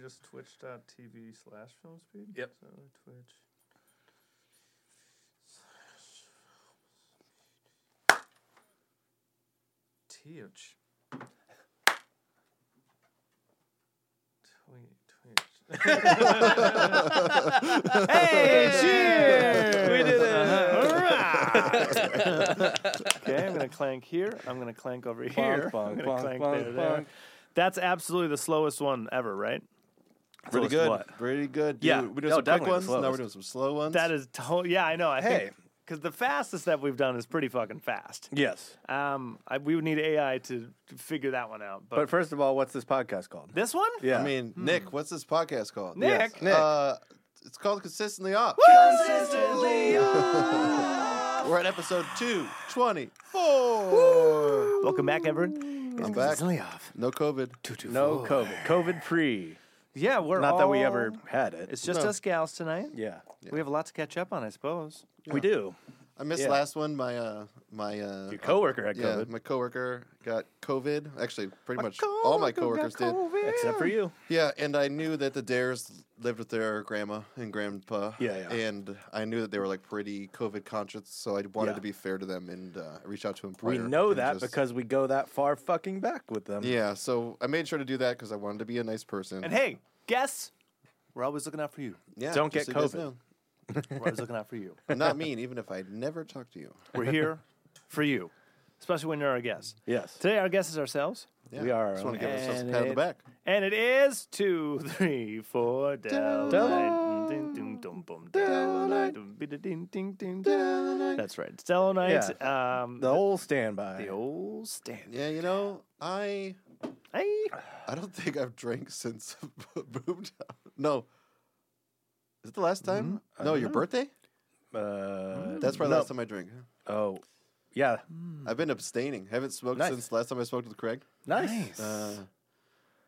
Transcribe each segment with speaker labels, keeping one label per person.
Speaker 1: just twitch.tv slash film speed?
Speaker 2: Yep.
Speaker 1: So Twitch. Twitch. Tweet, Twitch.
Speaker 3: Hey,
Speaker 1: cheers! We did it. okay, I'm gonna clank here. I'm gonna clank over here.
Speaker 3: bonk,
Speaker 1: I'm gonna
Speaker 3: bonk,
Speaker 1: clank
Speaker 3: bonk,
Speaker 1: there, there.
Speaker 3: bonk.
Speaker 1: That's absolutely the slowest one ever, right?
Speaker 3: Pretty
Speaker 2: Slowest
Speaker 3: good.
Speaker 2: what?
Speaker 3: Pretty good. Dude,
Speaker 2: Yeah.
Speaker 3: We're doing
Speaker 2: No,
Speaker 3: some quick
Speaker 2: definitely
Speaker 3: ones.
Speaker 2: the
Speaker 3: Now we're
Speaker 2: slowest.
Speaker 3: doing some slow ones.
Speaker 1: That is to- yeah, I know. I
Speaker 3: Hey.
Speaker 1: because the fastest that we've done is pretty fucking fast.
Speaker 2: Yes.
Speaker 1: Um, I, we would need AI to, to figure that one out. But,
Speaker 2: But first of all, what's this podcast called?
Speaker 1: this one,
Speaker 2: Yeah. Hmm.
Speaker 3: I mean, Nick, what's this podcast called?
Speaker 1: Nick?
Speaker 2: Nick.
Speaker 3: Uh, it's called Consistently Off.
Speaker 1: consistently.
Speaker 3: We're at episode 224.
Speaker 1: Welcome back, everyone.
Speaker 3: I'm back.
Speaker 2: off.
Speaker 3: No COVID.
Speaker 2: No COVID. COVID free.
Speaker 1: Yeah, we're
Speaker 2: Not that we
Speaker 1: all-
Speaker 2: ever had it.
Speaker 1: It's just
Speaker 3: No.
Speaker 1: us gals tonight.
Speaker 2: yeah.
Speaker 1: We have a lot to catch up on, I suppose.
Speaker 2: We do.
Speaker 3: I missed
Speaker 2: Yeah.
Speaker 3: last one. My uh, my uh,
Speaker 2: Your coworker had
Speaker 3: yeah,
Speaker 2: COVID,
Speaker 3: my coworker got COVID. Actually, pretty much all my coworkers did.
Speaker 2: except for you.
Speaker 3: Yeah, and I knew that the Dares lived with their grandma and grandpa.
Speaker 2: Yeah, yeah.
Speaker 3: And I knew that they were like pretty COVID conscious, so I wanted
Speaker 2: Yeah.
Speaker 3: to be fair to them and uh, reach out to them.
Speaker 2: We
Speaker 3: prior
Speaker 2: know
Speaker 3: and
Speaker 2: that
Speaker 3: just-
Speaker 2: because we go that far fucking back with them.
Speaker 3: Yeah, so I made sure to do that because I wanted to be a nice person.
Speaker 1: And hey, guess we're always looking out for you.
Speaker 3: yeah,
Speaker 2: don't
Speaker 3: just
Speaker 2: get
Speaker 3: so you guys
Speaker 2: COVID.
Speaker 1: We're always looking out for you.
Speaker 3: know. Not mean, even if I never talk to you.
Speaker 1: We're here for you, especially when you're our guest.
Speaker 2: Yes.
Speaker 1: Today, our guest is ourselves,
Speaker 3: Yeah,
Speaker 2: We are our
Speaker 3: Just want
Speaker 2: own
Speaker 3: to give ourselves a
Speaker 1: And
Speaker 3: pat on the
Speaker 1: it-
Speaker 3: back.
Speaker 1: and it is two, three, four, Dell. That's right. It's Dell Night. Um,
Speaker 2: The old standby.
Speaker 1: the old stand.
Speaker 3: Yeah, you know, I
Speaker 1: Hey.
Speaker 3: I don't think I've drank since Boomtown. No. Is it the last time? No, your birthday?
Speaker 2: uh,
Speaker 3: That's
Speaker 2: Mm-hmm. no.
Speaker 3: probably the last time I drank.
Speaker 2: Oh, yeah.
Speaker 3: I've been abstaining. Haven't smoked
Speaker 2: Nice.
Speaker 3: since last time I smoked with Craig.
Speaker 2: Nice.
Speaker 3: Uh,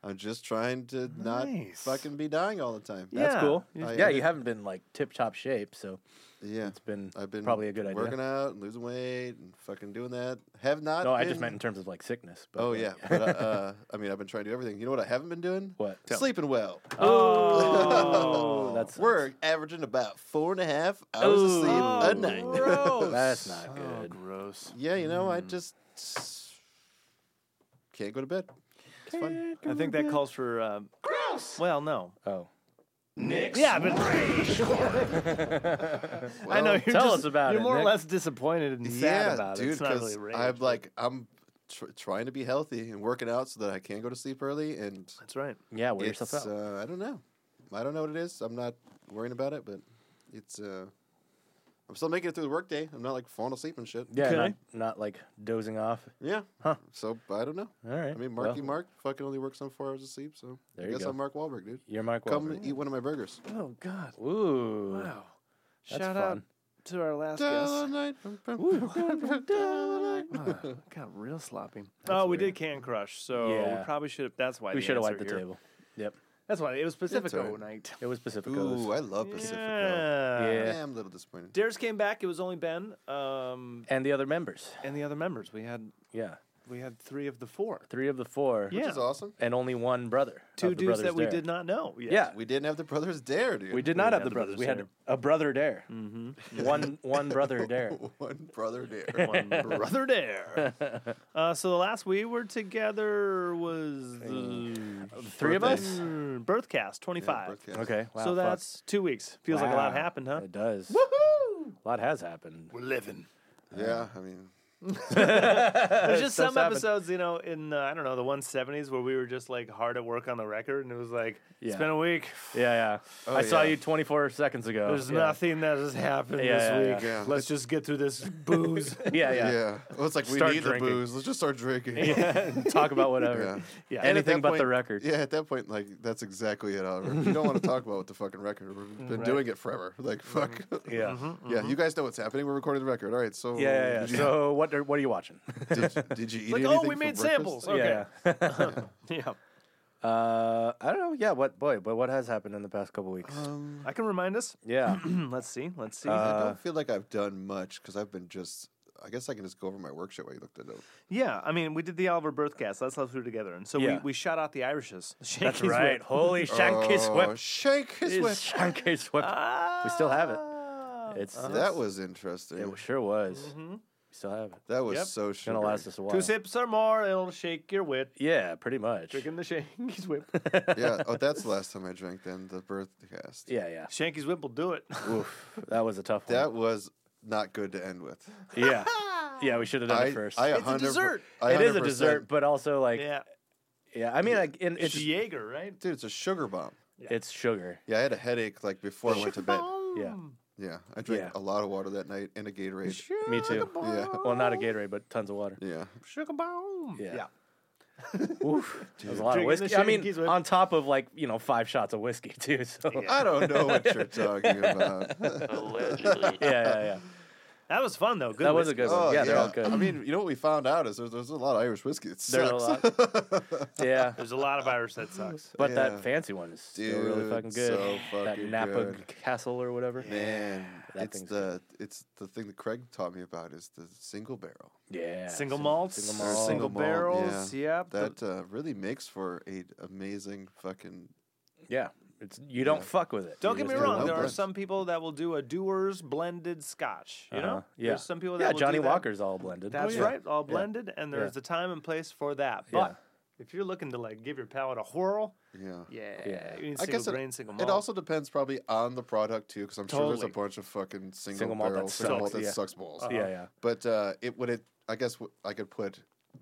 Speaker 3: I'm just trying to not
Speaker 1: Nice.
Speaker 3: fucking be dying all the time.
Speaker 1: Yeah.
Speaker 2: That's cool.
Speaker 1: You-
Speaker 3: I-
Speaker 2: yeah,
Speaker 3: I
Speaker 2: you
Speaker 3: did-
Speaker 2: haven't been like tip top shape, so
Speaker 3: Oh, Yeah.
Speaker 2: it's been,
Speaker 3: I've been
Speaker 2: probably a good idea.
Speaker 3: working out and losing weight and fucking doing that. Have not.
Speaker 2: no, I
Speaker 3: been-
Speaker 2: just meant in terms of like sickness. But
Speaker 3: Uh, Oh
Speaker 2: like,
Speaker 3: yeah, but uh, uh, I mean, I've been trying to do everything. You know what I haven't been doing?
Speaker 2: What?
Speaker 3: Sleeping well.
Speaker 2: Oh, that's
Speaker 3: We're averaging about four and a half hours of sleep
Speaker 1: Oh,
Speaker 3: a night.
Speaker 1: gross.
Speaker 2: That's not
Speaker 1: Oh,
Speaker 2: good.
Speaker 1: gross.
Speaker 3: yeah, you know, I just can't go to bed. It's fun.
Speaker 1: I think that calls for. Uh, gross! Well, no.
Speaker 2: Oh,
Speaker 1: Yeah, but I know.
Speaker 3: Well,
Speaker 1: You're
Speaker 2: tell
Speaker 1: just-
Speaker 2: us about
Speaker 1: You're
Speaker 2: it,
Speaker 1: more
Speaker 2: Nick.
Speaker 1: or less disappointed and sad about it.
Speaker 3: dude.
Speaker 1: It's not really
Speaker 3: 'cause
Speaker 1: rage.
Speaker 3: I'm like, I'm tr- trying to be healthy and working out so that I can go to sleep early. And
Speaker 1: That's right.
Speaker 2: yeah, wear
Speaker 3: it's,
Speaker 2: yourself out.
Speaker 3: uh, I don't know. I don't know what it is. I'm not worrying about it, but it's. Uh, I'm still making it through the workday. I'm not like falling asleep and shit.
Speaker 2: yeah,
Speaker 1: okay.
Speaker 2: not, not like dozing off.
Speaker 3: Yeah.
Speaker 2: Huh.
Speaker 3: So I don't know.
Speaker 2: All right.
Speaker 3: I mean, Marky
Speaker 2: well,
Speaker 3: Mark fucking only works on four hours of sleep, so
Speaker 2: There
Speaker 3: I
Speaker 2: you
Speaker 3: guess
Speaker 2: go.
Speaker 3: I'm Mark Wahlberg, dude.
Speaker 2: You're Mark
Speaker 3: Come
Speaker 2: Wahlberg.
Speaker 3: eat one of my burgers.
Speaker 1: Oh God!
Speaker 2: Ooh,
Speaker 1: Wow.
Speaker 2: that's
Speaker 1: Shout out
Speaker 2: fun.
Speaker 1: to our last
Speaker 3: Dollar
Speaker 1: guest.
Speaker 3: night.
Speaker 1: Ah, got real sloppy. oh, we did Can Crush, so
Speaker 2: Yeah.
Speaker 1: we probably should have. That's why
Speaker 2: We
Speaker 1: the
Speaker 2: should have
Speaker 1: answer
Speaker 2: wiped the
Speaker 1: here.
Speaker 2: table. Yep,
Speaker 1: That's why it was Pacifico
Speaker 3: right.
Speaker 1: night.
Speaker 2: it was Pacifico's.
Speaker 3: Ooh, I love Pacifico.
Speaker 1: Yeah.
Speaker 2: Yeah.
Speaker 3: Yeah, I'm a little disappointed.
Speaker 1: Dares came back. It was only Ben um,
Speaker 2: and the other members.
Speaker 1: and the other members. We had
Speaker 2: Yeah,
Speaker 1: we had three of the four.
Speaker 2: three of the four.
Speaker 1: Yeah.
Speaker 3: Which is awesome.
Speaker 2: and only one brother. of
Speaker 1: Two
Speaker 2: the
Speaker 1: dudes
Speaker 2: brothers
Speaker 1: that we
Speaker 2: dare.
Speaker 1: did not know. Yet.
Speaker 2: Yeah,
Speaker 3: We didn't have the brothers dare, dude.
Speaker 2: we did not
Speaker 1: didn't
Speaker 2: have the brothers. We had a brother dare. Mm-hmm. one one brother dare.
Speaker 3: One brother dare.
Speaker 1: One brother dare. Uh, so the last we were together was the
Speaker 2: Three of us.
Speaker 1: Mm, Birthcast 25.
Speaker 3: Broadcast.
Speaker 2: Okay. Wow,
Speaker 1: so
Speaker 2: fuck.
Speaker 1: that's two weeks. Feels like a lot
Speaker 2: Wow.
Speaker 1: happened, huh?
Speaker 2: It does. A lot has happened.
Speaker 1: We're living.
Speaker 3: Yeah, I mean,
Speaker 1: There's just
Speaker 2: Stuff's
Speaker 1: some
Speaker 2: happened.
Speaker 1: episodes, you know, in uh, I don't know the 170s where we were just like hard at work on the record, and it was like it's
Speaker 2: Yeah.
Speaker 1: been a week.
Speaker 2: Yeah, yeah.
Speaker 3: Oh,
Speaker 2: I saw
Speaker 3: yeah.
Speaker 2: you 24 seconds ago.
Speaker 1: There's
Speaker 2: yeah.
Speaker 1: nothing that has happened
Speaker 2: Yeah,
Speaker 1: this
Speaker 2: yeah, yeah.
Speaker 1: week.
Speaker 3: Yeah.
Speaker 1: Let's just get through this booze.
Speaker 2: Yeah,
Speaker 3: yeah.
Speaker 2: yeah.
Speaker 3: Well, it's like we
Speaker 2: Start
Speaker 3: need
Speaker 2: drinking.
Speaker 3: the booze. Let's just start drinking.
Speaker 2: Talk about whatever.
Speaker 3: Yeah.
Speaker 1: yeah.
Speaker 2: And
Speaker 3: And at
Speaker 2: Anything
Speaker 3: that
Speaker 2: but the
Speaker 3: point-
Speaker 2: record.
Speaker 3: Yeah, at that point, like that's exactly it. Oliver. You don't want to talk about what the fucking record. We've been doing it forever. Like fuck.
Speaker 2: Mm-hmm. Yeah. Mm-hmm,
Speaker 3: Yeah, you guys know what's happening. We're recording the record. All right, so
Speaker 2: Yeah, yeah, yeah.
Speaker 3: Did, you,
Speaker 2: So what are, what are you watching?
Speaker 3: did, did you eat
Speaker 1: like,
Speaker 3: anything?
Speaker 1: oh, we
Speaker 3: for
Speaker 1: made
Speaker 3: breakfast?
Speaker 1: samples. Okay.
Speaker 2: Yeah.
Speaker 1: yeah.
Speaker 2: uh, I don't know. Yeah, what boy, but what has happened in the past couple weeks?
Speaker 3: Uh,
Speaker 1: I can remind us.
Speaker 2: yeah.
Speaker 1: Let's see. Let's see.
Speaker 2: Uh,
Speaker 3: I don't feel like I've done much because I've been just I guess I can just go over my work shit while you looked it up.
Speaker 1: Yeah, I mean, we did the Oliver Birthcast. Let's love who together, and so
Speaker 2: Yeah.
Speaker 1: we, we shot out the Irishes.
Speaker 2: That's right. Holy Shanky
Speaker 3: Oh,
Speaker 2: Swift.
Speaker 3: shake his whip.
Speaker 2: Shanky Swift.
Speaker 1: Uh,
Speaker 2: We still have it.
Speaker 1: Ah.
Speaker 2: It's
Speaker 3: uh-huh. That was interesting.
Speaker 2: It sure was.
Speaker 1: Mm-hmm.
Speaker 2: We still have it.
Speaker 3: that was
Speaker 1: Yep.
Speaker 3: so
Speaker 2: It's
Speaker 3: sugary.
Speaker 2: gonna last us a while.
Speaker 1: Two sips or more, it'll shake your wit.
Speaker 2: Yeah, pretty much.
Speaker 1: Drinking the Shanky's whip.
Speaker 3: yeah. Oh, that's the last time I drank. Then the birthcast.
Speaker 2: Yeah, yeah.
Speaker 1: Shanky's whip will do it.
Speaker 2: Oof, that was a tough one.
Speaker 3: That was not good to end with.
Speaker 2: yeah, yeah. We should have done
Speaker 3: I,
Speaker 2: it first.
Speaker 3: I
Speaker 1: It's a
Speaker 3: 100
Speaker 1: dessert.
Speaker 3: I
Speaker 2: it is a
Speaker 3: 100%
Speaker 2: dessert, but also like, yeah.
Speaker 1: yeah,
Speaker 2: I mean, like, and
Speaker 1: it's
Speaker 2: it's
Speaker 1: Jaeger, right?
Speaker 3: dude. It's a sugar bomb.
Speaker 2: it's sugar.
Speaker 3: Yeah, I had a headache like before I went to bed.
Speaker 2: Yeah.
Speaker 3: Yeah, I drank
Speaker 2: Yeah.
Speaker 3: a lot of water that night and a Gatorade.
Speaker 2: Me too.
Speaker 3: Yeah.
Speaker 2: Well, not a Gatorade, but tons of water.
Speaker 3: Yeah,
Speaker 1: Sugar bomb.
Speaker 2: Yeah.
Speaker 1: yeah.
Speaker 2: Oof, that was a lot
Speaker 1: Drinking
Speaker 2: of
Speaker 1: the
Speaker 2: whiskey. I mean,
Speaker 1: Shanky's with-
Speaker 2: on top of like you know five shots of whiskey too. So yeah,
Speaker 3: I don't know what you're talking about.
Speaker 2: yeah, yeah.
Speaker 1: That was fun though. Good
Speaker 2: That was a
Speaker 1: whiskey.
Speaker 2: good one. yeah, they're all good.
Speaker 3: Oh, I mean, you know what we found out is there's, there's a lot of Irish whiskey. It
Speaker 2: There's a
Speaker 3: sucks.
Speaker 2: yeah,
Speaker 1: There's a lot of Irish that sucks.
Speaker 2: but
Speaker 3: Yeah.
Speaker 2: that fancy one is still really
Speaker 3: Dude,
Speaker 2: fucking good.
Speaker 3: so
Speaker 2: that
Speaker 3: fucking
Speaker 2: Napa
Speaker 3: good.
Speaker 2: G- Castle or whatever.
Speaker 3: Man,
Speaker 2: That
Speaker 3: it's
Speaker 2: thing's
Speaker 3: the it's the thing that Craig taught me about is the single barrel.
Speaker 2: Yeah,
Speaker 1: single
Speaker 2: so-
Speaker 1: malts,
Speaker 2: single
Speaker 1: single,
Speaker 2: malt.
Speaker 3: Single malt,
Speaker 1: barrels.
Speaker 3: yeah.
Speaker 1: Yep.
Speaker 3: That uh, really makes for a amazing fucking.
Speaker 2: Yeah, it's you don't fuck with it.
Speaker 1: Don't
Speaker 2: You
Speaker 1: get me
Speaker 2: just
Speaker 3: Yeah,
Speaker 1: wrong.
Speaker 3: no
Speaker 2: don't
Speaker 1: There are
Speaker 3: blend.
Speaker 1: some people that will do a Dewar's blended Scotch. You
Speaker 2: Uh-huh,
Speaker 1: know,
Speaker 2: yeah.
Speaker 1: There's some people that
Speaker 2: yeah, Oh,
Speaker 1: will
Speaker 2: Johnny
Speaker 1: do that.
Speaker 2: Walker's all blended.
Speaker 1: That's
Speaker 3: yeah.
Speaker 1: right, all blended, and there's a time and place for that. But if you're looking to like give your palate a whirl,
Speaker 3: Yeah.
Speaker 1: yeah,
Speaker 2: Yeah.
Speaker 1: you need
Speaker 3: I
Speaker 1: single
Speaker 3: guess it,
Speaker 1: grain, single
Speaker 3: it
Speaker 1: malt.
Speaker 3: also depends probably on the product too, because I'm sure there's a
Speaker 1: Totally.
Speaker 3: bunch of fucking single,
Speaker 2: Single malt that
Speaker 3: barrel single
Speaker 2: sucks,
Speaker 3: malt that
Speaker 2: yeah.
Speaker 3: sucks balls.
Speaker 2: Yeah, yeah.
Speaker 3: But uh, it would it I guess what I could put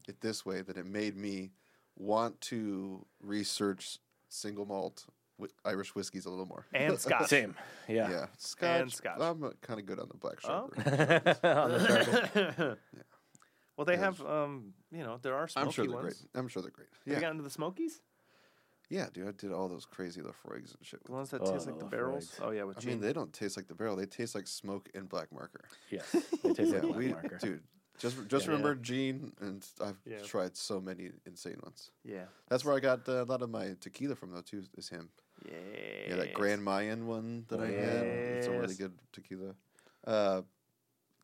Speaker 3: it this way that it made me want to research single malt with Irish whiskeys a little more.
Speaker 1: and Scotch.
Speaker 2: Same. Yeah.
Speaker 3: yeah, scotch.
Speaker 1: Scotch.
Speaker 3: I'm kind of good on the black
Speaker 1: Oh.
Speaker 3: sugar.
Speaker 1: Well, they have, um, you know, there are smoky
Speaker 3: I'm sure they're
Speaker 1: ones.
Speaker 3: great. I'm sure they're great.
Speaker 1: Have you
Speaker 3: Yeah,
Speaker 1: gotten to the Smokies?
Speaker 3: yeah, dude. I did all those crazy Lafroigs and shit.
Speaker 1: The
Speaker 3: With
Speaker 1: ones that
Speaker 2: Oh,
Speaker 1: taste
Speaker 2: the
Speaker 1: like the
Speaker 2: Lafroigs.
Speaker 1: barrels? Oh, yeah, with
Speaker 3: I mean,
Speaker 1: gin.
Speaker 3: they don't taste like the barrel. They taste like smoke and black marker.
Speaker 2: Yes. They taste like
Speaker 3: Yeah,
Speaker 2: black
Speaker 3: we,
Speaker 2: marker.
Speaker 3: dude. Just just
Speaker 2: Yeah.
Speaker 3: remember Gene, and I've
Speaker 1: Yeah.
Speaker 3: tried so many insane ones.
Speaker 1: yeah.
Speaker 3: That's where I got uh, a lot of my tequila from, though. Too is him.
Speaker 1: Yeah.
Speaker 3: Yeah, that Grand Mayan one that I had. It's a really
Speaker 1: Yes.
Speaker 3: good tequila. Uh,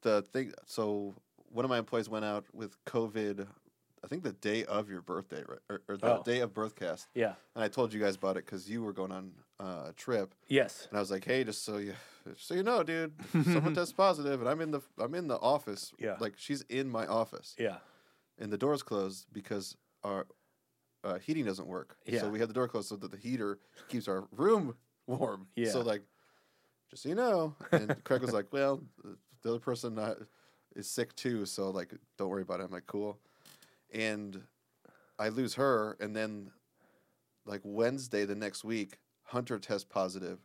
Speaker 3: the thing. So one of my employees went out with COVID. I think the day of your birthday, right? Or, or the
Speaker 2: Oh.
Speaker 3: day of birthcast.
Speaker 2: Yeah.
Speaker 3: And I told you guys about it because you were going on uh, a trip,
Speaker 2: Yes.
Speaker 3: and I was like, "Hey, just so you, just so you know, dude, someone tests positive, and I'm in the, I'm in the office.
Speaker 2: Yeah.
Speaker 3: like she's in my office,
Speaker 2: Yeah.
Speaker 3: and the door's closed because our uh, heating doesn't work.
Speaker 2: Yeah.
Speaker 3: So we had the door closed so that the heater keeps our room warm.
Speaker 2: Yeah.
Speaker 3: So like, just so you know. And Craig was like, "Well, the other person uh, is sick too, so like, don't worry about it." I'm like, "Cool." And I lose her, and then like Wednesday the next week, Hunter tests positive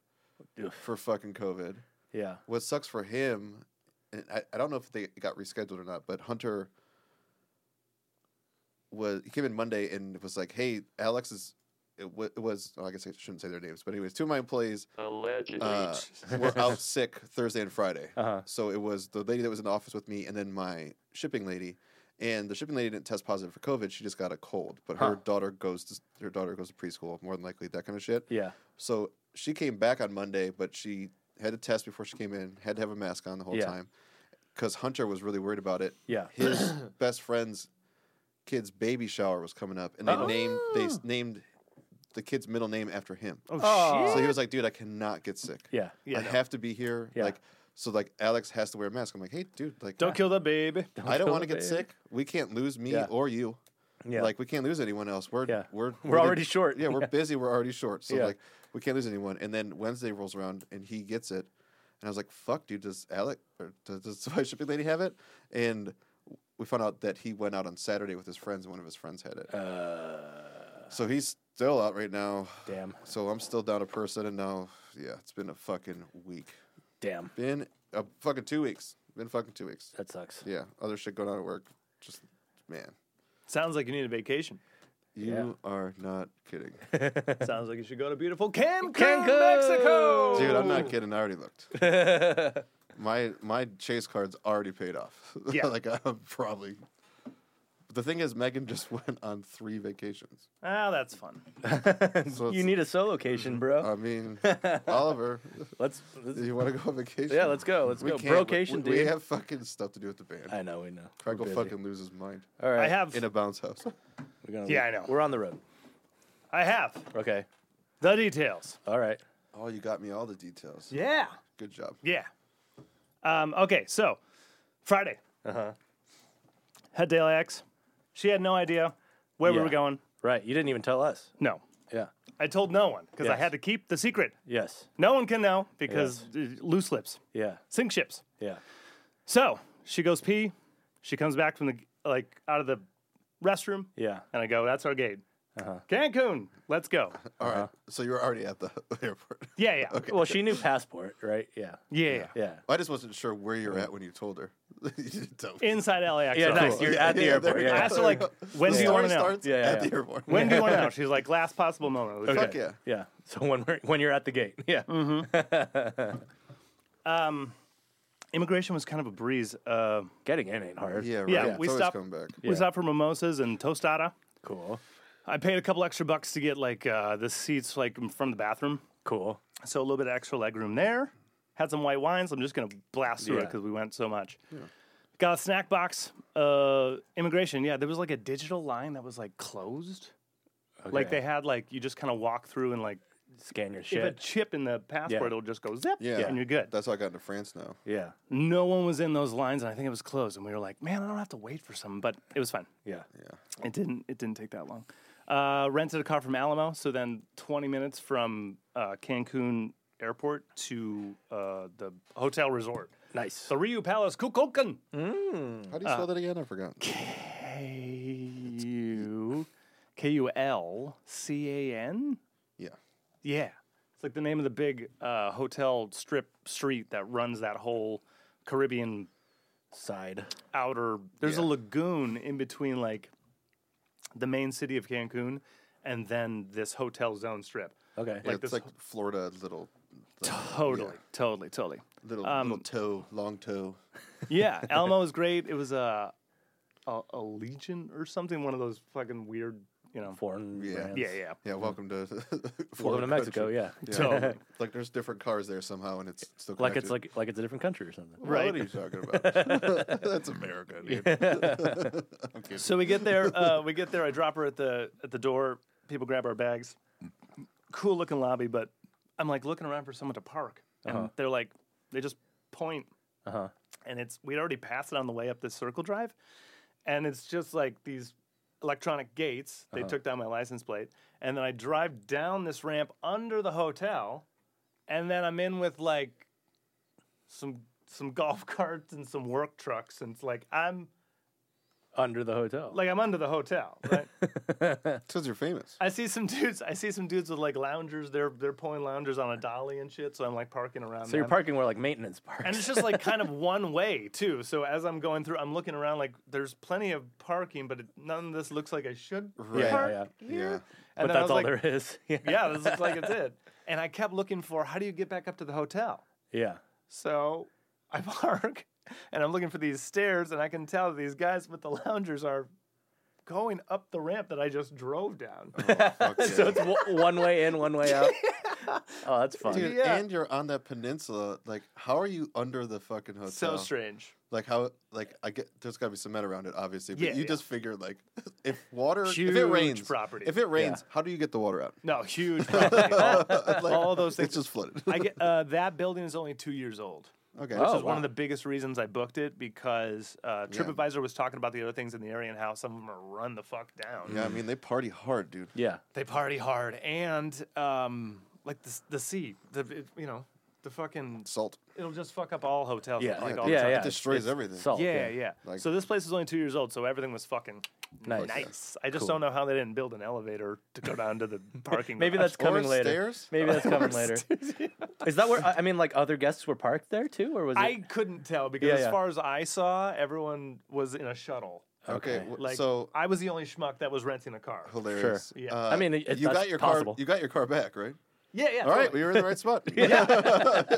Speaker 2: Oof.
Speaker 3: for fucking COVID
Speaker 2: Yeah.
Speaker 3: what sucks for him, and I, I don't know if they got rescheduled or not, but Hunter was he came in Monday and was like, "Hey, Alex is." It, w- it was oh, I guess I shouldn't say their names, but anyways, two of my employees
Speaker 4: Allegedly.
Speaker 3: uh, were out sick Thursday and Friday.
Speaker 2: Uh huh.
Speaker 3: So it was the lady that was in the office with me, and then my shipping lady. And the shipping lady didn't test positive for COVID; she just got a cold. But her
Speaker 2: Huh.
Speaker 3: daughter goes to s- her daughter goes to preschool, more than likely that kind of shit.
Speaker 2: Yeah.
Speaker 3: So she came back on Monday, but she had to test before she came in, had to have a mask on the whole
Speaker 2: Yeah.
Speaker 3: time. Because Hunter was really worried about it.
Speaker 2: Yeah.
Speaker 3: His best friend's kid's baby shower was coming up, and they
Speaker 2: Uh-oh.
Speaker 3: named they s- named the kid's middle name after him.
Speaker 1: Oh,
Speaker 2: Oh.
Speaker 1: shit.
Speaker 3: So he was like, "Dude, I cannot get sick.
Speaker 2: Yeah.
Speaker 1: Yeah,
Speaker 3: I
Speaker 1: no.
Speaker 3: have to be here."
Speaker 2: Yeah.
Speaker 3: Like, so like Alex has to wear a mask. I'm like, "Hey, dude, like,
Speaker 1: Don't kill the baby.
Speaker 3: I don't
Speaker 2: kill
Speaker 3: want to
Speaker 2: the
Speaker 3: get
Speaker 2: baby."
Speaker 3: sick. We can't lose me
Speaker 2: Yeah.
Speaker 3: or you.
Speaker 2: Yeah.
Speaker 3: Like we can't lose anyone else. We're
Speaker 2: Yeah.
Speaker 3: we're
Speaker 2: We're
Speaker 3: the-
Speaker 2: already short.
Speaker 3: Yeah, we're
Speaker 2: Yeah.
Speaker 3: busy. We're already short. So
Speaker 2: Yeah.
Speaker 3: like we can't lose anyone. And then Wednesday rolls around and he gets it, and I was like, "Fuck, dude, does Alec or does, does my shipping lady have it?" And we found out that he went out on Saturday with his friends, and one of his friends had it.
Speaker 2: uh,
Speaker 3: so he's still out right now.
Speaker 2: damn.
Speaker 3: So I'm still down a person, and now yeah, it's been a fucking week.
Speaker 2: Damn.
Speaker 3: Been a fucking two weeks. Been fucking two weeks.
Speaker 2: That sucks.
Speaker 3: Yeah, other shit going on at work. Just man,
Speaker 1: Sounds like you need a vacation.
Speaker 3: you are not kidding.
Speaker 1: Sounds like you should go to beautiful Cancun,
Speaker 2: Cancun!
Speaker 1: Mexico.
Speaker 3: Dude, I'm
Speaker 2: Oh.
Speaker 3: not kidding. I already looked. my my Chase card's already paid off.
Speaker 1: Yeah.
Speaker 3: like I'm probably The thing is, Megan just went on three vacations.
Speaker 1: Ah, that's fun.
Speaker 3: So
Speaker 2: you
Speaker 3: it's-
Speaker 2: need a solocation, bro.
Speaker 3: I mean, Oliver,
Speaker 2: let's, let's-
Speaker 3: you want to go on vacation?
Speaker 2: Yeah, let's go. Let's
Speaker 3: We
Speaker 2: go.
Speaker 3: can't. We-
Speaker 2: Brocation,
Speaker 3: we, we
Speaker 2: dude.
Speaker 3: have fucking stuff to do with the band.
Speaker 2: I know, we know.
Speaker 3: Craig will
Speaker 2: We're busy.
Speaker 3: fucking lose his mind
Speaker 2: All right.
Speaker 1: I have.
Speaker 3: in a bounce house.
Speaker 2: We're gonna
Speaker 1: Yeah,
Speaker 2: leave.
Speaker 1: I know.
Speaker 2: We're on the road.
Speaker 1: I have
Speaker 2: Okay.
Speaker 1: the details.
Speaker 2: All right.
Speaker 3: Oh, you got me all the details.
Speaker 1: Yeah.
Speaker 3: Good job.
Speaker 1: Yeah. Um, okay, so Friday. Uh
Speaker 2: Uh-huh.
Speaker 1: huh. Had Daily X. She had no idea where we
Speaker 2: Yeah.
Speaker 1: were going.
Speaker 2: Right. You didn't even tell us.
Speaker 1: No.
Speaker 2: Yeah.
Speaker 1: I told no one because I
Speaker 2: Yes.
Speaker 1: had to keep the secret.
Speaker 2: Yes.
Speaker 1: No one can know because uh, loose lips,
Speaker 2: Yeah.
Speaker 1: sink ships.
Speaker 2: Yeah.
Speaker 1: So she goes pee. She comes back from the like out of the restroom,
Speaker 2: Yeah.
Speaker 1: and I go, "That's our gate,
Speaker 2: Uh-huh.
Speaker 1: Cancun. Let's go."
Speaker 3: All right. So you were already at the airport.
Speaker 1: Yeah, yeah,
Speaker 2: Well, she knew passport, right? Yeah.
Speaker 1: yeah, yeah.
Speaker 2: Yeah.
Speaker 3: I just wasn't sure where you were at when you told her. you didn't tell me.
Speaker 1: Inside LAX.
Speaker 2: Yeah,
Speaker 1: office.
Speaker 2: nice. You're
Speaker 3: Yeah,
Speaker 2: at the
Speaker 3: yeah,
Speaker 2: airport.
Speaker 3: there we
Speaker 1: I
Speaker 3: go.
Speaker 2: Yeah.
Speaker 1: asked her like, "When
Speaker 3: The
Speaker 1: do you want
Speaker 3: story
Speaker 1: to know?
Speaker 3: starts
Speaker 2: Yeah,
Speaker 3: at
Speaker 2: yeah.
Speaker 3: the airport.
Speaker 1: When do you want to know?" She's like, "Last possible moment." I was like,
Speaker 3: Fuck yeah.
Speaker 2: Yeah. So when we're when you're at the gate. Yeah.
Speaker 1: Mm. Um, Immigration was kind of a breeze. Uh,
Speaker 2: Getting in ain't hard.
Speaker 3: Yeah, right.
Speaker 1: Yeah,
Speaker 3: It's
Speaker 1: we
Speaker 3: always
Speaker 1: stopped-
Speaker 3: come back.
Speaker 1: We stopped for mimosas and tostada.
Speaker 2: Cool.
Speaker 1: I paid a couple extra bucks to get like uh, the seats like from the bathroom,
Speaker 2: Cool.
Speaker 1: so a little bit of extra leg room there. Had some white wines. I'm just gonna blast through it
Speaker 2: Yeah.
Speaker 1: because we went so much. Got a snack box. Uh, immigration. Yeah, there was like a digital line that was like closed. Like
Speaker 2: Okay.
Speaker 1: they had like you just kind of walk through and like
Speaker 2: scan your
Speaker 1: if a
Speaker 2: shit.
Speaker 1: chip in the passport,
Speaker 2: Yeah.
Speaker 1: it'll just go zip.
Speaker 3: Yeah.
Speaker 1: and you're good.
Speaker 3: That's how I got into France now.
Speaker 2: Yeah.
Speaker 1: No one was in those lines, and I think it was closed. And we were like, man, I don't have to wait for some, but it was fun.
Speaker 2: Yeah.
Speaker 1: It didn't. It didn't take that long. Uh, rented a car from Alamo, so then 20 minutes from uh, Cancun Airport to uh, the hotel resort,
Speaker 2: Nice. Mm.
Speaker 1: the Ryu Palace, Kukulkan.
Speaker 3: How do you
Speaker 1: Uh,
Speaker 3: spell that again? I forgot.
Speaker 1: K-U- K-U-L-C-A-N?
Speaker 3: Yeah.
Speaker 1: Yeah, it's like the name of the big uh, hotel strip street that runs that whole Caribbean
Speaker 2: Side.
Speaker 1: outer. There's a
Speaker 3: Yeah.
Speaker 1: lagoon in between like the main city of Cancun and then this hotel zone strip.
Speaker 2: Okay.
Speaker 1: Like
Speaker 3: it's
Speaker 1: this-
Speaker 3: like Florida little
Speaker 1: Totally, totally, totally.
Speaker 3: little
Speaker 1: Um,
Speaker 3: little toe, long toe.
Speaker 1: Yeah, Alamo was great. It was a, a a legion or something. One of those fucking weird, you know.
Speaker 2: foreign.
Speaker 3: Yeah.
Speaker 2: brands.
Speaker 1: Yeah, yeah.
Speaker 3: Yeah, welcome to
Speaker 2: Welcome
Speaker 3: Florida
Speaker 2: to Mexico.
Speaker 3: country.
Speaker 2: Yeah.
Speaker 1: Totally.
Speaker 3: Like there's different cars there somehow, and it's still
Speaker 2: Like it's
Speaker 3: connected.
Speaker 2: like like it's a different country or something.
Speaker 1: Right.
Speaker 3: What are you talking about? That's America, dude.
Speaker 1: So we get there. Uh, we get there. I drop her at the at the door. People grab our bags. Cool looking lobby, but I'm like looking around for someone to park, and they're like, they just point,
Speaker 2: Uh-huh.
Speaker 1: and it's we'd already passed it on the way up this circle drive, and it's just like these electronic gates. They took down my license plate, and then I drive down this ramp under the hotel, and then I'm in with like some some golf carts and some work trucks, and it's like I'm
Speaker 2: Under the hotel.
Speaker 1: like I'm under the hotel, right?
Speaker 3: Because you're famous.
Speaker 1: I see some dudes. I see some dudes with like loungers. They're they're pulling loungers on a dolly and shit. So I'm like parking around.
Speaker 2: so you're
Speaker 1: them.
Speaker 2: parking where like maintenance parks.
Speaker 1: and it's just like kind of one way too. So as I'm going through, I'm looking around. Like there's plenty of parking, but it, none of this looks like I should
Speaker 3: Right. Yeah,
Speaker 1: park
Speaker 2: yeah,
Speaker 1: here.
Speaker 3: Yeah.
Speaker 1: And
Speaker 2: but
Speaker 1: then I
Speaker 2: that's
Speaker 1: was
Speaker 2: all
Speaker 1: like,
Speaker 2: there is. Yeah.
Speaker 1: Yeah, this looks like it did. And I kept looking for how do you get back up to the hotel.
Speaker 2: Yeah.
Speaker 1: So I park and I'm looking for these stairs, and I can tell that these guys with the loungers are going up the ramp that I just drove down.
Speaker 2: Oh,
Speaker 3: Fuck yeah.
Speaker 2: So it's w- one way in, one way out. Oh, that's fun.
Speaker 3: Dude,
Speaker 1: Yeah.
Speaker 3: and you're on that peninsula. Like, how are you under the fucking hotel?
Speaker 2: uh,
Speaker 1: so strange.
Speaker 3: Like, how? Like, I get there's got to be cement around it, obviously. But
Speaker 1: Yeah,
Speaker 3: you
Speaker 1: yeah.
Speaker 3: just figure like, if water, if it
Speaker 1: Huge
Speaker 3: rains,
Speaker 1: property.
Speaker 3: If it rains, how do you get the water out?
Speaker 1: No, huge. property. all, all those things.
Speaker 3: It's just flooded.
Speaker 1: I get uh, that building is only two years old.
Speaker 3: okay.
Speaker 1: This
Speaker 2: Oh,
Speaker 1: is one
Speaker 2: wow.
Speaker 1: of the biggest reasons I booked it because uh, TripAdvisor was talking about the other things in the area and how some of them are run the fuck down.
Speaker 3: Yeah, I mean they party hard, dude.
Speaker 2: Yeah.
Speaker 1: They party hard and um, like the, s- the sea, the it- you know the fucking
Speaker 3: Salt.
Speaker 1: it'll just fuck up all hotels.
Speaker 2: Yeah.
Speaker 1: like
Speaker 3: Yeah,
Speaker 1: all
Speaker 2: yeah,
Speaker 1: the time.
Speaker 2: yeah.
Speaker 3: It destroys
Speaker 2: It's
Speaker 3: everything.
Speaker 2: Salt.
Speaker 1: Yeah, yeah.
Speaker 3: Like-
Speaker 1: so this place is only two years old, so everything was fucking
Speaker 2: Nice.
Speaker 1: nice. I just don't know how they didn't build an elevator to go down to the parking.
Speaker 2: Maybe
Speaker 1: garage.
Speaker 2: that's coming
Speaker 3: Or
Speaker 2: later.
Speaker 3: stairs?
Speaker 2: Maybe that's coming later. Is that where I I mean, like other guests were parked there too, or was it?
Speaker 1: I couldn't tell because
Speaker 2: Yeah,
Speaker 1: as
Speaker 2: yeah.
Speaker 1: far as I saw, everyone was in a shuttle.
Speaker 3: Okay.
Speaker 2: Okay.
Speaker 3: w-
Speaker 1: Like
Speaker 3: so
Speaker 1: I was the only schmuck that was renting a car.
Speaker 3: hilarious.
Speaker 1: Yeah.
Speaker 3: Uh,
Speaker 2: I mean, it-
Speaker 3: you
Speaker 2: that's
Speaker 3: got your
Speaker 2: possible.
Speaker 3: car. You got your car back, right?
Speaker 1: Yeah, yeah.
Speaker 3: All right,
Speaker 1: totally.
Speaker 3: we were in the right spot.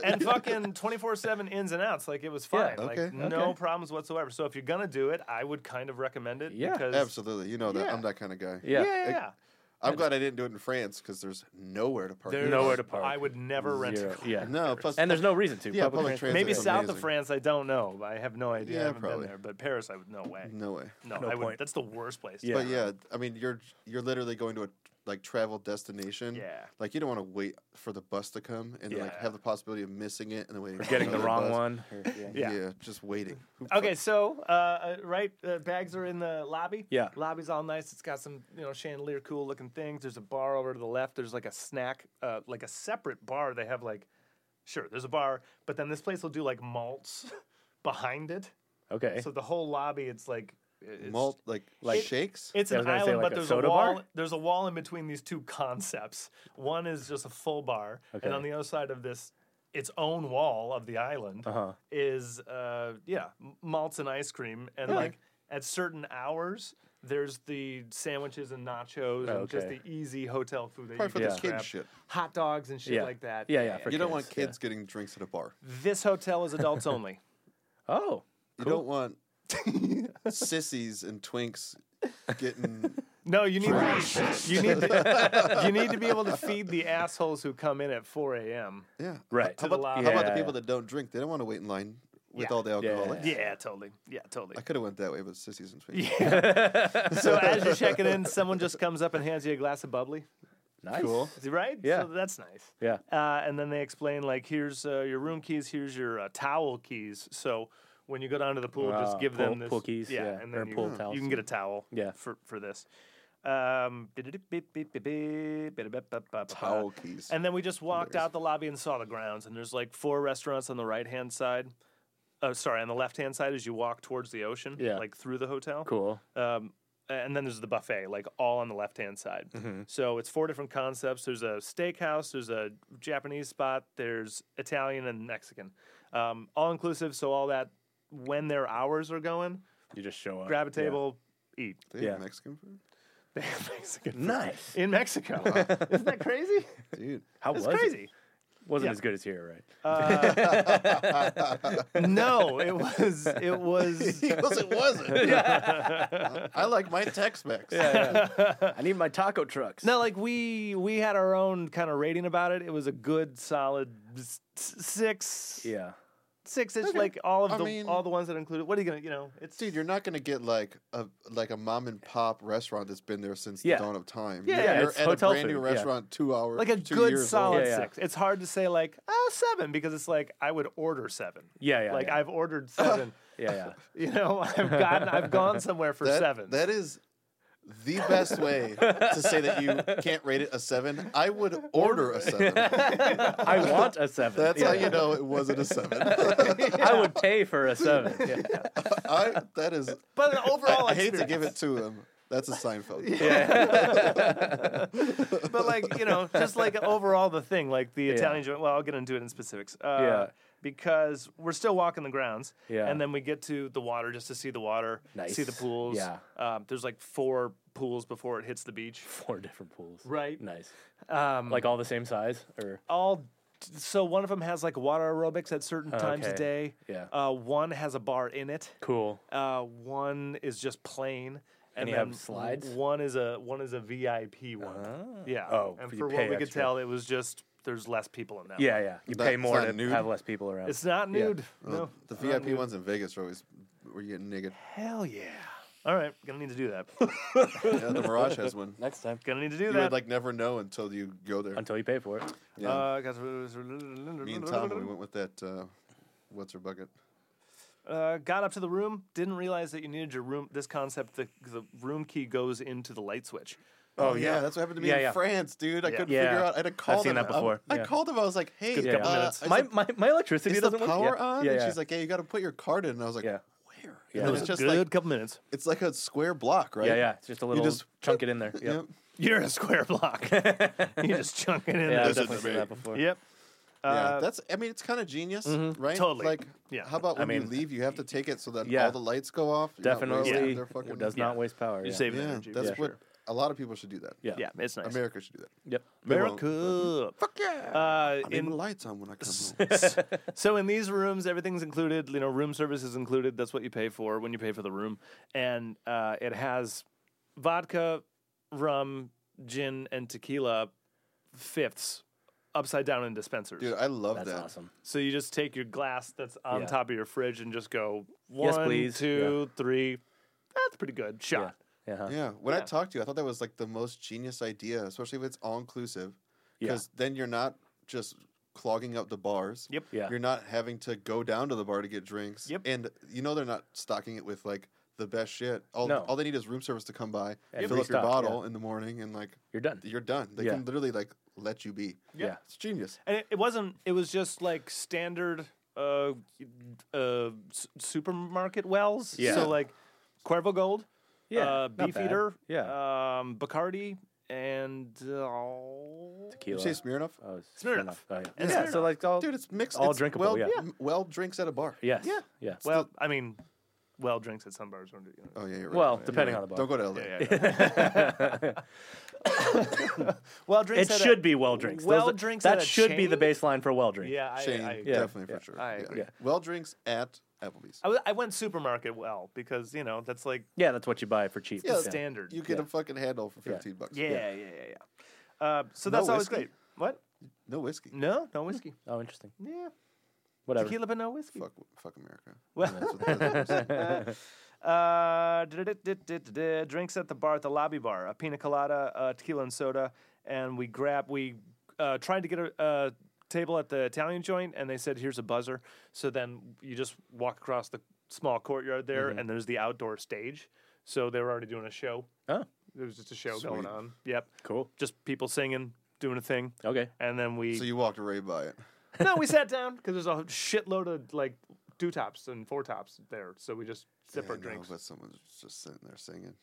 Speaker 1: and fucking 24 7 ins and outs. Like, it was fine.
Speaker 2: Yeah,
Speaker 1: like,
Speaker 3: okay,
Speaker 1: no
Speaker 2: okay.
Speaker 1: problems whatsoever. So, if you're going to do it, I would kind of recommend it.
Speaker 2: Yeah,
Speaker 1: because,
Speaker 3: Absolutely. You know that
Speaker 1: Yeah.
Speaker 3: I'm that kind of guy.
Speaker 1: Yeah,
Speaker 2: Yeah.
Speaker 1: yeah,
Speaker 3: It-
Speaker 1: yeah.
Speaker 3: I'm glad I didn't do it in France because there's nowhere to park.
Speaker 1: There's-
Speaker 2: Nowhere to park.
Speaker 1: I would never rent a
Speaker 2: Zero.
Speaker 1: car.
Speaker 2: Yeah.
Speaker 3: No, plus
Speaker 2: And there's no reason to.
Speaker 3: yeah, public,
Speaker 2: transport.
Speaker 3: transit.
Speaker 1: Maybe
Speaker 3: is
Speaker 1: south
Speaker 3: amazing.
Speaker 1: of France, I don't know. I have no idea.
Speaker 3: Yeah,
Speaker 1: I haven't
Speaker 3: probably.
Speaker 1: been there. But Paris, I would no way.
Speaker 3: No way.
Speaker 1: No,
Speaker 2: No
Speaker 1: I would.
Speaker 2: point.
Speaker 1: That's the worst place.
Speaker 2: Yeah.
Speaker 3: But yeah, I mean you're you're literally going to a like travel destination.
Speaker 1: Yeah.
Speaker 3: Like you don't want to wait for the bus to come and like
Speaker 1: Yeah.
Speaker 3: have the possibility of missing it and then waiting. for
Speaker 2: Getting the
Speaker 3: another
Speaker 2: wrong
Speaker 3: bus.
Speaker 2: one. or- yeah.
Speaker 1: Yeah.
Speaker 3: Yeah. just waiting. Who
Speaker 1: Okay, so uh, uh, right, uh, bags are in the lobby.
Speaker 2: Yeah.
Speaker 1: lobby's all nice. It's got some you know chandelier, cool looking things. There's a bar over to the left. There's like a snack, uh, like a separate bar. They have like, sure, there's a bar, but then this place will do like malts behind it.
Speaker 2: Okay.
Speaker 1: So the whole lobby, it's like it's,
Speaker 3: malt like,
Speaker 2: Like-
Speaker 3: shakes.
Speaker 1: It's
Speaker 2: Yeah, I
Speaker 1: an
Speaker 2: was gonna say,
Speaker 1: island,
Speaker 2: like,
Speaker 1: but
Speaker 2: a
Speaker 1: there's a
Speaker 2: soda
Speaker 1: wall.
Speaker 2: bar?
Speaker 1: There's a wall in between these two concepts. One is just a full bar,
Speaker 2: Okay.
Speaker 1: and on the other side of this, its own wall of the island
Speaker 2: Uh-huh.
Speaker 1: is, uh, yeah, m- malts and ice cream, and
Speaker 2: Yeah.
Speaker 1: like at certain hours. There's the sandwiches and nachos and just
Speaker 2: Okay.
Speaker 1: the easy hotel food that
Speaker 3: Probably for
Speaker 1: you
Speaker 3: the
Speaker 1: can
Speaker 3: kid
Speaker 1: grab.
Speaker 3: shit.
Speaker 1: hot dogs and shit
Speaker 2: Yeah.
Speaker 1: like that.
Speaker 2: Yeah, yeah, for
Speaker 3: You don't want
Speaker 2: kids, yeah.
Speaker 3: kids getting drinks at a bar.
Speaker 1: This hotel is adults only.
Speaker 2: oh.
Speaker 3: You don't want sissies and twinks getting
Speaker 1: No, you need you need to, you need to be able to feed the assholes who come in at 4 a.m.
Speaker 3: yeah.
Speaker 2: Right.
Speaker 1: To
Speaker 3: How
Speaker 1: the
Speaker 3: about,
Speaker 1: lobby.
Speaker 3: how about the
Speaker 2: Yeah.
Speaker 3: people that don't drink? They don't want to wait in line with
Speaker 1: Yeah.
Speaker 3: all the alcoholics.
Speaker 1: Yeah, totally. Yeah, totally.
Speaker 3: I could have went that way, but sissies and twinks.
Speaker 1: Yeah. so as you're checking in, someone just comes up and hands you a glass of bubbly.
Speaker 2: Nice.
Speaker 3: Cool.
Speaker 1: Is it right?
Speaker 2: Yeah.
Speaker 1: So that's nice.
Speaker 2: Yeah.
Speaker 1: Uh, and then they explain like, here's uh, your room keys, here's your uh, towel keys. So when you go down to the pool, just
Speaker 2: Wow,
Speaker 1: give
Speaker 2: Ah, pool-
Speaker 1: them this.
Speaker 2: pool keys,
Speaker 1: Yeah,
Speaker 2: yeah,
Speaker 1: and then
Speaker 2: or
Speaker 1: you,
Speaker 2: pool towels.
Speaker 1: you can get a towel.
Speaker 2: Yeah.
Speaker 1: For for this. Um,
Speaker 3: Towel keys.
Speaker 1: And then we just walked out the lobby and saw the grounds. And there's like four restaurants on the right hand side. Oh, sorry, on the left hand side as you walk towards the ocean,
Speaker 2: Yeah.
Speaker 1: like through the hotel.
Speaker 2: Cool.
Speaker 1: Um, and then there's the buffet, like all on the left hand side. So it's four different concepts. There's a steakhouse, there's a Japanese spot, there's Italian and Mexican. Um, all inclusive. So all that when their hours are going,
Speaker 2: You just show up.
Speaker 1: grab a
Speaker 2: Yeah.
Speaker 1: table, eat.
Speaker 3: They have
Speaker 2: Yeah.
Speaker 3: Mexican food,
Speaker 1: They have Mexican food
Speaker 2: Nice.
Speaker 1: in Mexico. Isn't that crazy?
Speaker 3: dude.
Speaker 2: How
Speaker 1: It's
Speaker 2: was it?
Speaker 1: crazy.
Speaker 2: Wasn't
Speaker 1: Yeah.
Speaker 2: as good as here, right?
Speaker 1: No, it was it was
Speaker 3: he goes, it wasn't. I like my Tex-Mex. Yeah,
Speaker 2: I need my taco trucks.
Speaker 1: Uh, no like we we had our own kind of rating about it. It was a good solid s- six
Speaker 2: Yeah.
Speaker 1: six ish like all of
Speaker 3: I
Speaker 1: the
Speaker 3: mean-
Speaker 1: all the ones that included. What are you gonna you know it's
Speaker 3: dude, you're not gonna get like a like a mom and pop restaurant that's been there since
Speaker 2: Yeah.
Speaker 3: the dawn of time.
Speaker 1: Yeah,
Speaker 3: you're,
Speaker 1: yeah,
Speaker 3: you're
Speaker 2: it's
Speaker 3: at
Speaker 2: hotel
Speaker 3: a brand new
Speaker 2: food, yeah.
Speaker 3: restaurant, two hours,
Speaker 1: like a
Speaker 3: two
Speaker 1: good
Speaker 3: years old.
Speaker 1: solid
Speaker 2: Yeah, yeah.
Speaker 1: six. It's hard to say like oh seven because it's like I would order seven.
Speaker 2: Yeah, yeah.
Speaker 1: like
Speaker 2: yeah.
Speaker 1: I've ordered seven.
Speaker 2: Yeah, yeah.
Speaker 1: you know I've gotten I've gone somewhere for
Speaker 3: That-
Speaker 1: seven.
Speaker 3: That is the best way to say that you can't rate it a seven. I would order a seven.
Speaker 2: I want a seven.
Speaker 3: That's
Speaker 2: yeah.
Speaker 3: how you know it wasn't a seven.
Speaker 2: I would pay for a seven. Yeah.
Speaker 3: I, that is.
Speaker 1: but an overall
Speaker 3: I hate to
Speaker 1: experience-
Speaker 3: give it to him. That's a Seinfeld.
Speaker 1: but like you know, just like overall the thing, like the Italian joint. Well, I'll get into it in specifics. Uh,
Speaker 2: Yeah.
Speaker 1: Because we're still walking the grounds,
Speaker 2: Yeah.
Speaker 1: and then we get to the water just to see the water, see the
Speaker 2: Nice.
Speaker 1: pools.
Speaker 2: Yeah.
Speaker 1: Um, there's like four pools before it hits the beach.
Speaker 2: Four different pools.
Speaker 1: Right.
Speaker 2: Nice.
Speaker 1: Um,
Speaker 2: Like all the same size, or
Speaker 1: all. So one of them has like water aerobics at certain times a
Speaker 2: Okay.
Speaker 1: day.
Speaker 2: Yeah.
Speaker 1: Uh, one has a bar in it.
Speaker 2: cool.
Speaker 1: Uh, one is just plain. And,
Speaker 2: you
Speaker 1: then
Speaker 2: have slides?
Speaker 1: One is a one is a VIP one. Yeah.
Speaker 2: Oh,
Speaker 1: and
Speaker 2: you
Speaker 1: for what
Speaker 2: pay
Speaker 1: we could
Speaker 2: extra.
Speaker 1: tell, it was just there's less people in that. one.
Speaker 2: Yeah, yeah. You
Speaker 3: That-
Speaker 2: pay
Speaker 3: it's
Speaker 2: more
Speaker 3: not
Speaker 2: to
Speaker 3: nude?
Speaker 2: have less people around.
Speaker 1: It's not nude. No.
Speaker 3: The VIP ones in Vegas are always where you get naked.
Speaker 1: Hell yeah. All right, gonna need to do that.
Speaker 3: Yeah, the Mirage has one.
Speaker 2: Next time,
Speaker 1: Gonna need to do
Speaker 3: You
Speaker 1: that.
Speaker 3: would like never know until you go there.
Speaker 2: until you pay for it.
Speaker 3: Yeah.
Speaker 1: uh, guys,
Speaker 3: Me and Tom, when we went with that, uh, what's her bucket?
Speaker 1: uh, got up to the room. Didn't realize that you needed your room. This concept, the, the room key goes into the light switch.
Speaker 3: Oh yeah, that's what happened to me
Speaker 2: Yeah,
Speaker 3: in
Speaker 2: yeah.
Speaker 3: France, dude. I
Speaker 1: Yeah.
Speaker 3: couldn't
Speaker 2: Yeah.
Speaker 3: figure out. I had to call
Speaker 2: seen
Speaker 3: them.
Speaker 2: that
Speaker 3: I-
Speaker 2: before.
Speaker 3: I,
Speaker 2: Yeah.
Speaker 3: called them. I was like, "Hey,
Speaker 1: good couple
Speaker 3: uh,
Speaker 1: minutes.
Speaker 3: is
Speaker 2: My,
Speaker 3: the-
Speaker 2: my my electricity
Speaker 3: is the
Speaker 2: doesn't work.
Speaker 3: power
Speaker 2: Yeah,
Speaker 3: on?"
Speaker 2: Yeah,
Speaker 3: and
Speaker 2: yeah.
Speaker 3: she's like, "Yeah, you got to put your card in." And I was like,
Speaker 2: Yeah.
Speaker 3: "Where?"
Speaker 2: Yeah.
Speaker 3: And
Speaker 1: It
Speaker 2: It
Speaker 1: was
Speaker 3: it's
Speaker 1: a
Speaker 3: just
Speaker 1: good
Speaker 3: like
Speaker 1: couple minutes.
Speaker 3: it's like a square block, right?
Speaker 2: yeah, yeah. It's just a little
Speaker 3: just-
Speaker 2: chunk it in there.
Speaker 3: Yep.
Speaker 2: Yep.
Speaker 1: You're in a square block. you just chunk it in
Speaker 2: Yeah,
Speaker 1: there.
Speaker 2: I've
Speaker 3: This is
Speaker 2: definitely seen
Speaker 3: big.
Speaker 2: that before.
Speaker 1: Yep. Uh,
Speaker 3: yeah. That's. I mean, it's kind of genius, right?
Speaker 1: Totally.
Speaker 3: Like,
Speaker 1: Yeah.
Speaker 3: How about
Speaker 2: I
Speaker 3: when you
Speaker 2: mean,
Speaker 3: leave, you have to take it so that
Speaker 2: yeah.
Speaker 3: all the lights go off. You're not wasting
Speaker 2: Definitely
Speaker 3: their fucking-
Speaker 2: does
Speaker 1: Yeah.
Speaker 2: not waste power.
Speaker 1: You're
Speaker 2: yeah.
Speaker 1: saving
Speaker 3: Yeah,
Speaker 1: energy.
Speaker 3: that's
Speaker 1: for
Speaker 3: what
Speaker 1: sure.
Speaker 3: a lot of people should do that.
Speaker 2: Yeah.
Speaker 1: Yeah, it's nice.
Speaker 3: America should do that.
Speaker 2: Yep.
Speaker 3: They won't,
Speaker 1: America.
Speaker 3: Fuck yeah!
Speaker 1: Uh,
Speaker 3: I mean,
Speaker 1: in
Speaker 3: the lights on when I come home.
Speaker 1: So in these rooms, everything's included. You know, room service is included. That's what you pay for when you pay for the room, and uh, it has vodka, rum, gin, and tequila fifths upside down in dispensers.
Speaker 3: Dude, I love
Speaker 2: That's
Speaker 3: that.
Speaker 2: awesome.
Speaker 1: So you just take your glass that's on
Speaker 2: Yeah.
Speaker 1: top of your fridge and just go one,
Speaker 2: Yes, please.
Speaker 1: two, three. That's pretty good
Speaker 2: Yeah.
Speaker 1: shot.
Speaker 2: Yeah. huh.
Speaker 3: Yeah, when I
Speaker 1: Yeah.
Speaker 3: talked to you, I thought that was like the most genius idea, especially if it's all inclusive,
Speaker 2: Yeah.
Speaker 3: because then you're not just clogging up the bars.
Speaker 1: Yep.
Speaker 2: Yeah.
Speaker 3: You're not having to go down to the bar to get drinks.
Speaker 1: Yep.
Speaker 3: And you know they're not stocking it with like the best shit. All,
Speaker 2: No.
Speaker 3: all they need is room service to come by,
Speaker 2: And
Speaker 3: fill
Speaker 2: be
Speaker 3: up your
Speaker 2: stocked,
Speaker 3: bottle in the morning, and like
Speaker 2: You're done.
Speaker 3: you're done. They
Speaker 2: Yeah.
Speaker 3: can literally like let you be.
Speaker 2: Yeah.
Speaker 3: It's genius.
Speaker 1: And it, it wasn't. It was just like standard uh, uh, s- supermarket wells.
Speaker 2: Yeah.
Speaker 1: So like Cuervo Gold.
Speaker 2: Yeah,
Speaker 1: Uh,
Speaker 2: not bad.
Speaker 1: Beefeater.
Speaker 2: Yeah.
Speaker 1: Um, Bacardi and uh,
Speaker 3: You
Speaker 2: Tequila.
Speaker 3: say Smirnoff?
Speaker 2: Oh,
Speaker 1: Smirnoff.
Speaker 2: Oh, yeah.
Speaker 1: And
Speaker 2: Yeah, So
Speaker 1: Smirnoff.
Speaker 2: like all.
Speaker 3: Dude, it's mixed.
Speaker 2: all
Speaker 3: it's
Speaker 2: drinkable,
Speaker 3: Well,
Speaker 2: yeah.
Speaker 3: m- well, drinks at a bar.
Speaker 2: yes.
Speaker 1: Yeah.
Speaker 2: Yeah. Yeah.
Speaker 1: well, I mean, well, drinks at some bars. Don't do, you know.
Speaker 3: Oh yeah. You're right.
Speaker 2: Well,
Speaker 3: You're
Speaker 2: depending
Speaker 3: right.
Speaker 2: on the bar.
Speaker 3: Don't go to LA.
Speaker 1: Yeah, yeah, yeah. well, drinks.
Speaker 2: It
Speaker 1: at a-
Speaker 2: should be well drinks. Those
Speaker 1: Well
Speaker 2: are-
Speaker 1: drinks
Speaker 2: That
Speaker 1: at a
Speaker 2: should be the
Speaker 1: chain?
Speaker 2: baseline for well drink.
Speaker 1: Yeah, I,
Speaker 3: Shane,
Speaker 1: I,
Speaker 2: Yeah.
Speaker 3: definitely for sure.
Speaker 1: I agree.
Speaker 2: Yeah.
Speaker 3: Well, drinks at Applebee's.
Speaker 1: I, w- I went supermarket well because you know that's like
Speaker 2: Yeah, that's what you buy for cheap.
Speaker 1: the
Speaker 3: Yeah.
Speaker 1: standard.
Speaker 3: You get
Speaker 2: Yeah.
Speaker 3: a fucking handle for fifteen bucks.
Speaker 1: yeah, yeah, yeah, yeah. Uh, so that's
Speaker 3: No
Speaker 1: always
Speaker 3: whiskey?
Speaker 1: great. What?
Speaker 3: No whiskey.
Speaker 1: No, no whiskey.
Speaker 2: Oh, interesting.
Speaker 1: Yeah,
Speaker 2: Whatever.
Speaker 1: tequila, but no whiskey.
Speaker 3: Fuck, fuck America.
Speaker 1: Well-
Speaker 3: That's what- that's what I'm saying.
Speaker 1: Uh, da-da-da-da-da-da. drinks at the bar at the lobby bar, a pina colada, uh, tequila and soda, and we grab. We uh, tried to get a, a table at the Italian joint, and they said, "Here's a buzzer." So then you just walk across the small courtyard there, and there's the outdoor stage. So they were already doing a show.
Speaker 2: Oh,
Speaker 1: There was just a show
Speaker 3: Sweet.
Speaker 1: going on. Yep,
Speaker 2: cool.
Speaker 1: just people singing, doing a thing,
Speaker 2: Okay.
Speaker 1: and then we
Speaker 3: so you walked right by it.
Speaker 1: no, we sat down because there's a shitload of like two tops and four tops there. So we just sip
Speaker 3: Yeah,
Speaker 1: our
Speaker 3: I know,
Speaker 1: drinks.
Speaker 3: uh, but someone's just sitting there singing.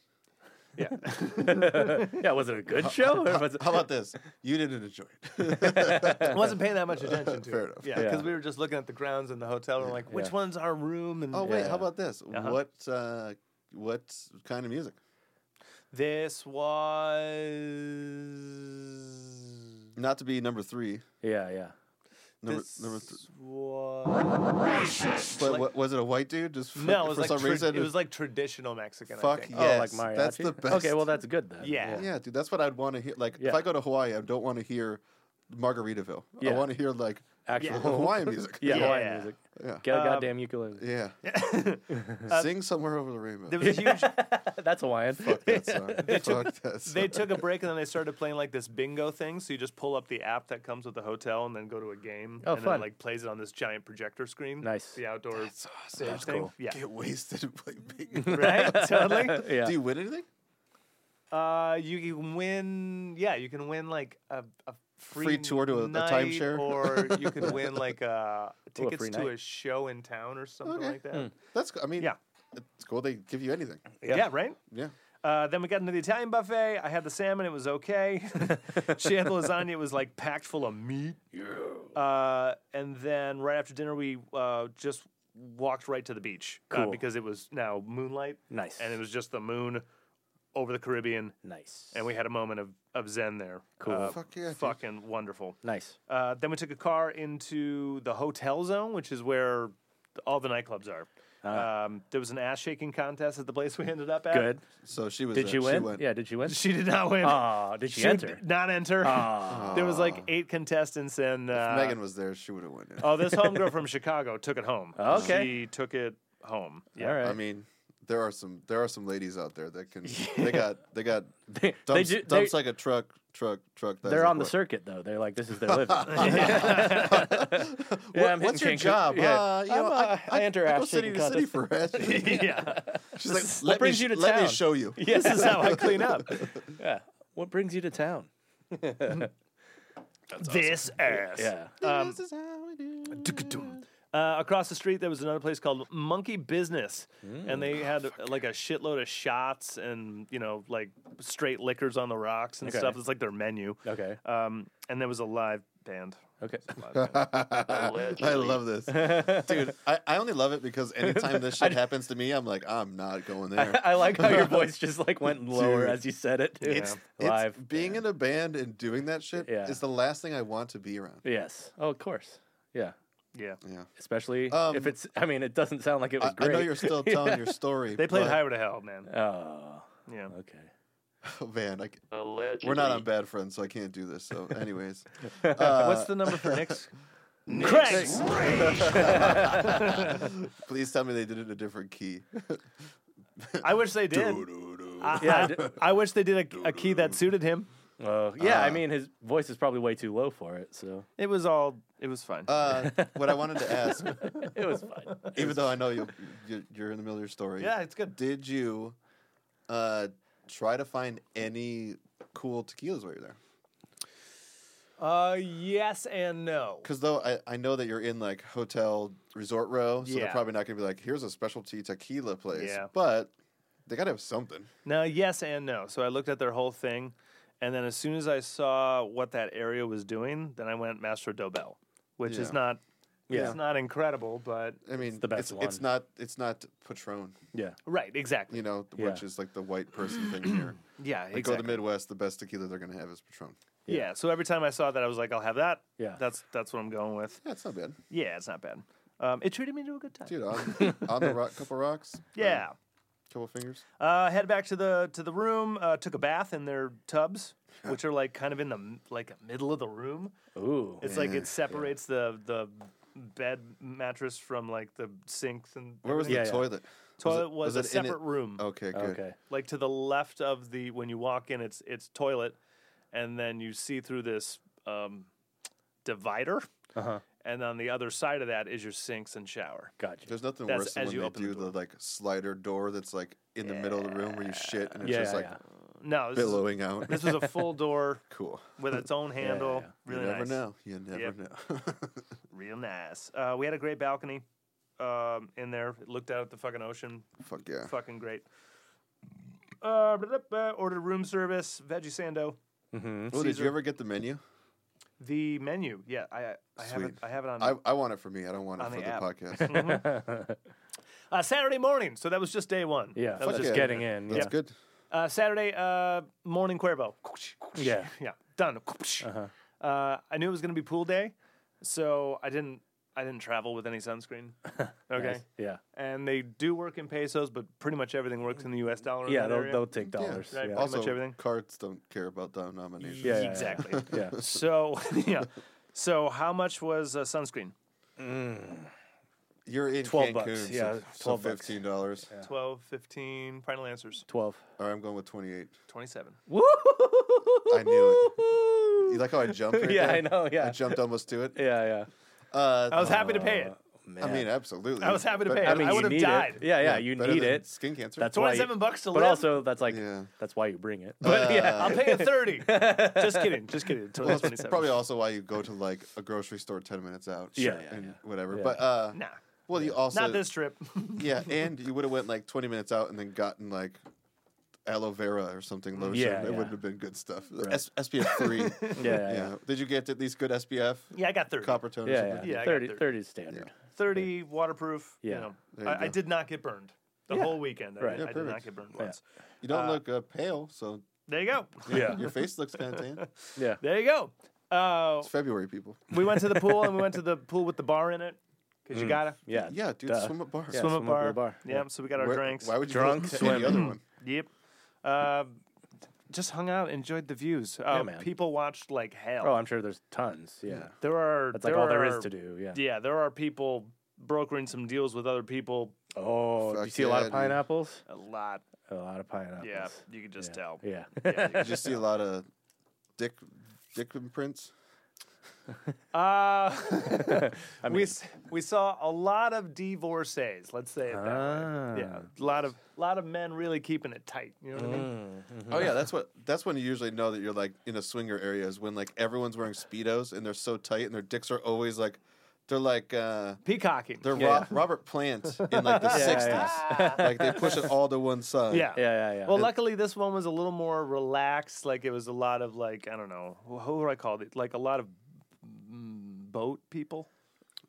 Speaker 1: Yeah.
Speaker 2: yeah, was it a good show? Or was it...
Speaker 3: How about this? You didn't enjoy it.
Speaker 1: I wasn't paying that much attention to
Speaker 3: Fair
Speaker 1: it.
Speaker 3: enough.
Speaker 1: Yeah, because
Speaker 2: Yeah.
Speaker 1: we were just looking at the grounds in the hotel and like, which
Speaker 2: Yeah.
Speaker 1: one's our room? And
Speaker 3: oh wait,
Speaker 2: Yeah.
Speaker 3: how about this?
Speaker 1: Uh-huh.
Speaker 3: What uh, what kind of music?
Speaker 1: this was.
Speaker 3: Not to be number three.
Speaker 2: Yeah, yeah.
Speaker 3: Number
Speaker 1: this
Speaker 3: number three.
Speaker 1: was.
Speaker 3: But
Speaker 1: like-
Speaker 3: what, was it a white dude? Just for,
Speaker 1: No, it was
Speaker 3: for
Speaker 1: like
Speaker 3: some
Speaker 1: tra-
Speaker 3: reason.
Speaker 1: it was like traditional Mexican.
Speaker 3: Fuck
Speaker 1: I think.
Speaker 3: yeah.
Speaker 2: Oh, like
Speaker 3: Yes,
Speaker 2: mariachi.
Speaker 3: that's the
Speaker 2: Okay,
Speaker 3: best.
Speaker 2: well that's good then.
Speaker 1: Yeah.
Speaker 3: yeah, dude, that's what I'd want to hear. Like, if
Speaker 2: Yeah.
Speaker 3: I go to Hawaii, I don't want to hear Margaritaville. I
Speaker 2: Yeah.
Speaker 3: want to hear like
Speaker 2: Actual.
Speaker 3: Hawaiian music.
Speaker 2: Yeah,
Speaker 1: Yeah.
Speaker 2: Hawaiian music.
Speaker 3: Yeah.
Speaker 2: Get a
Speaker 1: Um,
Speaker 2: goddamn ukulele.
Speaker 3: yeah.
Speaker 1: uh,
Speaker 3: Sing somewhere over the rainbow.
Speaker 1: There was a huge
Speaker 2: That's Hawaiian.
Speaker 3: Fuck that song. Fuck that song.
Speaker 1: they took a break and then they started playing like this bingo thing. So you just pull up the app that comes with the hotel and then go to a game.
Speaker 2: Oh,
Speaker 1: and Then,
Speaker 2: fun.
Speaker 1: it, like plays it on this giant projector screen.
Speaker 2: Nice.
Speaker 1: The outdoor
Speaker 3: That's awesome.
Speaker 1: stage thing.
Speaker 2: cool.
Speaker 1: Yeah.
Speaker 3: Get wasted and play bingo.
Speaker 1: right. Totally.
Speaker 2: yeah.
Speaker 3: Do you win anything?
Speaker 1: Uh, you you can win. Yeah, you can win like a, a free,
Speaker 3: Free tour to a- a
Speaker 1: night,
Speaker 3: timeshare? Oh,
Speaker 1: or you can win like uh, tickets
Speaker 2: free
Speaker 1: to
Speaker 2: night.
Speaker 1: a show in town or something
Speaker 3: Okay.
Speaker 1: like that.
Speaker 2: Hmm.
Speaker 3: That's. co- I mean,
Speaker 1: Yeah.
Speaker 3: it's cool. They give you anything.
Speaker 1: Yeah. Right.
Speaker 3: Yeah.
Speaker 1: Uh, then we got into the Italian buffet. I had the salmon; it was okay. she had the lasagna; it was like packed full of meat. Uh, and then right after dinner, we uh, just walked right to the beach uh,
Speaker 2: Cool.
Speaker 1: because it was now moonlight.
Speaker 2: Nice.
Speaker 1: and it was just the moon over the Caribbean,
Speaker 2: nice.
Speaker 1: and we had a moment of, of zen there.
Speaker 2: Cool.
Speaker 1: Uh,
Speaker 3: Fuck yeah, dude.
Speaker 1: fucking wonderful.
Speaker 2: nice.
Speaker 1: Uh, then we took a car into the hotel zone, which is where th- all the nightclubs are. Um, there was an ass shaking contest at the place we ended up at.
Speaker 2: Ah. Good.
Speaker 3: So she was.
Speaker 2: Did
Speaker 3: uh,
Speaker 2: she win?
Speaker 3: went-
Speaker 2: yeah, did she win?
Speaker 1: She did not win.
Speaker 2: Ah, did she, Oh.
Speaker 1: She
Speaker 2: enter?
Speaker 1: did not enter. There was like eight contestants, and uh,
Speaker 3: Megan was there. She would have won. it.
Speaker 1: Oh, this homegirl from Chicago took it home.
Speaker 2: Okay.
Speaker 1: she took it home. Yeah.
Speaker 2: All right.
Speaker 3: I mean, there are some. There are some ladies out there that can. They got. They got.
Speaker 2: They- they
Speaker 3: Dumps,
Speaker 2: do- they-
Speaker 3: dumps like a truck. Truck. Truck. That's
Speaker 2: They're
Speaker 3: like,
Speaker 2: on the
Speaker 3: what?
Speaker 2: circuit though. They're like, this is their living. Yeah, I'm
Speaker 3: What's your
Speaker 2: hitting Cancun.
Speaker 3: job?
Speaker 2: Yeah.
Speaker 3: Uh, you know,
Speaker 2: I'm, uh, I enter
Speaker 3: I go
Speaker 2: ass
Speaker 3: city to
Speaker 2: shaking
Speaker 3: city for ass shaking.
Speaker 1: yeah.
Speaker 3: She's like,
Speaker 2: is-
Speaker 3: let
Speaker 2: what brings
Speaker 3: me,
Speaker 2: you to
Speaker 3: let me
Speaker 2: town?"
Speaker 3: show you.
Speaker 1: This is how I clean up.
Speaker 2: Yeah. What brings you to town?
Speaker 1: this ass.
Speaker 2: Yeah. Um,
Speaker 3: This is how we do. it.
Speaker 1: Tuk-tum. Uh, across the street, there was another place called Monkey Business,
Speaker 2: Mm.
Speaker 1: and
Speaker 2: Ah,
Speaker 1: they had like a shitload of shots and you know like straight liquors on the rocks and
Speaker 2: Okay.
Speaker 1: stuff. It's like their menu.
Speaker 2: Okay.
Speaker 1: Um, and there was a live band.
Speaker 2: Okay.
Speaker 3: I love this, dude. I, I only love it because anytime this shit happens to me, I'm like, I'm not going there.
Speaker 2: I like how your voice just like went lower
Speaker 3: Dude.
Speaker 2: as you said it. too.
Speaker 1: It's-
Speaker 3: It's-
Speaker 2: live.
Speaker 3: being in a band and doing that shit
Speaker 2: Yeah.
Speaker 3: is the last thing I want to be around.
Speaker 2: yes. Oh, of course. Yeah.
Speaker 1: Yeah,
Speaker 3: Yeah,
Speaker 2: Especially
Speaker 3: Um,
Speaker 2: if it's. I mean, it doesn't sound like it
Speaker 3: I,
Speaker 2: was
Speaker 3: I
Speaker 2: great.
Speaker 3: know you're still telling your story.
Speaker 1: they played
Speaker 3: but-
Speaker 1: Highway to Hell, man.
Speaker 2: Oh.
Speaker 1: Yeah,
Speaker 2: Okay.
Speaker 3: Oh, man, I c-
Speaker 4: Allegedly.
Speaker 3: we're not on bad friends, so I can't do this. So, anyways,
Speaker 1: what's
Speaker 3: uh,
Speaker 1: the number for Nick's?
Speaker 3: Craig's.
Speaker 1: Craig's.
Speaker 3: please tell me they did it in a different key.
Speaker 1: I wish they did. I,
Speaker 2: Yeah,
Speaker 1: I-
Speaker 2: d-
Speaker 1: I wish they did a, a key that suited him.
Speaker 2: Oh yeah. I
Speaker 3: Uh,
Speaker 2: mean, his voice is probably way too low for it. So
Speaker 1: It was all. It was fine.
Speaker 3: Uh, what I wanted to ask,
Speaker 2: it was fine.
Speaker 3: even though I know you, you you're in the middle of your story,
Speaker 1: yeah, it's good.
Speaker 3: did you uh, try to find any cool tequilas while you're there?
Speaker 1: Uh, yes and no.
Speaker 3: Because though I, I know that you're in like hotel resort row, so they're
Speaker 1: Yeah.
Speaker 3: probably not gonna be like, here's a specialty tequila place.
Speaker 1: Yeah.
Speaker 3: But they gotta have something.
Speaker 1: Now, yes and no. So I looked at their whole thing, and then as soon as I saw what that area was doing, then I went Master Dobel, which
Speaker 3: Yeah.
Speaker 1: is not.
Speaker 2: Yeah.
Speaker 1: It's not incredible, but
Speaker 3: I mean, it's
Speaker 2: the best
Speaker 3: it's, it's
Speaker 2: one.
Speaker 3: not it's not Patron,
Speaker 2: Yeah.
Speaker 1: right, exactly.
Speaker 3: you know,
Speaker 2: Yeah.
Speaker 3: which is like the white person thing here.
Speaker 1: Yeah,
Speaker 3: Like go to
Speaker 1: exactly.
Speaker 3: the Midwest, the best tequila they're gonna have is Patron.
Speaker 1: yeah. So every time I saw that, I was like, I'll have that.
Speaker 2: Yeah.
Speaker 1: That's that's what I'm going with.
Speaker 3: Yeah, it's not bad,
Speaker 1: Yeah, it's not bad. Um, it treated me to a good time.
Speaker 3: dude. On, on the rock, couple rocks.
Speaker 1: Yeah.
Speaker 3: a couple fingers.
Speaker 1: Uh, head back to the to the room. Uh, took a bath in their tubs, which are like kind of in the m- like middle of the room.
Speaker 2: Ooh.
Speaker 1: It's like it separates the the bed mattress from like the sinks and
Speaker 3: Where was the
Speaker 2: Yeah, yeah.
Speaker 3: toilet?
Speaker 1: toilet was, a
Speaker 3: in it? Oh.
Speaker 1: separate room.
Speaker 3: Okay, good.
Speaker 2: okay.
Speaker 1: Like to the left of the when you walk in, it's it's toilet, and then you see through this um, divider,
Speaker 2: Uh
Speaker 3: Uh-huh.
Speaker 2: huh.
Speaker 1: and on the other side of that is your sinks and shower.
Speaker 2: Gotcha.
Speaker 3: There's nothing
Speaker 1: That's
Speaker 3: worse than
Speaker 1: as
Speaker 3: when
Speaker 1: you
Speaker 3: they
Speaker 1: open the
Speaker 3: do the,
Speaker 1: door.
Speaker 3: like slider door that's like in the middle of the room where you shit and it's
Speaker 2: yeah.
Speaker 3: just like
Speaker 2: yeah.
Speaker 1: No, this, is,
Speaker 3: billowing out.
Speaker 1: this was a full door
Speaker 3: cool.
Speaker 1: with its own handle.
Speaker 2: yeah.
Speaker 1: Really
Speaker 3: you never
Speaker 1: nice.
Speaker 3: know. You never
Speaker 1: Yep.
Speaker 3: know.
Speaker 1: Real nice. Uh, we had a great balcony um, in there. It looked out at the fucking ocean.
Speaker 3: Fuck yeah.
Speaker 1: Fucking great. Uh, blah, blah, blah, ordered room service, veggie sando.
Speaker 2: Mm-hmm.
Speaker 3: Oh, did
Speaker 1: Caesar.
Speaker 3: you ever get the menu?
Speaker 1: The menu, yeah, I I have it.
Speaker 3: Sweet.
Speaker 1: I have it on
Speaker 3: I, I want it for me. I don't want it
Speaker 1: Um, On
Speaker 3: for
Speaker 1: the
Speaker 3: the,
Speaker 1: app.
Speaker 3: podcast.
Speaker 1: uh, Saturday morning. So that was just day one.
Speaker 2: Yeah,
Speaker 1: that was
Speaker 2: fuck
Speaker 1: just
Speaker 2: yeah. getting in,
Speaker 3: That's
Speaker 2: yeah.
Speaker 3: good.
Speaker 1: uh, Saturday uh, morning Cuervo.
Speaker 2: Yeah.
Speaker 1: yeah, done.
Speaker 2: Uh-huh.
Speaker 1: uh I knew it was going to be pool day, so I didn't. I didn't travel with any sunscreen. Okay.
Speaker 2: Nice. Yeah.
Speaker 1: And they do work in pesos, but pretty much everything works in the U.S. dollar. in
Speaker 2: Yeah.
Speaker 1: that
Speaker 2: They'll,
Speaker 1: area.
Speaker 2: they'll take dollars.
Speaker 1: Right.
Speaker 2: Yeah.
Speaker 1: much
Speaker 3: Also,
Speaker 1: everything.
Speaker 3: cards don't care about denomination.
Speaker 2: Yeah, yeah, yeah.
Speaker 1: exactly.
Speaker 2: Yeah.
Speaker 1: So yeah. So how much was uh, sunscreen?
Speaker 3: You're in
Speaker 2: 12
Speaker 3: Cancun.
Speaker 2: bucks.
Speaker 3: so-
Speaker 2: Yeah,
Speaker 3: so
Speaker 2: 12 bucks.
Speaker 3: fifteen dollars.
Speaker 1: Twelve, fifteen. Final answers.
Speaker 2: Twelve.
Speaker 3: All right, I'm going with twenty-eight.
Speaker 1: Twenty-seven.
Speaker 2: Woo!
Speaker 3: I knew You like how I jumped? Right
Speaker 2: yeah,
Speaker 3: there?
Speaker 2: I know.
Speaker 3: I
Speaker 2: Yeah.
Speaker 3: jumped almost to it.
Speaker 2: yeah. Yeah.
Speaker 3: Uh,
Speaker 1: I was happy to pay it.
Speaker 2: Man.
Speaker 3: I mean, absolutely.
Speaker 1: I was happy to
Speaker 3: But-
Speaker 1: pay it.
Speaker 2: I mean,
Speaker 1: I
Speaker 2: you
Speaker 1: would've
Speaker 2: need
Speaker 1: died.
Speaker 2: It. Yeah, yeah, you
Speaker 3: better
Speaker 2: need
Speaker 3: than
Speaker 2: it.
Speaker 3: Skin cancer.
Speaker 2: That's why. You,
Speaker 1: Twenty-seven bucks to
Speaker 2: but
Speaker 1: live.
Speaker 2: also, that's like
Speaker 3: Yeah.
Speaker 2: that's why you bring it.
Speaker 3: Uh,
Speaker 2: But yeah,
Speaker 1: I'm paying thirty. just kidding. Just kidding.
Speaker 3: Well,
Speaker 1: Totally
Speaker 3: that's
Speaker 1: twenty-seven.
Speaker 3: probably also why you go to like a grocery store ten minutes out.
Speaker 2: Yeah, yeah,
Speaker 3: and
Speaker 2: yeah.
Speaker 3: whatever.
Speaker 2: Yeah.
Speaker 3: But uh,
Speaker 1: nah.
Speaker 3: well, you also
Speaker 1: Not this trip.
Speaker 3: Yeah, and you would have went like twenty minutes out and then gotten like aloe vera or something lotion.
Speaker 2: Yeah, yeah.
Speaker 3: it wouldn't have been good stuff. S- SPF three. yeah.
Speaker 2: yeah, yeah, yeah.
Speaker 3: Did you get at least good SPF?
Speaker 1: yeah, I got thirty.
Speaker 3: Copper tone. or
Speaker 2: yeah,
Speaker 3: something?
Speaker 1: Yeah, I got
Speaker 2: 30,
Speaker 1: thirty.
Speaker 2: 30 is standard.
Speaker 1: Thirty waterproof.
Speaker 2: Yeah.
Speaker 1: You know,
Speaker 3: There you
Speaker 1: I, I
Speaker 3: go.
Speaker 1: did not get burned the whole weekend. I,
Speaker 2: Right.
Speaker 1: did-
Speaker 2: Yeah,
Speaker 1: I did
Speaker 3: perfect.
Speaker 1: not get burned once.
Speaker 3: You don't look uh, pale, so
Speaker 1: There you go.
Speaker 2: Yeah.
Speaker 3: your face looks kind of tan.
Speaker 2: Yeah.
Speaker 1: There you go. Uh,
Speaker 3: It's February, people.
Speaker 1: we went to the pool and we went to the pool with the bar in it because you gotta
Speaker 2: Mm. Yeah.
Speaker 3: Yeah, dude,
Speaker 2: Duh.
Speaker 3: swim at bars.
Speaker 2: Yeah,
Speaker 1: swim,
Speaker 2: swim
Speaker 1: up
Speaker 2: up to
Speaker 1: bar.
Speaker 2: the bar.
Speaker 1: Yeah.
Speaker 2: Yeah.
Speaker 1: So we got our
Speaker 3: Where-
Speaker 1: drinks.
Speaker 3: Why would you
Speaker 2: Drunk
Speaker 3: drink the other
Speaker 2: swimming.
Speaker 3: one?
Speaker 1: Yep. Uh, just hung out, enjoyed the views. Uh,
Speaker 2: man.
Speaker 1: People watched like hell.
Speaker 2: Oh, I'm sure there's tons. Yeah.
Speaker 1: there are
Speaker 2: That's like
Speaker 1: there
Speaker 2: all there is
Speaker 1: are-
Speaker 2: to do. Yeah.
Speaker 1: Yeah, there are people brokering some deals with other people.
Speaker 2: Oh, do you
Speaker 3: Fuck
Speaker 2: see a lot
Speaker 3: yeah,
Speaker 2: of
Speaker 3: dude.
Speaker 2: pineapples?
Speaker 1: A lot.
Speaker 2: A lot of pineapples.
Speaker 1: Yeah, you could just tell.
Speaker 2: Yeah.
Speaker 3: You just see a lot of dick, dick imprints.
Speaker 1: Uh,
Speaker 2: I mean,
Speaker 1: we s- we saw a lot of divorcees. Let's say it that
Speaker 2: Ah.
Speaker 1: way. Yeah, a lot of lot of men really keeping it tight. You know what I mean?
Speaker 3: Oh yeah, that's what that's when you usually know that you're like in a swinger area is when like everyone's wearing speedos and they're so tight and their dicks are always like They're like uh,
Speaker 2: Mm.
Speaker 1: Peacocking.
Speaker 3: they're
Speaker 2: Yeah.
Speaker 3: Ro- Robert Plant in like the
Speaker 2: Yeah,
Speaker 3: '60s.
Speaker 2: yeah.
Speaker 3: Like they push it all to one side.
Speaker 1: yeah.
Speaker 2: Yeah, yeah, yeah.
Speaker 1: Well, luckily this one was a little more relaxed. Like it was a lot of like I don't know wh- who would I call it? Like a lot of mm, boat people.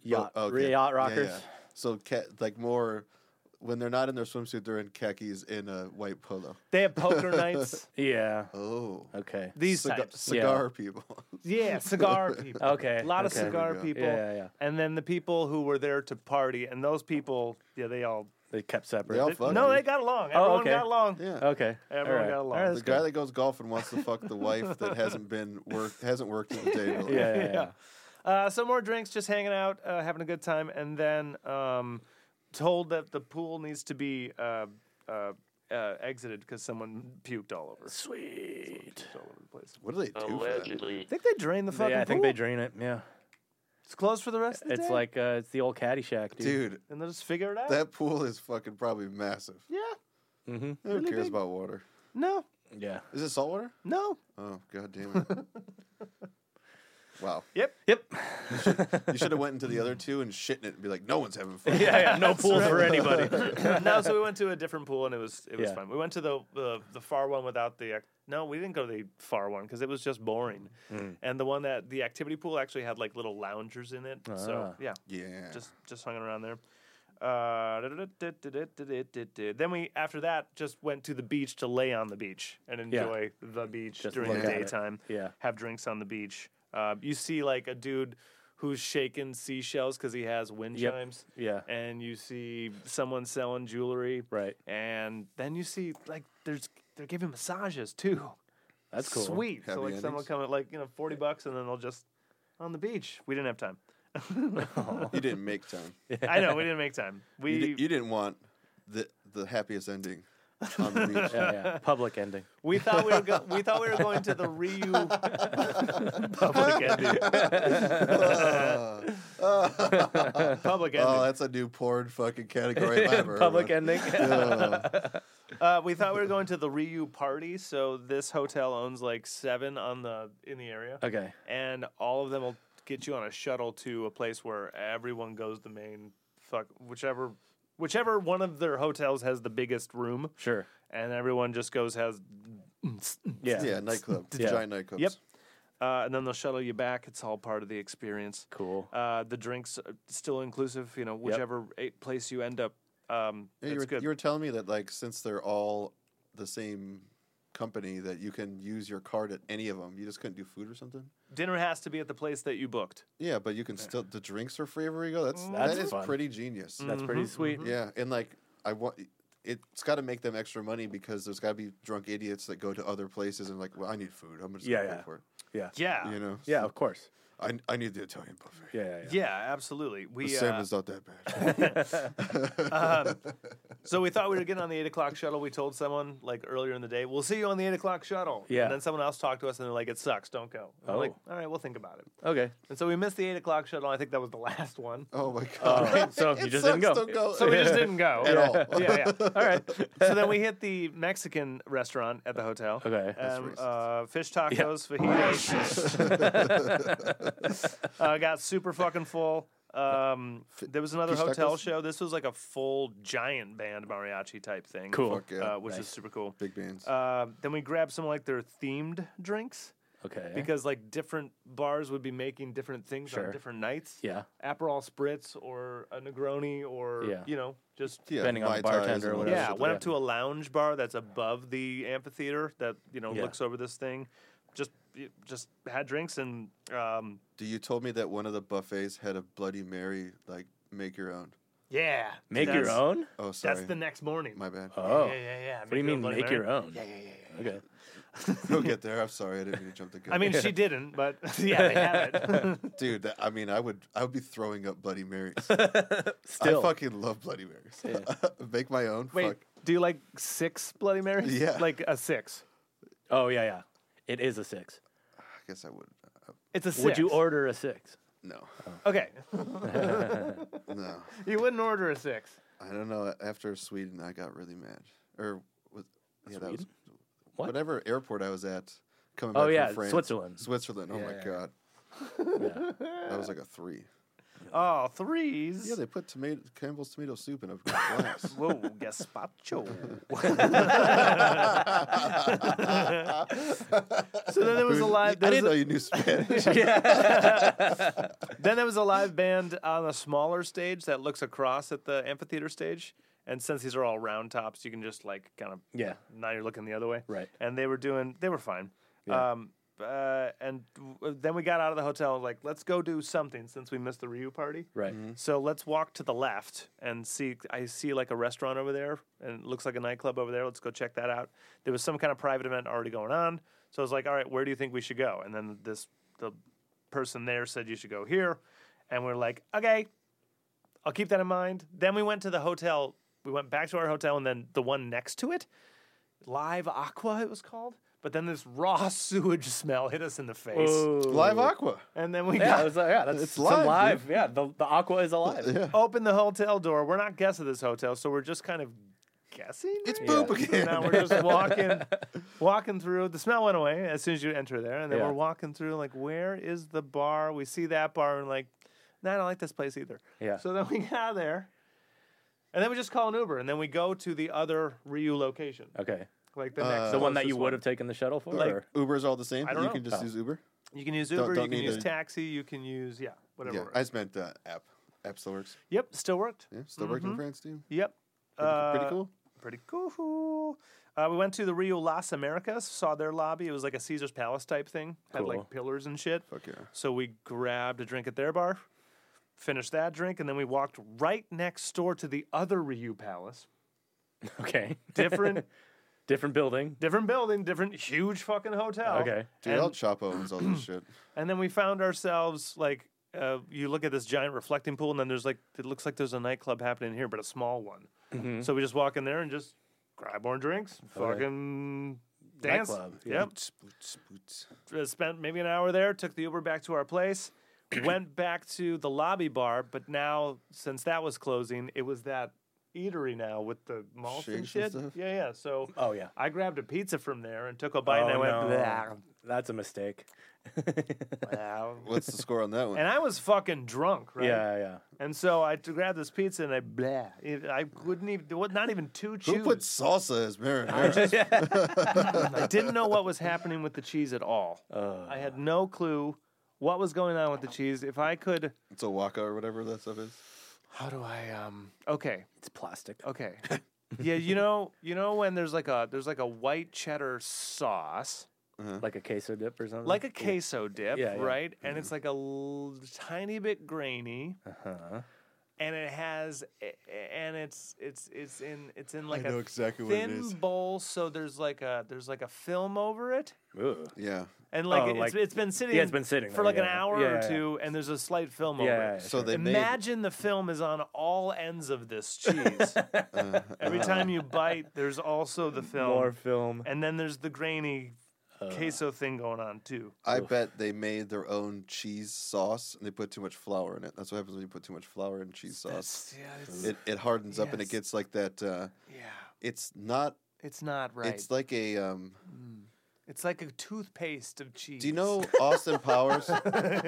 Speaker 2: yacht,
Speaker 3: Oh, okay.
Speaker 2: yacht
Speaker 3: Yeah,
Speaker 2: rockers.
Speaker 3: yeah. So ke- like more when they're not in their swimsuit, they're in khakis in a white polo.
Speaker 1: They have poker nights.
Speaker 2: Yeah.
Speaker 3: Oh,
Speaker 2: Okay.
Speaker 1: These
Speaker 3: Ciga-
Speaker 1: types.
Speaker 3: cigar people.
Speaker 1: Yeah, cigar people.
Speaker 2: Okay,
Speaker 1: A lot
Speaker 2: okay.
Speaker 1: of cigar
Speaker 3: There we
Speaker 1: people.
Speaker 2: Yeah, yeah, yeah.
Speaker 1: And then the people who were there to party, and those people, yeah, they all.
Speaker 2: They kept separate.
Speaker 3: They all fuck.
Speaker 1: no, they got along.
Speaker 2: Oh,
Speaker 1: Everyone
Speaker 2: okay.
Speaker 1: got along.
Speaker 3: yeah.
Speaker 2: Okay.
Speaker 1: Everyone
Speaker 2: All right.
Speaker 1: got along.
Speaker 2: All right,
Speaker 3: the
Speaker 2: that's
Speaker 3: guy
Speaker 2: good.
Speaker 3: that goes golf and wants to fuck the wife that hasn't been work hasn't worked in a day. in her life.
Speaker 2: Yeah, yeah, yeah.
Speaker 1: Uh, some more drinks, just hanging out, uh, having a good time, and then um, told that the pool needs to be uh, uh, uh, exited because someone puked all over.
Speaker 2: Sweet.
Speaker 1: Puked all over the place.
Speaker 3: What do they do? for that?
Speaker 4: Allegedly.
Speaker 1: I think they drained the fucking
Speaker 2: Yeah, I think
Speaker 1: pool.
Speaker 2: they drain it. Yeah.
Speaker 1: it's closed for the rest of the
Speaker 2: It's
Speaker 1: day.
Speaker 2: like uh, it's the old Caddyshack, dude.
Speaker 3: Dude,
Speaker 1: and they'll just figure it out.
Speaker 3: that pool is fucking probably massive.
Speaker 1: yeah.
Speaker 2: Mm-hmm.
Speaker 3: Who
Speaker 1: Really
Speaker 3: cares
Speaker 1: big.
Speaker 3: about water?
Speaker 1: No.
Speaker 2: Yeah.
Speaker 3: Is it salt water?
Speaker 1: No.
Speaker 3: Oh god damn it! wow,
Speaker 1: Yep.
Speaker 2: Yep.
Speaker 3: you should have went into the other two and shit in it and be like, no one's having fun.
Speaker 2: Yeah, yeah. No pool for anybody.
Speaker 1: no, so we went to a different pool and it was it was
Speaker 2: Yeah.
Speaker 1: fun. We went to the, the the far one without the ac- no, we didn't go to the far one because it was just boring.
Speaker 2: Mm.
Speaker 1: And the one that the activity pool actually had like little loungers in it. So
Speaker 2: Ah.
Speaker 1: yeah,
Speaker 3: Yeah.
Speaker 1: just just hung around there. Uh, then we after that just went to the beach to lay on the beach and enjoy the beach
Speaker 2: Just
Speaker 1: during the
Speaker 2: look at it.
Speaker 1: daytime.
Speaker 2: Yeah.
Speaker 1: have drinks on the beach. Uh, you see like a dude who's shaking seashells because he has wind
Speaker 2: Yep.
Speaker 1: chimes
Speaker 2: Yeah.
Speaker 1: and you see someone selling jewelry,
Speaker 2: Right.
Speaker 1: and then you see like there's they're giving massages too.
Speaker 2: That's cool.
Speaker 1: Sweet.
Speaker 3: Happy
Speaker 1: so like someone
Speaker 3: endings.
Speaker 1: come at like you know forty bucks, and then they'll just on the beach. We didn't have time.
Speaker 3: you didn't make time.
Speaker 1: I know we didn't make time. We
Speaker 3: You, di- you didn't want the the happiest ending on the beach.
Speaker 2: Yeah, yeah. Public ending.
Speaker 1: we thought we were go- we thought we were going to the Ryu public ending.
Speaker 3: Uh, uh,
Speaker 1: Public
Speaker 3: oh,
Speaker 1: ending.
Speaker 3: that's a new porn fucking category. if I ever heard
Speaker 2: Public
Speaker 3: one.
Speaker 2: ending.
Speaker 3: Uh,
Speaker 1: Uh, we thought we were going to the Ryu party. So this hotel owns like seven on the in the area.
Speaker 2: okay.
Speaker 1: and all of them will get you on a shuttle to a place where everyone goes the main fuck whichever whichever one of their hotels has the biggest room
Speaker 2: Sure.
Speaker 1: and everyone just goes has
Speaker 3: Mm,
Speaker 2: Yeah.
Speaker 3: yeah, nightclub,
Speaker 2: Yeah.
Speaker 3: giant nightclubs.
Speaker 1: yep uh, and then they'll shuttle you back it's all part of the experience
Speaker 2: Cool.
Speaker 1: uh, the drinks are still inclusive you know whichever a place you end up um,
Speaker 3: Yeah, you
Speaker 1: it's
Speaker 3: were,
Speaker 1: good
Speaker 3: you were telling me that like since they're all the same company that you can use your card at any of them. You just couldn't do food or something.
Speaker 1: dinner has to be at the place that you booked
Speaker 3: Yeah, but you can still the drinks are free everywhere you go. That's
Speaker 2: Mm, That's
Speaker 3: that is
Speaker 2: fun. Mm-hmm.
Speaker 3: pretty genius.
Speaker 2: That's
Speaker 1: Mm-hmm,
Speaker 2: pretty sweet.
Speaker 3: Yeah, and like I want it's got to make them extra money because there's got to be drunk idiots that go to other places and like, well, I need food. I'm just
Speaker 2: Yeah,
Speaker 3: gonna pay
Speaker 2: yeah.
Speaker 3: for it.
Speaker 2: Yeah.
Speaker 1: yeah
Speaker 3: You
Speaker 1: yeah,
Speaker 3: know?
Speaker 2: Yeah, of course.
Speaker 3: I I need the Italian buffet.
Speaker 2: Yeah, yeah, yeah.
Speaker 1: absolutely
Speaker 3: The
Speaker 1: we uh,
Speaker 3: salmon's not that bad.
Speaker 1: Um, so we thought we were getting on the eight o'clock shuttle. We told someone like earlier in the day, "We'll see you on the eight o'clock shuttle."
Speaker 2: Yeah.
Speaker 1: And then someone else talked to us, and they're like, "It sucks, don't go." And I'm like,
Speaker 2: Oh.
Speaker 1: "All right, we'll think about it."
Speaker 2: Okay.
Speaker 1: And so we missed the eight o'clock shuttle. I think that was the last one.
Speaker 3: oh my god!
Speaker 2: Oh, so you
Speaker 3: It
Speaker 2: just didn't
Speaker 3: sucks,
Speaker 2: go.
Speaker 3: don't go.
Speaker 1: So we just didn't go
Speaker 3: at
Speaker 1: yeah.
Speaker 3: all.
Speaker 1: Yeah, yeah.
Speaker 2: All right.
Speaker 1: So then we hit the Mexican restaurant at the hotel.
Speaker 2: Okay.
Speaker 3: That's
Speaker 1: Um,
Speaker 3: racist.
Speaker 1: uh, fish tacos, fajitas. uh, got super fucking full. Um, there was another
Speaker 3: fish
Speaker 1: hotel
Speaker 3: tacos?
Speaker 1: show. This was like a full giant band mariachi type thing.
Speaker 2: Cool.
Speaker 3: Fuck yeah.
Speaker 1: uh, which is super cool.
Speaker 3: Big bands.
Speaker 1: Uh, then we grabbed some like their themed drinks
Speaker 2: Okay.
Speaker 1: because like different bars would be making different things
Speaker 2: Sure.
Speaker 1: on different nights.
Speaker 2: yeah.
Speaker 1: Aperol spritz or a Negroni or
Speaker 2: Yeah.
Speaker 1: you know just
Speaker 3: yeah,
Speaker 2: depending on the
Speaker 3: Mai Tais and
Speaker 2: bartender or
Speaker 3: all that
Speaker 2: whatever.
Speaker 1: yeah.
Speaker 3: shit.
Speaker 1: Went up to a lounge bar that's above the amphitheater that you know
Speaker 2: Yeah.
Speaker 1: looks over this thing. Just y- just had drinks and um,
Speaker 3: Do you told me that one of the buffets had a Bloody Mary like make your own?
Speaker 1: yeah,
Speaker 2: Make your
Speaker 1: that's-
Speaker 2: own?
Speaker 3: Oh, sorry,
Speaker 1: That's the next morning.
Speaker 3: my bad.
Speaker 2: Oh.
Speaker 1: Yeah, yeah, yeah.
Speaker 2: What do you mean make your own?
Speaker 1: Yeah, yeah, yeah.
Speaker 2: Okay.
Speaker 3: We'll get there. I'm sorry, I didn't mean to jump the gun.
Speaker 1: I mean, she didn't, but yeah, they had it.
Speaker 3: dude, that, I mean, I would, I would be throwing up Bloody Marys.
Speaker 2: Still.
Speaker 3: I fucking love Bloody Marys. Make my own.
Speaker 1: Wait,
Speaker 3: Fuck.
Speaker 1: do you like six Bloody Marys?
Speaker 3: Yeah.
Speaker 1: Like a six.
Speaker 2: oh, yeah, yeah. It is a six.
Speaker 3: I guess I would. Uh,
Speaker 1: It's a six.
Speaker 2: Would you order a six?
Speaker 3: no,
Speaker 1: Okay.
Speaker 2: Oh.
Speaker 3: no.
Speaker 1: you wouldn't order a six.
Speaker 3: I don't know. After Sweden, I got really mad. Or was yeah, that was
Speaker 2: What?
Speaker 3: whatever airport I was at coming
Speaker 2: Oh,
Speaker 3: back
Speaker 2: yeah,
Speaker 3: from France.
Speaker 2: Switzerland.
Speaker 3: Switzerland. Oh my
Speaker 2: yeah.
Speaker 3: god,
Speaker 2: Yeah.
Speaker 3: that was like a three.
Speaker 1: Oh, threes.
Speaker 3: Yeah, they put tomato Campbell's tomato soup in a glass.
Speaker 1: Whoa, gazpacho. so then there was a live.
Speaker 3: I
Speaker 1: there was a-
Speaker 3: didn't know you knew Spanish.
Speaker 1: then there was a live band on a smaller stage that looks across at the amphitheater stage. And since these are all round tops, you can just like kind of
Speaker 2: Yeah.
Speaker 1: Now you're looking the other way,
Speaker 2: Right.
Speaker 1: And they were doing they were fine. Um, uh, and w- then we got out of the hotel like let's go do something since we missed the Ryu party,
Speaker 2: Right.
Speaker 1: So let's walk to the left and see. I see like a restaurant over there, and it looks like a nightclub over there. Let's go check that out. There was some kind of private event already going on, so I was like, "All right, where do you think we should go?" And then this the person there said you should go here, and we're like, "Okay, I'll keep that in mind." Then we went to the hotel. We went back to our hotel, and then the one next to it, Live Aqua, it was called. But then this raw sewage smell hit us in the face,
Speaker 3: Live aqua.
Speaker 1: and then we
Speaker 2: Oh. Yeah,
Speaker 1: got
Speaker 2: I was like, yeah, that's
Speaker 3: It's
Speaker 2: it's
Speaker 3: live,
Speaker 2: live. Yeah, the, the aqua is alive.
Speaker 3: Yeah.
Speaker 1: open the hotel door. We're not guessing this hotel, so we're just kind of guessing.
Speaker 3: It's
Speaker 1: right?
Speaker 3: poop again.
Speaker 1: now we're just walking, walking through. The smell went away as soon as you enter there, and then
Speaker 2: Yeah.
Speaker 1: we're walking through. Like, where is the bar? We see that bar, and like, nah, I don't like this place either.
Speaker 2: Yeah.
Speaker 1: So then we get out of there, and then we just call an Uber, and then we go to the other Ryu location,
Speaker 2: Okay.
Speaker 1: like the
Speaker 3: Uh,
Speaker 1: next
Speaker 2: The one that
Speaker 1: closest
Speaker 2: you would have taken the shuttle for? or?
Speaker 3: Uber's all the same.
Speaker 1: I don't
Speaker 3: you
Speaker 1: know. Oh.
Speaker 3: can just use Uber.
Speaker 1: You can use
Speaker 3: Don't-
Speaker 1: Uber.
Speaker 3: don't
Speaker 1: you can
Speaker 3: need
Speaker 1: use
Speaker 3: to-
Speaker 1: taxi. You can use yeah, whatever.
Speaker 3: Yeah, I
Speaker 1: works.
Speaker 3: just meant uh, app. App still works.
Speaker 1: yep, still worked.
Speaker 3: Yeah, still working in France too.
Speaker 1: Yep.
Speaker 3: Pretty, pretty
Speaker 1: Mm-hmm. Uh,
Speaker 3: cool.
Speaker 1: pretty cool. Uh, we went to the Rio Las Americas, saw their lobby. It was like a Caesar's Palace type thing, had
Speaker 2: Cool.
Speaker 1: like pillars and shit.
Speaker 3: Fuck yeah.
Speaker 1: So we grabbed a drink at their bar, finished that drink, and then we walked right next door to the other Ryu Palace.
Speaker 2: Okay.
Speaker 1: Different,
Speaker 2: Different building.
Speaker 1: different building, different huge fucking hotel.
Speaker 2: Okay.
Speaker 3: Dude, El
Speaker 1: and,
Speaker 3: Chapo owns all this shit.
Speaker 1: and then we found ourselves like. Uh, you look at this giant reflecting pool, and then there's like it looks like there's a nightclub happening here, but a small one.
Speaker 2: Mm-hmm.
Speaker 1: So we just walk in there and just grab more drinks, fucking dance.
Speaker 2: Nightclub, yeah.
Speaker 1: Yep,
Speaker 3: Boots, boots, boots.
Speaker 1: uh, spent maybe an hour there, took the Uber back to our place, went back to the lobby bar, but now since that was closing, it was that eatery now with the malt and
Speaker 3: Shakes and
Speaker 1: shit.
Speaker 3: stuff?
Speaker 1: Yeah, yeah. So
Speaker 2: Oh, yeah.
Speaker 1: I grabbed a pizza from there and took a bite and I
Speaker 2: Oh,
Speaker 1: went,
Speaker 2: no.
Speaker 1: "Blah,
Speaker 2: That's a mistake.
Speaker 1: blah."
Speaker 3: What's the score on that one?
Speaker 1: and I was fucking drunk, right?
Speaker 2: Yeah, yeah.
Speaker 1: And so I t- grabbed this pizza and I blah. It, I wouldn't even there was not even two chews.
Speaker 3: Who put salsa as marinara?
Speaker 1: I didn't know what was happening with the cheese at all. I had no clue what was going on with the cheese. If I could
Speaker 3: it's a waka or whatever that stuff is.
Speaker 1: How do I um okay,
Speaker 2: It's plastic.
Speaker 1: okay. yeah, you know, you know when there's like a there's like a white cheddar sauce,
Speaker 2: Like a queso dip or something?
Speaker 1: like a queso dip,
Speaker 2: Uh-huh. Yeah, yeah.
Speaker 1: right? And it's like a l- tiny bit grainy.
Speaker 2: Uh-huh.
Speaker 1: And it has, a- a- and it's it's it's in it's in like
Speaker 3: know
Speaker 1: a
Speaker 3: exactly what it
Speaker 1: thin
Speaker 3: is.
Speaker 1: bowl. So there's like a there's like a film over it,
Speaker 2: Ooh.
Speaker 3: Yeah.
Speaker 1: and like,
Speaker 2: Oh,
Speaker 1: it's,
Speaker 2: like-
Speaker 1: it's been sitting
Speaker 2: yeah, it's been sitting
Speaker 1: for
Speaker 2: there,
Speaker 1: like an
Speaker 2: yeah.
Speaker 1: hour
Speaker 2: Yeah,
Speaker 1: or
Speaker 2: yeah, yeah.
Speaker 1: two, and there's a slight film
Speaker 2: Yeah,
Speaker 1: over
Speaker 2: yeah,
Speaker 1: it.
Speaker 2: yeah.
Speaker 3: So they
Speaker 1: Imagine the film is on all ends of this cheese. Every time you bite, there's also the film,
Speaker 2: Uh-huh. More Uh. film.
Speaker 1: and then there's the grainy queso thing going on too.
Speaker 3: made. I bet they made their own cheese sauce and they put too much flour in it. That's what happens when you put too much flour in cheese sauce.
Speaker 1: It's- yeah, it's,
Speaker 3: It, it hardens up and it
Speaker 1: Yes.
Speaker 3: gets like that. Uh,
Speaker 1: yeah,
Speaker 3: it's not.
Speaker 1: it's not right.
Speaker 3: It's
Speaker 1: It's,
Speaker 3: like a. Um,
Speaker 1: like a toothpaste of cheese.
Speaker 3: do you know Austin Powers,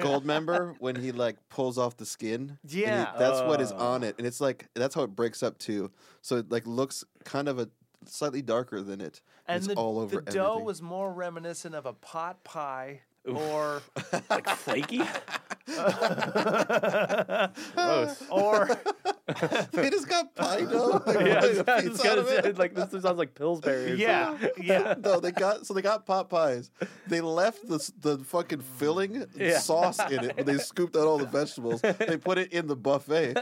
Speaker 3: gold member, when he like pulls off the skin? And he-
Speaker 1: Yeah.
Speaker 3: that's what is on it, and it's like that's how it breaks up too. So it like looks kind of a slightly darker than it.
Speaker 1: And
Speaker 3: it's
Speaker 1: the,
Speaker 3: all over
Speaker 1: the dough
Speaker 3: everything.
Speaker 1: was more reminiscent of a pot pie or
Speaker 2: like flaky? Gross.
Speaker 1: or
Speaker 3: they just got pie dough. They
Speaker 2: Yeah,
Speaker 3: wanted a
Speaker 2: I was
Speaker 3: piece out
Speaker 2: gonna
Speaker 3: of it.
Speaker 2: say, like this sounds like Pillsbury. or
Speaker 1: yeah, yeah.
Speaker 3: no, they got so they got pot pies. They left the the fucking filling
Speaker 2: Yeah.
Speaker 3: sauce in it, but they scooped out all the vegetables. They put it in the buffet,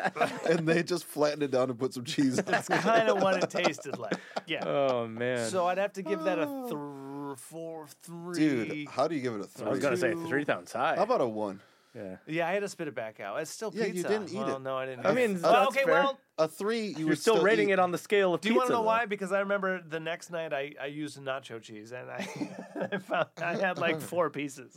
Speaker 3: and they just flattened it down and put some cheese. on
Speaker 1: That's kind of what it tasted like.
Speaker 2: something.
Speaker 1: Yeah.
Speaker 2: Oh man.
Speaker 1: So I'd have to give that a thr four, three.
Speaker 3: Dude, how do you give it a three?
Speaker 2: I was gonna say
Speaker 1: two-
Speaker 2: three times high.
Speaker 3: how about a one?
Speaker 2: yeah.
Speaker 1: Yeah, I had to spit it back out. It's still
Speaker 3: Yeah,
Speaker 1: pizza.
Speaker 3: you didn't eat
Speaker 1: well,
Speaker 3: it.
Speaker 1: No, I didn't.
Speaker 2: I
Speaker 1: eat it.
Speaker 2: mean,
Speaker 1: Well,
Speaker 2: that's
Speaker 1: okay.
Speaker 2: fair.
Speaker 1: Well,
Speaker 3: A three? You
Speaker 2: You're still, rating it on the scale of
Speaker 1: do you want to know why? Because I remember the next night I, I used nacho cheese and I, I found I had like four pieces.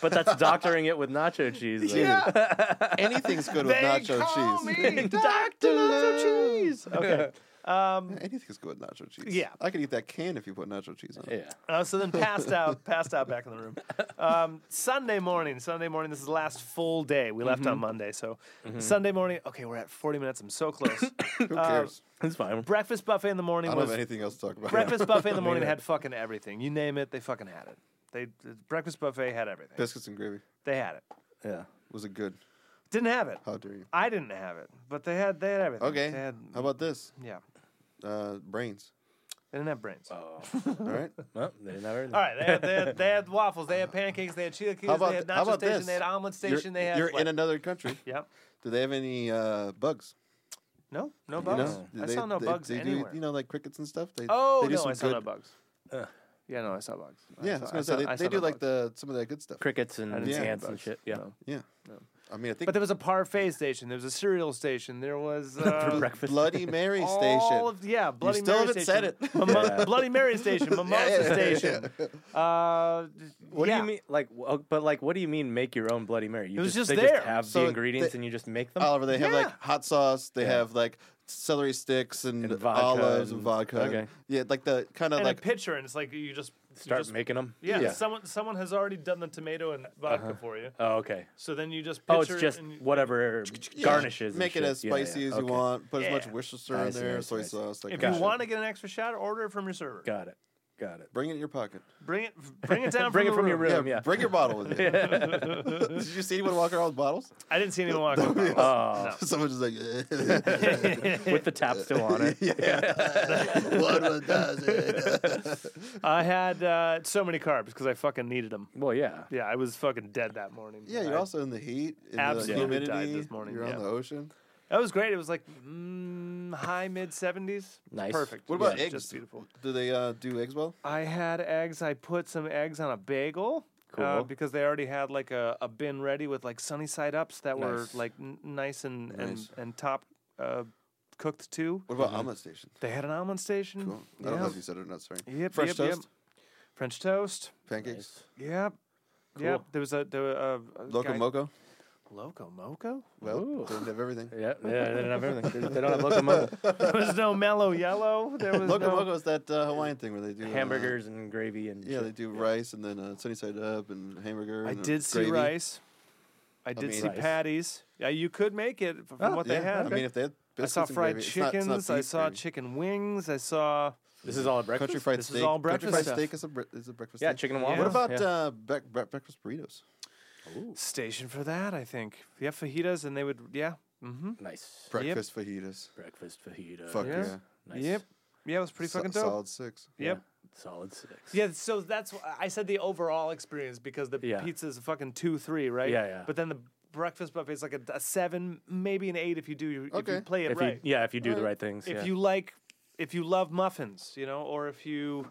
Speaker 2: But that's doctoring it with nacho cheese. Though.
Speaker 3: Yeah, anything's good with
Speaker 1: They
Speaker 3: nacho
Speaker 1: call
Speaker 3: cheese.
Speaker 1: me Dr. Nacho Cheese. Okay. Um,
Speaker 3: Anything's good with nacho cheese.
Speaker 1: Yeah.
Speaker 3: I could eat that can if you put nacho cheese on it.
Speaker 2: Yeah.
Speaker 1: Uh, so then passed out, passed out back in the room. Um, Sunday morning, Sunday morning. This is the last full day. We
Speaker 3: Mm-hmm.
Speaker 1: left on Monday, so Sunday morning. Okay, we're at forty minutes. I'm so close.
Speaker 3: Who cares?
Speaker 2: It's fine.
Speaker 1: breakfast buffet in the
Speaker 3: I
Speaker 1: morning
Speaker 3: don't have
Speaker 1: Um, was
Speaker 3: anything else to talk about.
Speaker 1: breakfast buffet in the morning had fucking everything. You name it, they fucking had it. They the breakfast buffet had everything.
Speaker 3: Biscuits and gravy.
Speaker 1: They had it.
Speaker 2: Yeah.
Speaker 3: Was it good?
Speaker 1: Didn't have it.
Speaker 3: How dare you?
Speaker 1: I didn't have it, but they had they had everything.
Speaker 3: Oh. Okay. Oh.
Speaker 1: They had,
Speaker 3: How about this?
Speaker 1: yeah.
Speaker 3: Uh, brains.
Speaker 1: They didn't have brains.
Speaker 2: Oh.
Speaker 3: All right.
Speaker 2: well, they didn't have everything.
Speaker 1: All right, they had, they, had, they had waffles, they had pancakes, they had
Speaker 3: How
Speaker 1: chilaquiles,
Speaker 3: about
Speaker 1: they had
Speaker 3: th- how
Speaker 1: nacho
Speaker 3: about
Speaker 1: station,
Speaker 3: this?
Speaker 1: they had omelet
Speaker 3: You're-
Speaker 1: station, they had
Speaker 3: You're
Speaker 1: what?
Speaker 3: in another country.
Speaker 1: Yep.
Speaker 3: Do they have any uh, bugs?
Speaker 1: No, no
Speaker 3: You
Speaker 1: bugs.
Speaker 3: know?
Speaker 1: I
Speaker 3: They-
Speaker 1: saw no
Speaker 3: they-
Speaker 1: bugs
Speaker 3: they do,
Speaker 1: anywhere.
Speaker 3: you know, like crickets and stuff. They,
Speaker 1: oh
Speaker 3: they do
Speaker 1: no,
Speaker 3: some
Speaker 1: I saw no
Speaker 3: good- uh,
Speaker 1: bugs.
Speaker 2: Ugh.
Speaker 1: Yeah, no, I saw bugs.
Speaker 3: Yeah, I
Speaker 1: saw-
Speaker 3: was gonna say they,
Speaker 1: saw- I
Speaker 3: they
Speaker 1: saw
Speaker 3: do
Speaker 1: no
Speaker 3: like
Speaker 1: bugs.
Speaker 3: the some of that good stuff.
Speaker 2: Crickets and
Speaker 1: I didn't see any
Speaker 2: ants and
Speaker 1: bugs.
Speaker 2: shit. Yeah.
Speaker 1: No.
Speaker 3: Yeah. I mean, I think
Speaker 1: But there was a parfait station. There was a cereal station. There was
Speaker 2: For
Speaker 1: uh,
Speaker 2: breakfast.
Speaker 3: Bloody Mary Station.
Speaker 1: all of yeah, Bloody
Speaker 3: still
Speaker 1: Mary
Speaker 3: haven't
Speaker 1: station.
Speaker 3: said it.
Speaker 1: Mimo-
Speaker 2: Yeah.
Speaker 1: Bloody Mary station, mimosa
Speaker 3: yeah, yeah.
Speaker 1: station. Uh,
Speaker 2: What
Speaker 1: yeah.
Speaker 2: do you mean? Like, w- oh, but like, what do you mean? Make your own Bloody Mary? You
Speaker 1: It was just
Speaker 2: they
Speaker 1: there.
Speaker 2: just have
Speaker 3: So
Speaker 2: the ingredients
Speaker 3: they- Oh,
Speaker 2: and you just make them.
Speaker 3: Oliver, they have
Speaker 1: Yeah.
Speaker 3: like hot sauce. They
Speaker 2: Yeah.
Speaker 3: have like celery sticks and,
Speaker 2: And vodka
Speaker 3: olives and,
Speaker 2: and-
Speaker 3: vodka.
Speaker 2: okay.
Speaker 3: Yeah, like the kind of
Speaker 1: And
Speaker 3: like
Speaker 1: a pitcher, and it's like you just you
Speaker 2: Start
Speaker 1: just-
Speaker 2: making them.
Speaker 1: Yeah,
Speaker 3: Yeah. Uh-huh.
Speaker 1: someone someone has already done the tomato and vodka for you.
Speaker 2: Oh, okay.
Speaker 1: So then you just pitcher
Speaker 2: Oh, it's just
Speaker 1: and you-
Speaker 2: whatever
Speaker 3: yeah,
Speaker 2: garnishes. and
Speaker 3: Make it
Speaker 2: shit.
Speaker 3: as
Speaker 2: Yeah, yeah,
Speaker 3: spicy as you
Speaker 2: okay.
Speaker 3: want. Put as much
Speaker 1: Yeah.
Speaker 3: Worcester
Speaker 2: I
Speaker 3: in
Speaker 2: see,
Speaker 3: there,
Speaker 2: I see,
Speaker 3: soy
Speaker 2: I see.
Speaker 3: sauce. Like
Speaker 1: If
Speaker 3: that
Speaker 1: you
Speaker 3: shit.
Speaker 1: want to get an extra shot, order it from your server.
Speaker 2: Got it. Got it.
Speaker 3: bring it in your pocket.
Speaker 1: Bring it, bring it down.
Speaker 2: Bring
Speaker 1: from the
Speaker 2: it from your room. Yeah.
Speaker 3: bring your bottle with you. Did you see anyone walk around with bottles?
Speaker 1: I didn't see anyone walking. around.
Speaker 2: Oh,
Speaker 3: Someone just like, eh.
Speaker 2: with the tap still on it.
Speaker 3: yeah, one one thousand.
Speaker 1: I had uh, so many carbs because I fucking needed them.
Speaker 2: Well, yeah.
Speaker 1: Yeah, I was fucking dead that morning.
Speaker 3: Yeah, you're
Speaker 1: I-
Speaker 3: also in the heat, in
Speaker 1: Absolutely
Speaker 3: the
Speaker 1: died
Speaker 3: humidity.
Speaker 1: this morning,
Speaker 3: You're
Speaker 1: yeah.
Speaker 3: on the ocean.
Speaker 1: That was great. It was like mm, high mid seventies.
Speaker 2: Nice.
Speaker 1: Perfect.
Speaker 3: What about
Speaker 1: Yeah,
Speaker 3: eggs?
Speaker 1: Just beautiful.
Speaker 3: Do they uh, do eggs well?
Speaker 1: I had eggs. I put some eggs on a bagel. uh,
Speaker 2: Cool.
Speaker 1: because they already had like a, a bin ready with like sunny side ups that were
Speaker 2: Nice.
Speaker 1: like n- nice and
Speaker 3: Nice.
Speaker 1: and and top uh, cooked too.
Speaker 3: What about
Speaker 2: Mm-hmm.
Speaker 3: omelet station?
Speaker 1: They had an omelet station.
Speaker 3: Cool. I don't know
Speaker 1: Yeah.
Speaker 3: if you said it or not. Sorry.
Speaker 1: Yep, yep,
Speaker 3: French
Speaker 1: yep.
Speaker 3: toast,
Speaker 1: French toast.
Speaker 3: pancakes,
Speaker 1: Yep. Yep.
Speaker 2: Cool.
Speaker 1: There was a there were, uh, a
Speaker 3: loco
Speaker 1: guy-
Speaker 3: moco.
Speaker 1: Loco Moco.
Speaker 3: Well,
Speaker 2: Ooh.
Speaker 3: they have everything.
Speaker 2: Yeah, yeah, they don't have everything. They- They don't have locomotive.
Speaker 1: There was no mellow yellow. There was
Speaker 3: Loco
Speaker 1: no.
Speaker 3: moco is that uh, Hawaiian thing where they do uh,
Speaker 2: Hamburgers and gravy and
Speaker 3: Yeah,
Speaker 2: shit.
Speaker 3: they do rice and then uh, sunny side up and hamburger.
Speaker 1: I
Speaker 3: and
Speaker 1: did see
Speaker 3: gravy.
Speaker 1: rice. I did
Speaker 3: mean-
Speaker 1: see
Speaker 2: Rice.
Speaker 1: patties. Yeah, you could make it f- from
Speaker 2: Oh,
Speaker 1: what
Speaker 3: Yeah,
Speaker 1: they had.
Speaker 3: I mean, if they had
Speaker 1: I
Speaker 3: biscuits
Speaker 1: saw
Speaker 3: and
Speaker 1: fried
Speaker 3: gravy, it's not-
Speaker 1: chickens.
Speaker 3: it's not
Speaker 1: I
Speaker 3: beef
Speaker 1: saw
Speaker 3: gravy.
Speaker 1: chicken wings. I saw.
Speaker 2: This is all at breakfast.
Speaker 3: Country fried
Speaker 1: This is
Speaker 3: steak.
Speaker 1: all breakfast
Speaker 3: Country
Speaker 1: stuff.
Speaker 3: fried steak is a, bre- is a breakfast.
Speaker 2: Yeah,
Speaker 3: steak.
Speaker 2: chicken and
Speaker 1: Yeah.
Speaker 2: waffles.
Speaker 3: What about
Speaker 2: yeah.
Speaker 3: uh, bre- bre- breakfast burritos?
Speaker 1: station for that, I think. Yeah, fajitas, and they would, yeah. Mm-hmm.
Speaker 2: nice
Speaker 3: Breakfast fajitas.
Speaker 2: breakfast fajita?
Speaker 3: Fuck
Speaker 1: Yeah.
Speaker 3: yeah.
Speaker 2: Nice.
Speaker 1: Yep. Yeah, it was pretty
Speaker 3: So-
Speaker 1: fucking dope.
Speaker 3: Solid six.
Speaker 1: Yep.
Speaker 2: Solid six.
Speaker 1: Yeah, so that's wh- I said the overall experience because the
Speaker 2: Yeah.
Speaker 1: pizza's a fucking two three, right?
Speaker 2: Yeah, yeah.
Speaker 1: But then the breakfast buffet is like a, a seven, maybe an eight if you do you if you
Speaker 3: Okay.
Speaker 1: play it
Speaker 2: If
Speaker 1: right.
Speaker 2: you, yeah, if you do the
Speaker 3: Alright.
Speaker 2: right things.
Speaker 1: if
Speaker 2: yeah.
Speaker 1: you like, if you love muffins, you know, or if you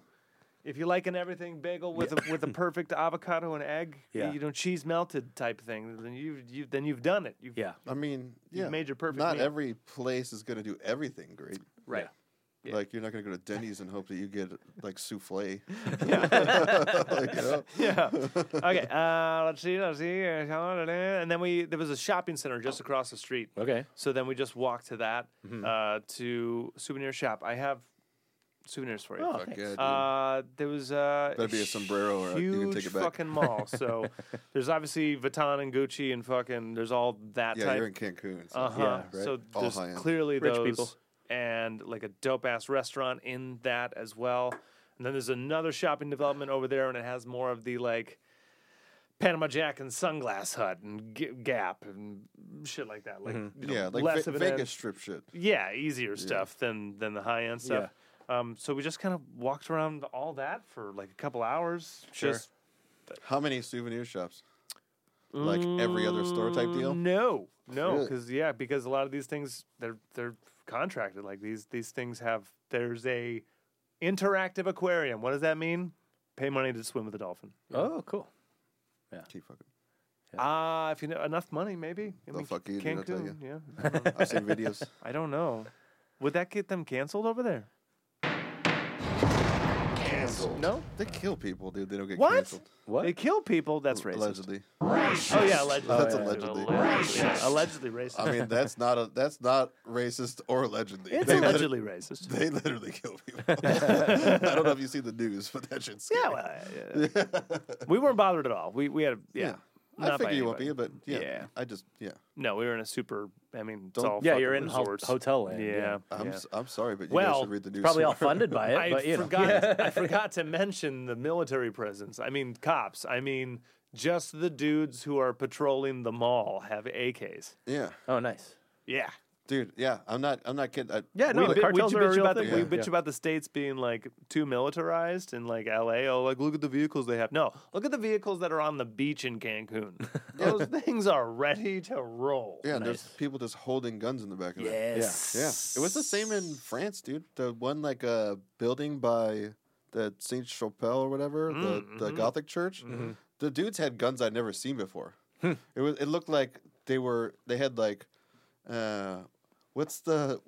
Speaker 1: if you like an everything bagel with a, with a perfect avocado and egg,
Speaker 2: Yeah.
Speaker 1: you know, cheese melted type thing, then you you then you've done it. You've,
Speaker 2: yeah,
Speaker 3: I mean, yeah.
Speaker 1: made your perfect
Speaker 3: Not
Speaker 1: meal.
Speaker 3: every place is going to do everything great.
Speaker 1: right. Yeah.
Speaker 3: Like you're not going to go to Denny's and hope that you get like souffle. Like, you know?
Speaker 1: yeah. Okay. Uh, let's see. Let's see. And then we there was a shopping center just across the street.
Speaker 2: Okay.
Speaker 1: So then we just walked to that
Speaker 3: Mm-hmm.
Speaker 1: uh, to souvenir shop. I have souvenirs for you.
Speaker 3: Fuck yeah, dude.
Speaker 1: Uh, there was uh,
Speaker 3: Better be a sombrero or
Speaker 1: huge
Speaker 3: you can take it back.
Speaker 1: fucking mall. So there's obviously Vuitton and Gucci and fucking there's all that
Speaker 3: yeah,
Speaker 1: type.
Speaker 3: you're in Cancun. So.
Speaker 1: Uh huh.
Speaker 2: Yeah, right.
Speaker 1: So
Speaker 3: All
Speaker 1: there's
Speaker 3: high-end.
Speaker 1: clearly
Speaker 2: Rich
Speaker 1: those
Speaker 2: people.
Speaker 1: and like a dope ass restaurant in that as well. And then there's another shopping development over there, and it has more of the like Panama Jack and Sunglass Hut and G- Gap and shit like that. Like you know,
Speaker 3: yeah, like
Speaker 1: less
Speaker 3: Ve-
Speaker 1: of an
Speaker 3: Vegas
Speaker 1: end-
Speaker 3: strip shit.
Speaker 1: yeah, easier stuff than than the high end stuff. Um, so we just kind of walked around all that for like a couple hours.
Speaker 2: Sure.
Speaker 1: Just
Speaker 3: How many souvenir shops? Like every other store type deal.
Speaker 1: No, no,
Speaker 3: Really?
Speaker 1: because yeah, because a lot of these things they're they're contracted. Like these these things have there's a interactive aquarium. What does that mean? Pay money to swim with a dolphin.
Speaker 2: Oh, cool.
Speaker 3: Keep fucking.
Speaker 1: Ah, if you know enough money, maybe. I
Speaker 3: They'll fuck you, dude, I'll tell
Speaker 1: Cancun, yeah.
Speaker 3: I've seen videos.
Speaker 1: I don't know. Would that get them canceled over there?
Speaker 3: canceled.
Speaker 1: No?
Speaker 3: They kill people, dude. They don't get
Speaker 1: What?
Speaker 3: canceled.
Speaker 2: What?
Speaker 1: They kill people. That's racist.
Speaker 3: Allegedly.
Speaker 1: Oh yeah, allegedly.
Speaker 3: That's
Speaker 1: Yeah,
Speaker 3: allegedly.
Speaker 2: Oh,
Speaker 1: Allegedly, yeah, allegedly racist.
Speaker 3: I mean, that's not a that's not racist or allegedly.
Speaker 1: it's
Speaker 3: They lit-
Speaker 1: allegedly racist.
Speaker 3: they literally kill people. I don't know if you see the news, but that shit's
Speaker 1: yeah,
Speaker 3: scary.
Speaker 1: well, yeah. we weren't bothered at all. We we had a, yeah.
Speaker 3: I
Speaker 1: not by
Speaker 3: figure you won't be,
Speaker 1: anybody.
Speaker 3: but yeah,
Speaker 1: Yeah.
Speaker 3: I just yeah.
Speaker 1: No, we were in a super. I mean, it's
Speaker 2: Don't-
Speaker 1: all
Speaker 2: yeah,
Speaker 1: fucking
Speaker 2: you're in ho-
Speaker 1: resorts.
Speaker 2: hotel land.
Speaker 1: Yeah,
Speaker 2: yeah.
Speaker 3: I'm
Speaker 1: yeah.
Speaker 3: s- I'm sorry, but you guys
Speaker 1: Well,
Speaker 3: should read the news.
Speaker 2: Probably all
Speaker 3: more.
Speaker 2: funded by it,
Speaker 1: I
Speaker 2: but you know.
Speaker 1: forgot. I forgot to mention the military presence. I mean, cops. I mean, just the dudes who are patrolling the mall have AKs.
Speaker 3: Yeah,
Speaker 2: Oh, nice.
Speaker 1: Yeah.
Speaker 3: dude. Yeah, I'm not I'm not kidding. I,
Speaker 1: we,
Speaker 2: Yeah, no, the
Speaker 1: bi- we
Speaker 2: cartels are a
Speaker 1: bitch
Speaker 2: real
Speaker 1: about the,
Speaker 2: thing.
Speaker 1: we
Speaker 2: Yeah.
Speaker 1: bitch about the states being like too militarized and like LA. Oh, like look at the vehicles they have. No, look at the vehicles that are on the beach in Cancun. Those things are ready to roll.
Speaker 3: yeah. and There's people just holding guns in the back of it.
Speaker 2: Yes.
Speaker 3: Yeah, it was the same in France, dude. The one like uh, building by the Saint Chapelle or whatever, the, the Gothic church. The dudes had guns I'd never seen before. it was it looked like they were they had like, uh, what's the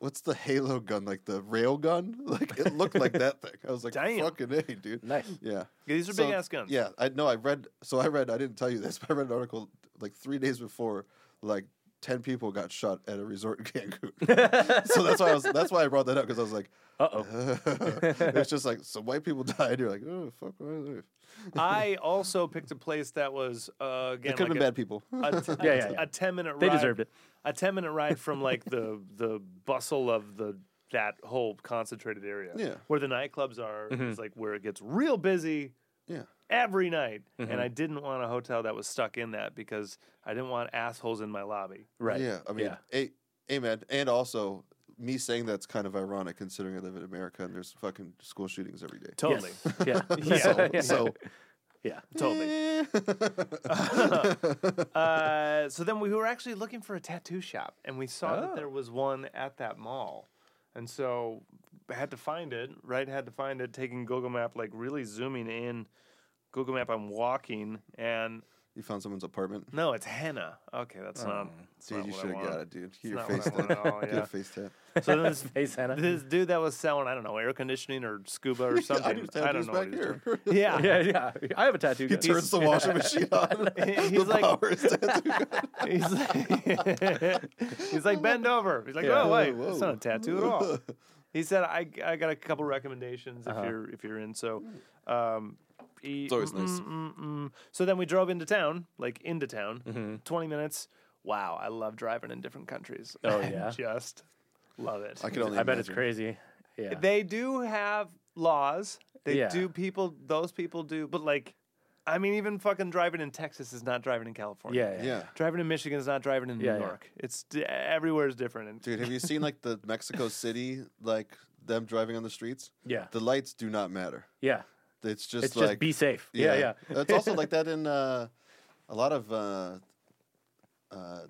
Speaker 3: what's the Halo gun like the rail gun? Like it looked like that thing. I was like,
Speaker 1: Damn.
Speaker 3: fucking hey, dude.
Speaker 2: Nice.
Speaker 3: Yeah.
Speaker 1: These are
Speaker 3: So,
Speaker 1: big ass guns.
Speaker 3: Yeah, I know. I read. So I read. I didn't tell you this, but I read an article like three days before. Like ten people got shot at a resort in Cancun. so that's why I was. That's why I brought that up because I was like,
Speaker 2: Uh-oh.
Speaker 3: it's just like some white people died. You're like, oh fuck, why are they?
Speaker 1: I also picked a place that was uh, again.
Speaker 3: Could have
Speaker 1: like
Speaker 3: been
Speaker 1: a-
Speaker 3: bad people.
Speaker 1: a, t-
Speaker 2: Yeah,
Speaker 1: a-
Speaker 2: yeah, yeah.
Speaker 1: a ten minute ride.
Speaker 2: They deserved it.
Speaker 1: A ten minute ride from like the the bustle of the that whole concentrated area.
Speaker 3: Yeah.
Speaker 1: Where the nightclubs are
Speaker 2: Mm-hmm.
Speaker 1: is like where it gets real busy
Speaker 3: yeah,
Speaker 1: every night. And
Speaker 3: Mm-hmm.
Speaker 1: I didn't want a hotel that was stuck in that because I didn't want assholes in my lobby.
Speaker 2: Right.
Speaker 3: yeah. I mean,
Speaker 2: Yeah.
Speaker 3: a- amen. And also, me saying that's kind of ironic considering I live in America and there's fucking school shootings every day.
Speaker 1: Totally.
Speaker 2: Yeah.
Speaker 1: Yeah.
Speaker 3: So,
Speaker 2: yeah.
Speaker 3: so
Speaker 2: yeah.
Speaker 1: Totally.
Speaker 3: eh.
Speaker 1: Uh, so then we were actually looking for a tattoo shop and we saw that
Speaker 3: Oh.
Speaker 1: there was one at that mall. And so I had to find it, right? Had to find it, taking Google Map, like really zooming in. Google Map, I'm walking and
Speaker 3: you found someone's apartment.
Speaker 1: no, it's henna. Okay, that's not. That's
Speaker 3: Mm.
Speaker 1: not
Speaker 3: Dude, you
Speaker 1: what I
Speaker 3: should have got
Speaker 1: want.
Speaker 3: it, dude. Get your
Speaker 1: not what
Speaker 3: face
Speaker 1: I want at all,
Speaker 3: tat. Get
Speaker 1: yeah.
Speaker 3: your face tat.
Speaker 1: So then this
Speaker 2: Hey, Santa.
Speaker 1: this dude that was selling, I don't know, air conditioning or scuba or something.
Speaker 3: I do
Speaker 1: I don't
Speaker 3: tattoos
Speaker 1: know.
Speaker 3: back
Speaker 1: what he's doing.
Speaker 3: here.
Speaker 1: Yeah.
Speaker 2: yeah, yeah. I have a tattoo.
Speaker 3: he
Speaker 2: gun.
Speaker 3: turns the washing machine on. the
Speaker 1: He's like-
Speaker 3: power is tattoo.
Speaker 1: He's like, he's like, bend over. He's like,
Speaker 2: Yeah.
Speaker 1: oh wait,
Speaker 3: Whoa,
Speaker 1: that's
Speaker 3: whoa.
Speaker 1: not a tattoo at all. He said, I, I got a couple recommendations if you're if you're in. So, um, it's
Speaker 3: always nice.
Speaker 1: So then we drove into town, like into town, twenty minutes. Wow, I love driving in different countries.
Speaker 2: Oh,
Speaker 1: I
Speaker 2: yeah?
Speaker 1: just love it.
Speaker 3: I can only.
Speaker 2: I bet it's
Speaker 3: imagine.
Speaker 2: crazy. Yeah.
Speaker 1: They do have laws. They
Speaker 2: Yeah.
Speaker 1: do people. Those people do, but like, I mean, even fucking driving in Texas is not driving in California.
Speaker 2: yeah.
Speaker 3: Yeah,
Speaker 1: Driving in Michigan is not driving in
Speaker 2: Yeah,
Speaker 1: New
Speaker 2: yeah.
Speaker 1: York. It's d- everywhere is different. And
Speaker 3: dude, have you seen like the Mexico City, like them driving on the streets?
Speaker 2: Yeah.
Speaker 3: The lights do not matter.
Speaker 2: Yeah.
Speaker 3: It's just
Speaker 2: It's just
Speaker 3: like
Speaker 2: be safe. Yeah. Yeah.
Speaker 3: it's also like that in uh, a lot of uh, uh,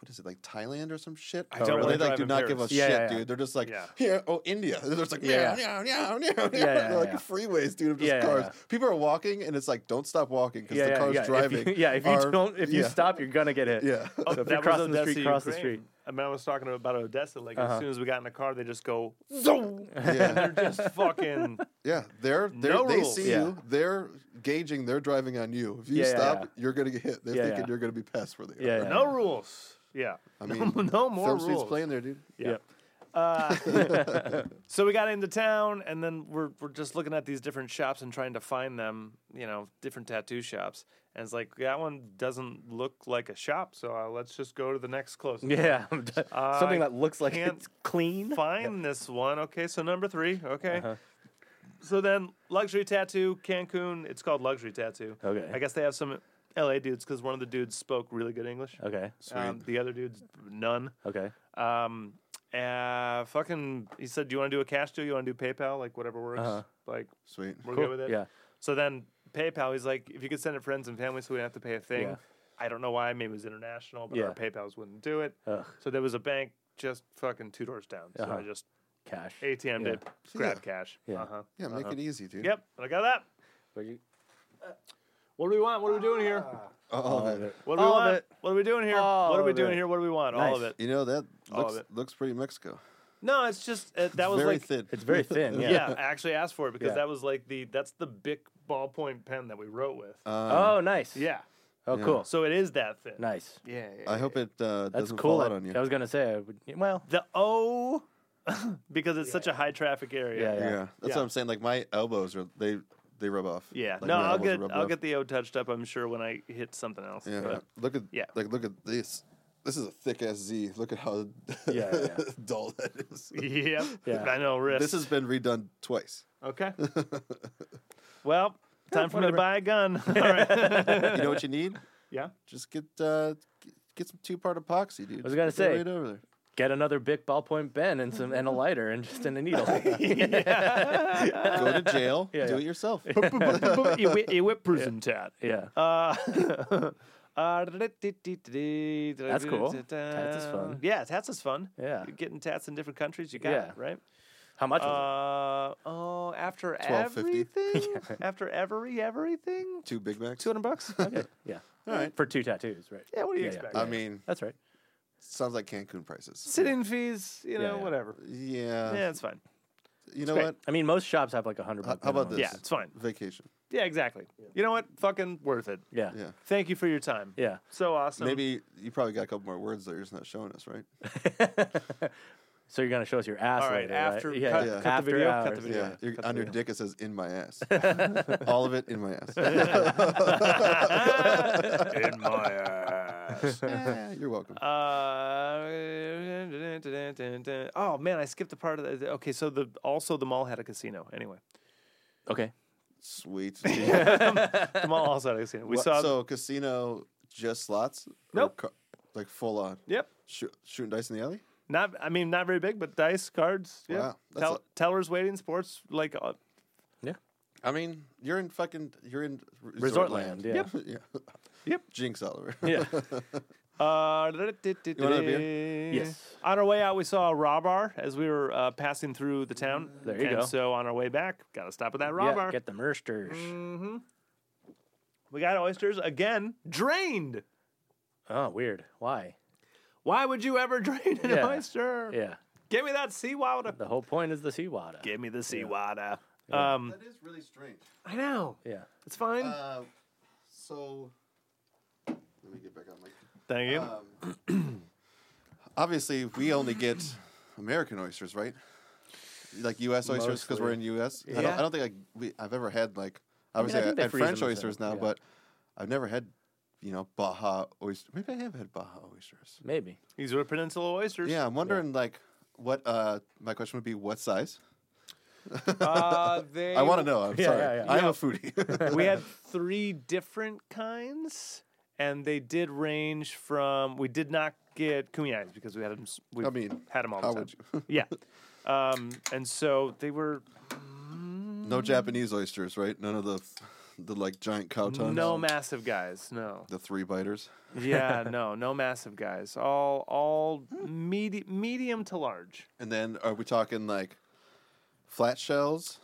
Speaker 3: what is it like Thailand or some shit? I
Speaker 1: don't
Speaker 3: They
Speaker 1: wanna
Speaker 3: like
Speaker 1: drive
Speaker 3: do
Speaker 1: in
Speaker 3: not give a
Speaker 1: Paris.
Speaker 3: shit,
Speaker 2: Yeah, yeah, yeah.
Speaker 3: dude. They're just like
Speaker 1: Yeah.
Speaker 3: here. Oh, India. They're just like
Speaker 2: Yeah,
Speaker 3: yeah, yeah, yeah, yeah,
Speaker 2: Yeah, yeah,
Speaker 3: Like
Speaker 2: yeah.
Speaker 3: freeways, dude. Of just
Speaker 2: Yeah, yeah,
Speaker 3: cars.
Speaker 2: yeah.
Speaker 3: People are walking, and it's like don't stop walking because
Speaker 2: yeah,
Speaker 3: the
Speaker 2: yeah,
Speaker 3: cars
Speaker 2: yeah.
Speaker 3: driving.
Speaker 2: If you, yeah, if you
Speaker 3: are-
Speaker 2: don't, if you
Speaker 3: yeah.
Speaker 2: stop, you're gonna get hit.
Speaker 3: yeah.
Speaker 1: Oh,
Speaker 2: So if
Speaker 1: that
Speaker 2: you're
Speaker 1: was
Speaker 2: crossing the street,
Speaker 1: Odessa,
Speaker 2: cross the
Speaker 1: Ukraine.
Speaker 2: street.
Speaker 1: I mean, I was talking about Odessa. Like as
Speaker 2: Uh-huh.
Speaker 1: soon as we got in the car, they just go, zoom,
Speaker 3: Yeah.
Speaker 1: and they're just fucking.
Speaker 3: Yeah, they're, they're
Speaker 1: No
Speaker 3: they
Speaker 1: rules.
Speaker 3: see
Speaker 2: Yeah.
Speaker 3: you. They're gauging. They're driving on you. If you
Speaker 2: Yeah, yeah,
Speaker 3: stop,
Speaker 2: yeah.
Speaker 3: you're gonna get hit. They're
Speaker 2: Yeah,
Speaker 3: thinking
Speaker 2: yeah.
Speaker 3: you're gonna be past where they
Speaker 2: Yeah,
Speaker 3: are.
Speaker 2: yeah.
Speaker 1: No rules. Yeah.
Speaker 3: I
Speaker 1: No-
Speaker 3: mean,
Speaker 1: no, more
Speaker 3: Film
Speaker 1: rules.
Speaker 3: Street's playing there, dude.
Speaker 1: Yeah. Uh, so we got into town, and then we're we're just looking at these different shops and trying to find them. You know, different tattoo shops, and it's like that one doesn't look like a shop. So uh, let's just go to the next closest.
Speaker 2: Yeah. Something that looks like
Speaker 1: can't
Speaker 2: it's clean.
Speaker 1: find this one. Okay, so number three. Okay.
Speaker 2: Uh-huh.
Speaker 1: So then, luxury tattoo Cancun. It's called luxury tattoo.
Speaker 2: Okay.
Speaker 1: I guess they have some LA dudes because one of the dudes spoke really good English.
Speaker 2: Okay.
Speaker 1: Um, the other dudes, none.
Speaker 2: Okay.
Speaker 1: Um, uh, fucking. He said, "Do you want to do a cash deal? You want to do PayPal? Like whatever works.
Speaker 2: Uh-huh.
Speaker 1: Like
Speaker 3: Sweet.
Speaker 1: we're
Speaker 2: Cool,
Speaker 1: good with it."
Speaker 2: yeah.
Speaker 1: So then PayPal. He's like, "If you could send it friends and family, so we don't have to pay a thing."
Speaker 2: Yeah.
Speaker 1: I don't know why. Maybe it was international, but our
Speaker 2: Yeah.
Speaker 1: PayPal's wouldn't do it.
Speaker 2: Ugh.
Speaker 1: So there was a bank just fucking two doors down. So I
Speaker 2: Uh-huh.
Speaker 1: just
Speaker 2: Cash.
Speaker 1: ATM
Speaker 2: Yeah.
Speaker 1: to grab
Speaker 3: Yeah.
Speaker 1: cash.
Speaker 2: Yeah.
Speaker 1: Uh-huh.
Speaker 3: Yeah, make it easy, dude.
Speaker 1: Yep. I got that.
Speaker 2: But you-
Speaker 1: What do we want? What are we doing here?
Speaker 3: Uh, All of it.
Speaker 1: What do we
Speaker 2: Ah. All of
Speaker 1: want?
Speaker 2: it.
Speaker 1: What are we doing here?
Speaker 2: All
Speaker 1: what are we
Speaker 2: of
Speaker 1: doing
Speaker 2: it.
Speaker 1: here? What do we want? All of
Speaker 2: Nice.
Speaker 1: it.
Speaker 3: You know that
Speaker 1: All of
Speaker 3: looks looks pretty Mexico.
Speaker 1: No, it's just uh, that was
Speaker 3: Very
Speaker 1: like
Speaker 3: thin.
Speaker 2: It's very thin.
Speaker 1: yeah.
Speaker 2: Yeah.
Speaker 1: I actually asked for it because
Speaker 2: Yeah.
Speaker 1: that was like the that's the big ballpoint pen that we wrote with.
Speaker 3: Um,
Speaker 2: Oh, nice.
Speaker 1: yeah,
Speaker 2: Oh, cool.
Speaker 1: so it is that thin.
Speaker 2: Nice.
Speaker 1: Yeah, yeah,
Speaker 3: I hope it uh,
Speaker 2: That's
Speaker 3: doesn't
Speaker 2: cool.
Speaker 3: fall out
Speaker 2: I-
Speaker 3: on you.
Speaker 2: I was gonna say. I would, well,
Speaker 1: The O, because it's such a high traffic area.
Speaker 2: Yeah,
Speaker 3: yeah.
Speaker 2: yeah.
Speaker 3: that's
Speaker 1: Yeah.
Speaker 3: what I'm saying. Like my elbows are they they rub off.
Speaker 1: Yeah.
Speaker 3: Like,
Speaker 1: no,
Speaker 3: my
Speaker 1: I'll
Speaker 3: elbows
Speaker 1: get
Speaker 3: rub
Speaker 1: I'll
Speaker 3: off.
Speaker 1: get the O touched up. I'm sure when I hit something else.
Speaker 3: Yeah.
Speaker 1: but-
Speaker 3: Look at
Speaker 1: Yeah.
Speaker 3: Like look at this. This is a thick ass Z. Look at how
Speaker 2: Yeah, yeah, yeah.
Speaker 3: dull that is.
Speaker 1: yep.
Speaker 2: Yeah.
Speaker 1: I know risk.
Speaker 3: This has been redone twice.
Speaker 1: okay. well, time for me to
Speaker 2: whatever.
Speaker 1: buy a gun. All right.
Speaker 3: You know what you need?
Speaker 1: yeah.
Speaker 3: Just get uh, g- get some two part epoxy, dude. I
Speaker 2: was gonna say.
Speaker 3: right over there.
Speaker 2: get another big ballpoint pen and some and a lighter and just and a needle.
Speaker 3: Go to jail.
Speaker 2: Yeah,
Speaker 3: do
Speaker 2: yeah.
Speaker 3: it yourself.
Speaker 1: you whip, you whip prison tat.
Speaker 2: yeah.
Speaker 1: Uh, uh,
Speaker 2: That's cool. Tats is fun.
Speaker 1: Yeah, tats is fun.
Speaker 2: Yeah.
Speaker 1: You're getting tats in different countries. You got
Speaker 2: Yeah.
Speaker 1: it, right?
Speaker 2: How much? was
Speaker 1: Uh, oh, after
Speaker 3: 12.50.
Speaker 1: everything? After every everything?
Speaker 3: two Big Macs.
Speaker 1: 200 bucks?
Speaker 2: it? Yeah.
Speaker 3: All right.
Speaker 2: For two tattoos, right?
Speaker 1: Yeah, what do you
Speaker 2: Yeah, yeah.
Speaker 1: expect?
Speaker 3: I mean,
Speaker 2: That's right.
Speaker 3: sounds like Cancun prices.
Speaker 1: Sit-in fees, you know,
Speaker 2: yeah.
Speaker 1: whatever.
Speaker 3: Yeah.
Speaker 1: Yeah, it's fine.
Speaker 3: You know
Speaker 1: great.
Speaker 3: what?
Speaker 2: I mean, most shops have like a hundred.
Speaker 3: How-
Speaker 2: buck
Speaker 3: how about
Speaker 2: minimum.
Speaker 1: Yeah,
Speaker 3: Yes.
Speaker 1: it's fine.
Speaker 3: Vacation.
Speaker 1: Yeah, exactly. You know what? Fucking worth it.
Speaker 2: Yeah.
Speaker 3: Yeah.
Speaker 1: Thank you for your time.
Speaker 2: Yeah.
Speaker 1: So awesome.
Speaker 3: Maybe you probably got a couple more words that you're just not showing us, right?
Speaker 2: So you're gonna show us your ass.
Speaker 1: All right,
Speaker 2: later,
Speaker 1: after-
Speaker 2: Yeah.
Speaker 1: cut-
Speaker 2: yeah.
Speaker 1: cut the
Speaker 2: After
Speaker 1: video, cut
Speaker 2: Hours.
Speaker 1: the video.
Speaker 3: Yeah. Your,
Speaker 1: Cut the
Speaker 3: on your
Speaker 1: video.
Speaker 3: dick it says in my ass. All of it in my ass.
Speaker 1: in my ass.
Speaker 3: Eh, you're welcome.
Speaker 1: Uh, oh man, I skipped a part of the. Okay, so the also the mall had a casino. Anyway,
Speaker 2: Okay.
Speaker 3: Sweet.
Speaker 1: the mall also had a casino. We
Speaker 3: What-
Speaker 1: saw.
Speaker 3: so casino just slots? Or
Speaker 1: Nope.
Speaker 3: ca- like full on.
Speaker 1: yep.
Speaker 3: Shoot, shooting dice in the alley?
Speaker 1: Not. I mean, not very big, but dice, cards. Yeah.
Speaker 3: Wow, that's
Speaker 1: Tell,
Speaker 3: a-
Speaker 1: tellers waiting, sports like. Uh,
Speaker 3: I mean, you're in fucking you're in r-
Speaker 2: Resort land. Yeah.
Speaker 3: yeah.
Speaker 1: Yep.
Speaker 3: Jinx Oliver.
Speaker 2: Yeah.
Speaker 1: Uh,
Speaker 3: another
Speaker 2: Yes.
Speaker 1: On our way out, we saw a raw bar as we were uh, passing through the town.
Speaker 2: There you
Speaker 1: and
Speaker 2: go.
Speaker 1: So on our way back, gotta stop at that raw
Speaker 2: yeah.
Speaker 1: bar.
Speaker 2: Get the mersters.
Speaker 1: Mm. we got oysters again, drained.
Speaker 2: Oh, weird. Why?
Speaker 1: Why would you ever drain an
Speaker 2: Yeah.
Speaker 1: oyster?
Speaker 2: Yeah.
Speaker 1: Give me that seawater.
Speaker 2: The whole point is the seawater.
Speaker 1: Give me the seawater. Um,
Speaker 3: That is really strange.
Speaker 1: I know
Speaker 2: Yeah.
Speaker 1: it's fine.
Speaker 3: Uh, so let me get back on my
Speaker 1: Thank you.
Speaker 3: Uh, Um, Obviously, we only get American oysters, right? Like U.S. oysters because we're in U.S. I, don't,
Speaker 1: Yeah.
Speaker 3: I don't think I, we, I've ever had like obviously I,
Speaker 2: think they
Speaker 3: have
Speaker 2: freeze
Speaker 3: French
Speaker 2: them and
Speaker 3: oysters
Speaker 2: stuff,
Speaker 3: now,
Speaker 2: yeah.
Speaker 3: but I've never had you know Baja oyster. Maybe I have had Baja oysters.
Speaker 2: Maybe.
Speaker 1: These are peninsula oysters.
Speaker 3: Yeah, I'm wondering like what uh, my question would be: what size?
Speaker 1: Uh, they,
Speaker 3: I want to know. I'm
Speaker 2: Yeah,
Speaker 3: sorry.
Speaker 2: yeah, yeah.
Speaker 3: I'm a foodie.
Speaker 1: we had three different kinds, and they did range from. We did not get kuniyais because we had them. We
Speaker 3: I mean,
Speaker 1: had them all
Speaker 3: how
Speaker 1: the
Speaker 3: would
Speaker 1: time. Yeah, um, and so they were
Speaker 3: no Japanese oysters, right? None of the the like giant cow tongues.
Speaker 1: no massive guys. No.
Speaker 3: The three biters.
Speaker 1: Yeah, no, no massive guys. All all medi- medium to large.
Speaker 3: And then are we talking like flat shells?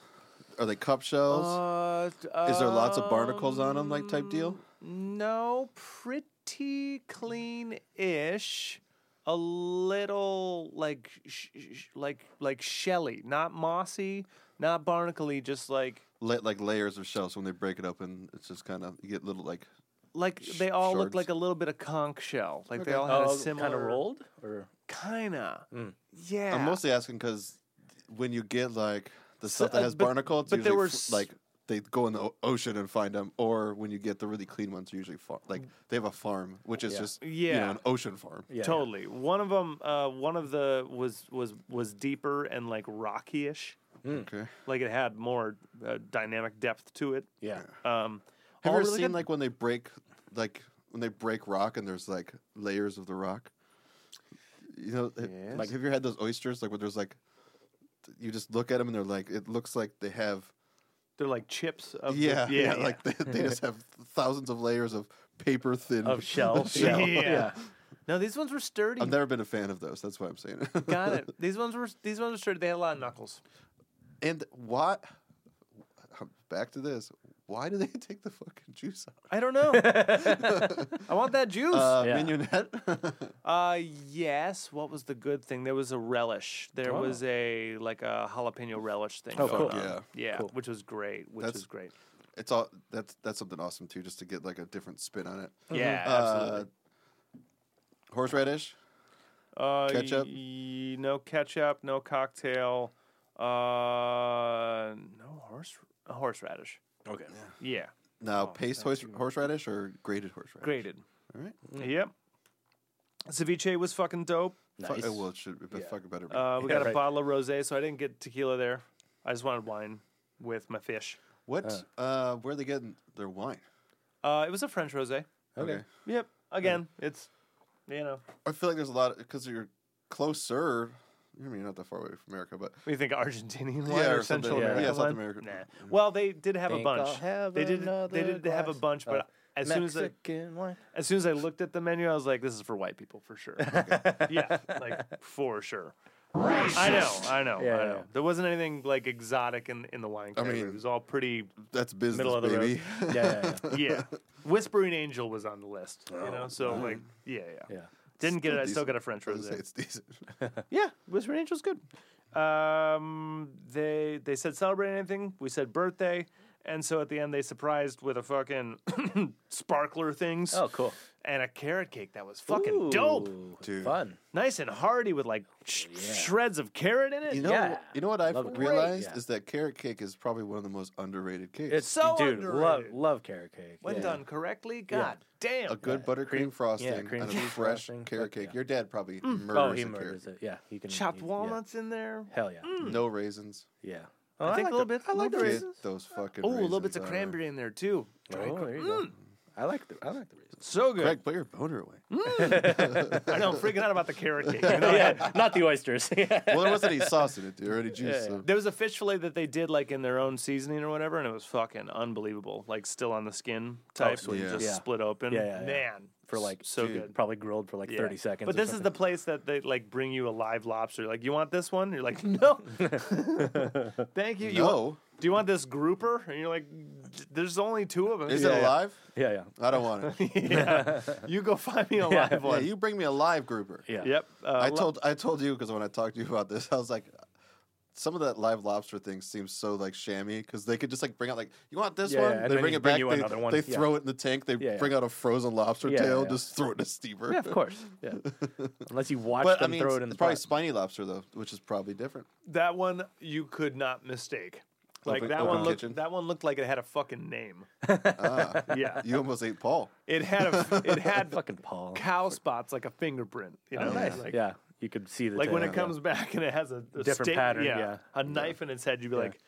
Speaker 3: Are they cup shells?
Speaker 1: Uh, d-
Speaker 3: Is there lots of barnacles on them, like type deal?
Speaker 1: um, No, pretty clean ish. A little like sh- sh- like like shelly, not mossy, not barnacly, just like
Speaker 3: La- like layers of shells when they break it open, it's just kind of you get little like
Speaker 1: like they all look
Speaker 3: shards.
Speaker 1: like a little bit of conch shell. Like they all had
Speaker 2: Oh,
Speaker 1: a Uh, similar
Speaker 2: kind of rolled or
Speaker 1: Kinda. Yeah.
Speaker 3: I'm mostly asking because when you get like the
Speaker 1: So,
Speaker 3: stuff that
Speaker 1: uh,
Speaker 3: has
Speaker 1: but-
Speaker 3: barnacles,
Speaker 1: but there
Speaker 3: usually
Speaker 1: were
Speaker 3: fl-
Speaker 1: s-
Speaker 3: like they go in the o- ocean and find them, or when you get the really clean ones, they're usually far- like they have a farm, which is just you know
Speaker 1: Yeah.
Speaker 3: an ocean farm.
Speaker 2: yeah.
Speaker 1: totally. One of them, uh, one of the was was was deeper and like rockyish.
Speaker 3: Okay.
Speaker 1: Like it had more uh, dynamic depth to it.
Speaker 2: Yeah.
Speaker 1: Um,
Speaker 3: Have
Speaker 1: all
Speaker 3: you ever
Speaker 1: really
Speaker 3: seen
Speaker 1: good.
Speaker 3: like when they break like when they break rock and there's like layers of the rock? You know, it- like
Speaker 1: Yes.
Speaker 3: have you had those oysters like where there's like th- you just look at them and they're like it looks like they have
Speaker 1: They're like chips of the-
Speaker 3: yeah, yeah, like they, they just have thousands of layers of paper thin
Speaker 2: Of shell.
Speaker 1: yeah.
Speaker 3: shell. Oh,
Speaker 2: Yeah.
Speaker 1: No, these ones were sturdy.
Speaker 3: I've never been a fan of those. That's why I'm saying it.
Speaker 1: Got it. These ones were these ones were sturdy. They had a lot of knuckles.
Speaker 3: And what? Back to this. why do they take the fucking juice out?
Speaker 1: I don't know. I want that juice.
Speaker 3: Uh,
Speaker 2: Yeah.
Speaker 3: Mignonette.
Speaker 1: Uh, yes. What was the good thing? There was a relish. There
Speaker 2: Oh.
Speaker 1: was a like a jalapeno relish thing.
Speaker 2: Oh,
Speaker 1: going
Speaker 2: cool.
Speaker 1: on.
Speaker 3: Yeah.
Speaker 1: yeah,
Speaker 2: Cool.
Speaker 1: which was great. Which
Speaker 3: That's-
Speaker 1: was great.
Speaker 3: it's all that's that's something awesome too, just to get like a different spin on it.
Speaker 2: Mm-hmm.
Speaker 1: Yeah,
Speaker 3: Uh,
Speaker 1: absolutely.
Speaker 3: horseradish.
Speaker 1: Uh,
Speaker 3: ketchup?
Speaker 1: y- no ketchup. No cocktail. Uh, no horse horseradish.
Speaker 2: Okay.
Speaker 1: Yeah,
Speaker 3: Now
Speaker 1: Oh,
Speaker 3: paste
Speaker 1: thank
Speaker 3: horse,
Speaker 1: you.
Speaker 3: horseradish or grated horseradish.
Speaker 1: graded.
Speaker 3: All right.
Speaker 1: Yep. Ceviche was fucking dope.
Speaker 3: Fuck-
Speaker 2: Nice.
Speaker 3: oh, well, it should be
Speaker 2: Yeah.
Speaker 3: fucking better. be.
Speaker 1: Uh, we
Speaker 2: Yeah,
Speaker 1: got a
Speaker 2: right.
Speaker 1: bottle of rosé, so I didn't get tequila there. I just wanted wine with my fish.
Speaker 3: what? Uh, where are they getting their wine?
Speaker 1: Uh, it was a French rosé.
Speaker 2: okay.
Speaker 1: Yep. Again, it's you know
Speaker 3: I feel like there's a lot because you're closer. I mean, you're not that far away from America, but
Speaker 1: We think Argentinian wine
Speaker 3: Yeah,
Speaker 1: or,
Speaker 3: or something,
Speaker 1: Central
Speaker 2: yeah.
Speaker 1: American
Speaker 3: Yeah, South
Speaker 1: wine?
Speaker 3: American.
Speaker 1: Nah.
Speaker 3: Mm.
Speaker 1: Well, they did have a
Speaker 2: Think
Speaker 1: bunch.
Speaker 2: I'll have
Speaker 1: they did. They
Speaker 2: another
Speaker 1: did have a
Speaker 2: glass
Speaker 1: bunch, but
Speaker 2: of
Speaker 1: as soon as I,
Speaker 2: Mexican wine.
Speaker 1: as soon as I looked at the menu, I was like, "This is for white people for sure." yeah, like for sure. I know, I know,
Speaker 2: Yeah,
Speaker 1: I
Speaker 2: yeah,
Speaker 1: know.
Speaker 2: yeah.
Speaker 1: There wasn't anything like exotic in in the wine category.
Speaker 3: mean-
Speaker 1: it was all pretty.
Speaker 3: that's business,
Speaker 1: Middle of the road.
Speaker 3: baby.
Speaker 2: Yeah, yeah, yeah.
Speaker 1: Yeah, Whispering Angel was on the list. you know, so like, yeah, yeah.
Speaker 2: Yeah.
Speaker 1: Didn't get it. I still
Speaker 3: Oh, decent.
Speaker 1: got a French
Speaker 3: I was gonna say
Speaker 1: rosé.
Speaker 3: it's decent.
Speaker 1: Yeah, Whispering Angel's good. Um, they they said celebrate anything. We said birthday, and so at the end they surprised with a fucking sparkler things
Speaker 2: Oh, cool.
Speaker 1: and a carrot cake that was fucking dope,
Speaker 2: Ooh,
Speaker 3: Dude.
Speaker 2: Fun.
Speaker 1: nice and hearty with like sh- shreds of carrot in it.
Speaker 3: You know,
Speaker 2: Yeah.
Speaker 3: you know what I've
Speaker 2: Love it. Great,
Speaker 3: realized
Speaker 2: yeah.
Speaker 3: is that carrot cake is probably one of the most underrated cakes.
Speaker 2: It's
Speaker 1: so
Speaker 2: dude. Love
Speaker 1: underrated.
Speaker 2: love carrot cake.
Speaker 1: when
Speaker 2: yeah.
Speaker 1: done correctly, god damn.
Speaker 3: a good buttercream frosting
Speaker 2: cream
Speaker 3: and a
Speaker 2: cheese
Speaker 3: fresh
Speaker 2: frosting,
Speaker 3: carrot
Speaker 2: but-
Speaker 3: cake.
Speaker 2: yeah.
Speaker 3: Your dad probably
Speaker 1: Mm.
Speaker 3: murders
Speaker 2: Oh, he
Speaker 3: a
Speaker 2: murders it. Yeah, he can
Speaker 1: Chopped Mm.
Speaker 2: he- yeah.
Speaker 1: walnuts in there. Oh,
Speaker 2: Hell yeah.
Speaker 3: No raisins.
Speaker 2: Yeah.
Speaker 1: I think a little bit- I like the
Speaker 3: Get
Speaker 1: raisins.
Speaker 3: those fucking.
Speaker 1: Oh, a little bits
Speaker 3: raisins uh,
Speaker 1: of
Speaker 3: out
Speaker 1: cranberry in there too.
Speaker 2: Oh, there you go. I like the I like the raisins.
Speaker 1: So good.
Speaker 3: there. Greg, put your boner away.
Speaker 1: I know. I'm freaking out about the carrot cake. You know,
Speaker 2: yeah, not the oysters.
Speaker 3: well, there wasn't any sauce in it, dude. Already juice.
Speaker 2: yeah.
Speaker 3: so-
Speaker 1: There was a fish fillet that they did like in their own seasoning or whatever, and it was fucking unbelievable. Like still on the skin type,
Speaker 2: sweet.
Speaker 1: and just
Speaker 2: Yeah.
Speaker 1: split open.
Speaker 2: Yeah, yeah, yeah.
Speaker 1: Man,
Speaker 2: For, like,
Speaker 1: so
Speaker 3: Dude.
Speaker 1: good.
Speaker 2: Probably grilled for like
Speaker 1: Yeah.
Speaker 2: 30 seconds.
Speaker 1: But
Speaker 2: or
Speaker 1: this is the
Speaker 2: something.
Speaker 1: place that they like bring you a live lobster. Like, you want this one? You're like, no. Thank you. You
Speaker 3: No.
Speaker 1: want- do you want this grouper? And you're like, there's only two of them.
Speaker 3: Is
Speaker 2: Yeah,
Speaker 3: it
Speaker 2: yeah.
Speaker 3: alive?
Speaker 2: Yeah, yeah.
Speaker 3: I don't want it.
Speaker 1: yeah. You go find me a
Speaker 2: Yeah.
Speaker 1: live
Speaker 3: yeah,
Speaker 1: one.
Speaker 3: you bring me a live grouper.
Speaker 2: Yeah.
Speaker 1: Yep. Uh,
Speaker 3: I
Speaker 1: lo-
Speaker 3: told I told you because when I talked to you about this, I was like, some of that live lobster thing seems so like shammy because they could just like bring out like you want this
Speaker 2: Yeah,
Speaker 3: one,
Speaker 2: and
Speaker 3: they
Speaker 2: then
Speaker 3: bring
Speaker 2: they
Speaker 3: it
Speaker 2: bring
Speaker 3: back,
Speaker 2: you
Speaker 3: they,
Speaker 2: another one.
Speaker 3: they
Speaker 2: Yeah.
Speaker 3: throw it in the tank, they
Speaker 2: Yeah, yeah.
Speaker 3: bring out a frozen lobster
Speaker 2: Yeah,
Speaker 3: tail,
Speaker 2: yeah.
Speaker 3: just throw it in a steamer.
Speaker 2: Yeah, of course. Yeah. Unless you watch
Speaker 3: But I
Speaker 2: them
Speaker 3: mean,
Speaker 2: throw
Speaker 3: it's,
Speaker 2: it in the
Speaker 3: it's probably
Speaker 2: pot.
Speaker 3: spiny lobster though, which is probably different.
Speaker 1: that one you could not mistake. Like
Speaker 3: Open-
Speaker 1: that
Speaker 3: open
Speaker 1: one looked
Speaker 3: kitchen.
Speaker 1: that one looked like it had a fucking name.
Speaker 3: Ah,
Speaker 1: Yeah.
Speaker 3: you almost ate Paul.
Speaker 1: It had a it had
Speaker 2: fucking Paul.
Speaker 1: cow spots like a fingerprint. You know,
Speaker 2: nice.
Speaker 1: like,
Speaker 2: yeah, you could see the
Speaker 1: like when
Speaker 2: tail,
Speaker 1: it
Speaker 2: yeah.
Speaker 1: comes back and it has a, a
Speaker 2: Different
Speaker 1: stake-
Speaker 2: pattern, yeah.
Speaker 1: a knife in its head. You'd be like,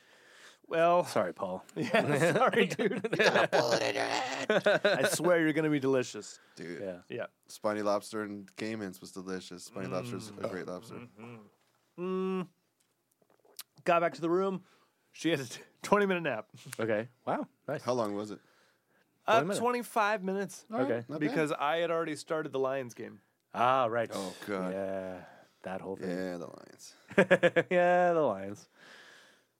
Speaker 1: well,
Speaker 2: Sorry, Paul.
Speaker 1: yeah, sorry, dude. I swear you're gonna be delicious.
Speaker 3: Dude,
Speaker 2: Yeah.
Speaker 1: Yeah.
Speaker 3: spiny lobster and caimans was delicious. Spiny lobster's
Speaker 2: Mm.
Speaker 3: a great lobster.
Speaker 2: Mm-hmm.
Speaker 1: Got back to the room. She had a t- 20 minute nap.
Speaker 2: Okay. Wow. Nice.
Speaker 3: How long was it?
Speaker 1: Uh,
Speaker 2: minutes.
Speaker 1: 25 minutes.
Speaker 2: Okay.
Speaker 3: Not bad.
Speaker 1: Because I had already started the Lions game.
Speaker 2: Ah, right.
Speaker 3: Oh, God.
Speaker 2: Yeah. That whole thing.
Speaker 3: yeah, the lions.
Speaker 2: Yeah, the lions.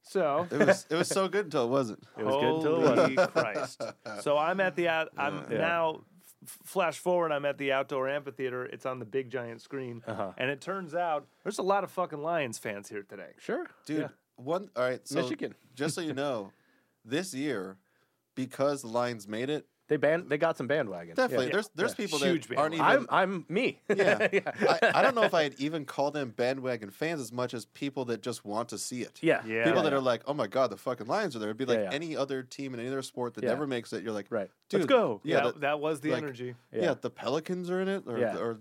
Speaker 1: So
Speaker 3: It was it was so good until it wasn't.
Speaker 2: It was good until it wasn't.
Speaker 1: Holy Christ! So I'm at the out. I'm
Speaker 2: Yeah.
Speaker 1: now. f- Flash forward, I'm at the outdoor amphitheater. It's on the big giant screen,
Speaker 2: Uh-huh.
Speaker 1: and it turns out there's a lot of fucking Lions fans here today.
Speaker 2: Sure.
Speaker 3: Dude,
Speaker 2: Yeah.
Speaker 3: one all right, so
Speaker 2: Michigan.
Speaker 3: just so you know, this year, because the Lions made it,
Speaker 2: They band. They got some bandwagon.
Speaker 3: definitely
Speaker 2: Yeah.
Speaker 3: there's there's
Speaker 2: Yeah.
Speaker 3: people
Speaker 1: Huge
Speaker 3: that aren't even
Speaker 2: I'm. I'm me.
Speaker 3: yeah.
Speaker 2: yeah.
Speaker 3: I, I don't know if I'd even call them bandwagon fans as much as people that just want to see it.
Speaker 2: Yeah.
Speaker 1: Yeah.
Speaker 3: People that are like, oh my god, the fucking Lions are there. It'd be like
Speaker 2: Yeah, yeah.
Speaker 3: any other team in any other sport that
Speaker 2: Yeah.
Speaker 3: never makes it. You're like,
Speaker 2: Right.
Speaker 3: dude,
Speaker 2: Let's go.
Speaker 3: Yeah,
Speaker 1: Yeah,
Speaker 3: the-
Speaker 1: that, that was the
Speaker 3: like-
Speaker 1: energy.
Speaker 3: yeah,
Speaker 2: Yeah.
Speaker 3: the Pelicans are in it, or
Speaker 2: Yeah.
Speaker 3: or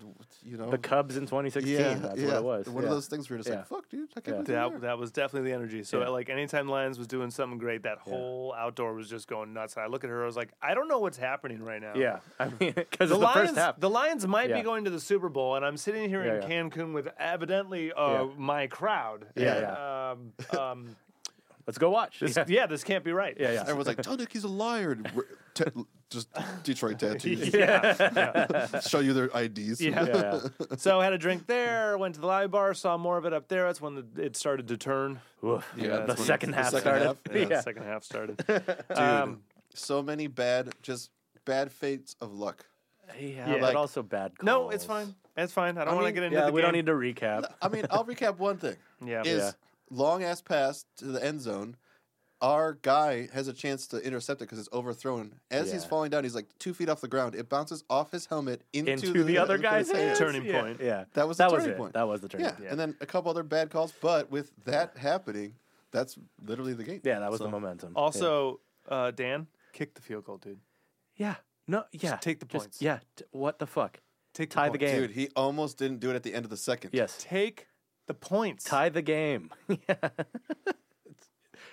Speaker 3: you know,
Speaker 2: The Cubs in 2016. That's what it was.
Speaker 3: One
Speaker 2: yeah.
Speaker 3: of those things where you're just
Speaker 2: Yeah.
Speaker 3: like, fuck, dude, I can't
Speaker 2: Yeah.
Speaker 3: believe you're
Speaker 1: That
Speaker 3: there."
Speaker 1: that was definitely the energy. So
Speaker 2: Yeah.
Speaker 1: like anytime Lions was doing something great, that whole outdoor was just going nuts. And I look at her, I was like, I don't know what's happening right now.
Speaker 2: Yeah. I mean, because
Speaker 1: The,
Speaker 2: it's
Speaker 1: Lions,
Speaker 2: the first half.
Speaker 1: the Lions might be
Speaker 2: Yeah.
Speaker 1: going to the Super Bowl, and I'm sitting here
Speaker 2: Yeah,
Speaker 1: in Cancun with evidently uh,
Speaker 2: Yeah.
Speaker 1: my crowd.
Speaker 2: Yeah,
Speaker 1: And, Um, um,
Speaker 2: Let's go watch.
Speaker 1: this, yeah.
Speaker 2: yeah.
Speaker 1: this can't be right.
Speaker 2: Yeah. Yeah.
Speaker 3: Everyone's like, tell Nick he's a liar. and we're- ta- just Detroit tattoos.
Speaker 1: yeah.
Speaker 3: Show you their IDs.
Speaker 1: Yeah.
Speaker 2: yeah.
Speaker 1: so I had a drink there, went to the live bar, saw more of it up there. That's when the, it started to turn.
Speaker 2: Woof.
Speaker 3: Yeah,
Speaker 2: the
Speaker 3: that's when
Speaker 2: second
Speaker 3: the
Speaker 2: half
Speaker 3: second
Speaker 2: started.
Speaker 3: half,
Speaker 1: Yeah,
Speaker 2: yeah.
Speaker 1: The second half started.
Speaker 3: Dude,
Speaker 1: Um,
Speaker 3: so many bad, just bad fates of luck.
Speaker 2: Yeah,
Speaker 1: Yeah.
Speaker 2: but
Speaker 3: Like-
Speaker 2: also bad. Calls.
Speaker 1: No, it's fine. It's fine. I don't
Speaker 3: I
Speaker 1: want to
Speaker 3: mean,
Speaker 1: get into
Speaker 2: Yeah,
Speaker 1: the
Speaker 2: we
Speaker 1: game.
Speaker 2: don't need to recap.
Speaker 3: I mean, I'll recap one thing:
Speaker 1: Yeah.
Speaker 3: is
Speaker 2: Yeah.
Speaker 3: long ass pass to the end zone. Our guy has a chance to intercept it because it's overthrown. As he's
Speaker 2: Yeah.
Speaker 3: falling down, he's like two feet off the ground. It bounces off his helmet into,
Speaker 2: Into the, other guy's hands.
Speaker 1: Turning
Speaker 2: yeah.
Speaker 1: point.
Speaker 2: Yeah,
Speaker 3: That was the
Speaker 2: that was
Speaker 3: turning
Speaker 2: it.
Speaker 3: point.
Speaker 2: That was the turning.
Speaker 3: Yeah.
Speaker 2: point.
Speaker 3: and then a couple other bad calls. But with that happening, that's literally the game.
Speaker 2: Yeah, that was
Speaker 3: So-
Speaker 2: the momentum. Yeah.
Speaker 1: Also, uh, Dan, kick the field goal, dude.
Speaker 2: yeah. No, yeah.
Speaker 1: take the points.
Speaker 2: yeah. t- what the fuck?
Speaker 1: Take
Speaker 2: Tie the
Speaker 1: points.
Speaker 2: game.
Speaker 3: Dude, he almost didn't do it at the end of the second.
Speaker 2: Yes.
Speaker 1: Take the points.
Speaker 2: Tie the game. yeah.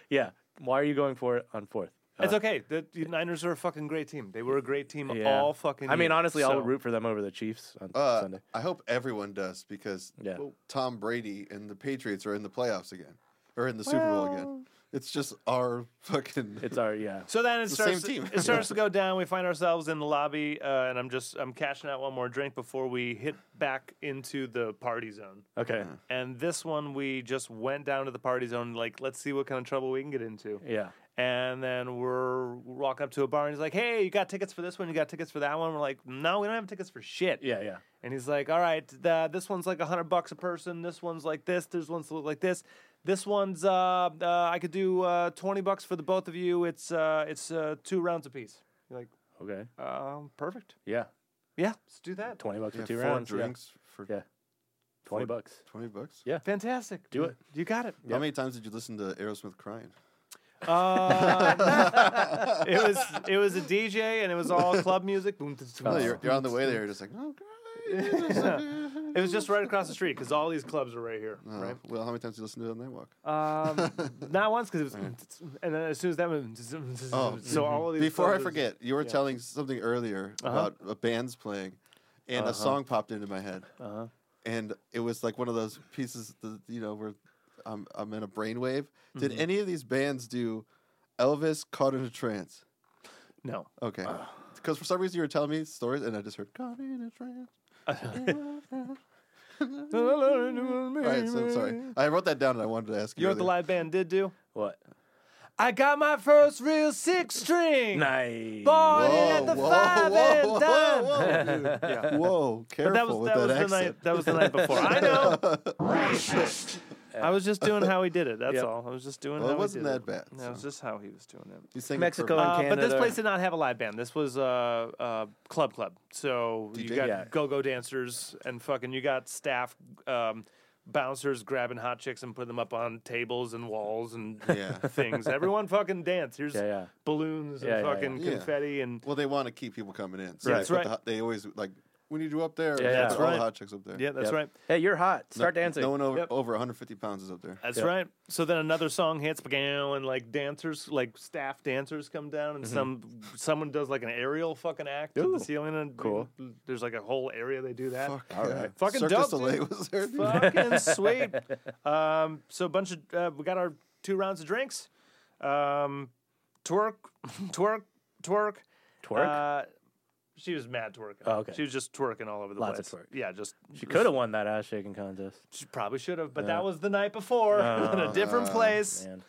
Speaker 2: yeah. Why are you going for it on fourth? Uh,
Speaker 1: It's okay. The, the Niners are a fucking great team. They were a great team
Speaker 2: Yeah.
Speaker 1: all fucking.
Speaker 2: I mean,
Speaker 1: year,
Speaker 2: honestly,
Speaker 1: so-
Speaker 2: I'll root for them over the Chiefs on
Speaker 3: Uh,
Speaker 2: Sunday.
Speaker 3: I hope everyone does because
Speaker 2: Yeah.
Speaker 3: Tom Brady and the Patriots are in the playoffs again or in the Super Bowl again. It's just our fucking.
Speaker 2: It's our yeah.
Speaker 1: So then it
Speaker 3: the same
Speaker 1: starts.
Speaker 3: team.
Speaker 1: it starts to go down. We find ourselves in the lobby, uh, and I'm just I'm cashing out one more drink before we hit back into the party zone.
Speaker 2: Okay.
Speaker 1: And this one, we just went down to the party zone. Like, let's see what kind of trouble we can get into.
Speaker 2: Yeah.
Speaker 1: And then we're walk up to a bar, and he's like, "Hey, you got tickets for this one? You got tickets for that one?" We're like, "No, we don't have tickets for shit."
Speaker 2: Yeah. Yeah.
Speaker 1: And he's like, "All right, the, this one's like a hundred bucks a person. This one's like this. This one's like this. This one's uh, uh I could do uh, twenty bucks for the both of you. It's uh, it's uh, two rounds apiece." You're like,
Speaker 2: Okay.
Speaker 1: um, "Perfect.
Speaker 2: Yeah.
Speaker 1: Yeah, let's do that.
Speaker 2: Twenty bucks
Speaker 3: yeah,
Speaker 2: for two
Speaker 3: four
Speaker 2: rounds. yeah.
Speaker 3: drinks for
Speaker 2: Yeah. Twenty bucks.
Speaker 3: 20 bucks.
Speaker 1: Fantastic.
Speaker 2: Do it.
Speaker 1: You got it."
Speaker 3: How many times did you listen to Aerosmith crying?
Speaker 1: Uh, it was it was a DJ, and it was all club music. Boom, tsk, tsk,
Speaker 3: No,
Speaker 2: Oh.
Speaker 1: tsk.
Speaker 3: you're, you're on the way there, you're just like, oh,
Speaker 1: It was just right across the street because all these clubs are right here, right?
Speaker 3: right. Uh, Well, how many times did you listen to it on that walk?
Speaker 1: Um, not once because it was, and then as soon as that went,
Speaker 2: Oh,
Speaker 1: so all of these. Uh-huh.
Speaker 3: Mm. Oh, mm-hmm. Before I
Speaker 1: clubs-
Speaker 3: forget, you were telling something earlier about a band's playing, and
Speaker 1: Uh-huh.
Speaker 3: a song popped into my head,
Speaker 2: Uh-huh.
Speaker 3: and it was like one of those pieces that you know where I'm I'm in a brainwave.
Speaker 1: Mm-hmm.
Speaker 3: Did any of these bands do Elvis caught in a trance?
Speaker 1: no. Uh.
Speaker 3: Okay, because for some reason you were telling me stories, and I just heard caught in a trance. All right, so sorry. I wrote that down, and I wanted to ask you.
Speaker 1: You know what the
Speaker 3: earlier.
Speaker 1: live band did do?
Speaker 2: What?
Speaker 1: I got my first real six string.
Speaker 2: Nice.
Speaker 1: Bought it
Speaker 3: Whoa,
Speaker 1: at the
Speaker 3: whoa,
Speaker 1: five
Speaker 3: whoa,
Speaker 1: and dime.
Speaker 3: whoa, whoa, dude.
Speaker 1: Yeah.
Speaker 3: Whoa, careful
Speaker 1: But that was
Speaker 3: with
Speaker 1: that was
Speaker 3: that
Speaker 1: the
Speaker 3: accent.
Speaker 1: night that was the night before. I know. I was just doing how he did it. That's
Speaker 2: Yep.
Speaker 1: all. I was just doing.
Speaker 3: Well, it
Speaker 1: how he
Speaker 3: wasn't
Speaker 1: did
Speaker 3: that bad,
Speaker 1: That was
Speaker 3: so.
Speaker 1: just how he was doing it.
Speaker 3: You sing it
Speaker 2: Mexico
Speaker 3: perfect.
Speaker 2: and
Speaker 1: Uh, but this
Speaker 2: Canada.
Speaker 1: place did not have a live band. This was uh, uh, club club. So you
Speaker 3: DJ?
Speaker 1: got
Speaker 2: Yeah.
Speaker 1: go-go dancers and fucking you got staff um, bouncers grabbing hot chicks and putting them up on tables and walls and
Speaker 3: Yeah.
Speaker 1: things. Everyone fucking dance. Here's
Speaker 2: Yeah, yeah.
Speaker 1: balloons and
Speaker 2: Yeah, yeah, yeah.
Speaker 1: fucking
Speaker 3: Yeah.
Speaker 1: confetti and
Speaker 3: Well, they want to keep people coming in. So
Speaker 1: Right.
Speaker 3: they
Speaker 1: That's
Speaker 3: put
Speaker 1: right.
Speaker 3: The, hot- they always like we need you up there.
Speaker 2: Yeah,
Speaker 3: they
Speaker 2: yeah.
Speaker 3: put
Speaker 2: That's
Speaker 3: all the
Speaker 1: right.
Speaker 3: hot chicks up there.
Speaker 1: yeah, that's
Speaker 2: Yep.
Speaker 1: right.
Speaker 2: Hey, you're hot.
Speaker 3: No-
Speaker 2: Start dancing.
Speaker 3: No one over,
Speaker 1: Yep.
Speaker 3: over 150 pounds is up there.
Speaker 1: That's
Speaker 2: Yep.
Speaker 1: right. So then another song hits, "Bagow," and like dancers, like staff dancers come down, and some someone does like an aerial fucking act to
Speaker 2: Mm-hmm. Ooh.
Speaker 1: the ceiling, and
Speaker 2: Cool.
Speaker 1: There's like a whole area they do that.
Speaker 3: Fuck,
Speaker 2: All
Speaker 3: yeah.
Speaker 2: right.
Speaker 1: Fucking
Speaker 3: Cirque
Speaker 1: dope,
Speaker 3: du Soleil
Speaker 1: dude.
Speaker 3: was there. dude.
Speaker 1: Fucking sweet. Um, so a bunch of uh, we got our two rounds of drinks. Um, twerk, twerk, twerk.
Speaker 2: Twerk.
Speaker 1: Uh, she was mad twerking.
Speaker 2: Oh, okay.
Speaker 1: She was just twerking all over the
Speaker 2: Lots of
Speaker 1: place.
Speaker 2: twerk.
Speaker 1: Yeah, just
Speaker 2: she could have won that ass shaking contest.
Speaker 1: She probably should have, but that was the night before in a different place.
Speaker 2: Oh, Man, Oh.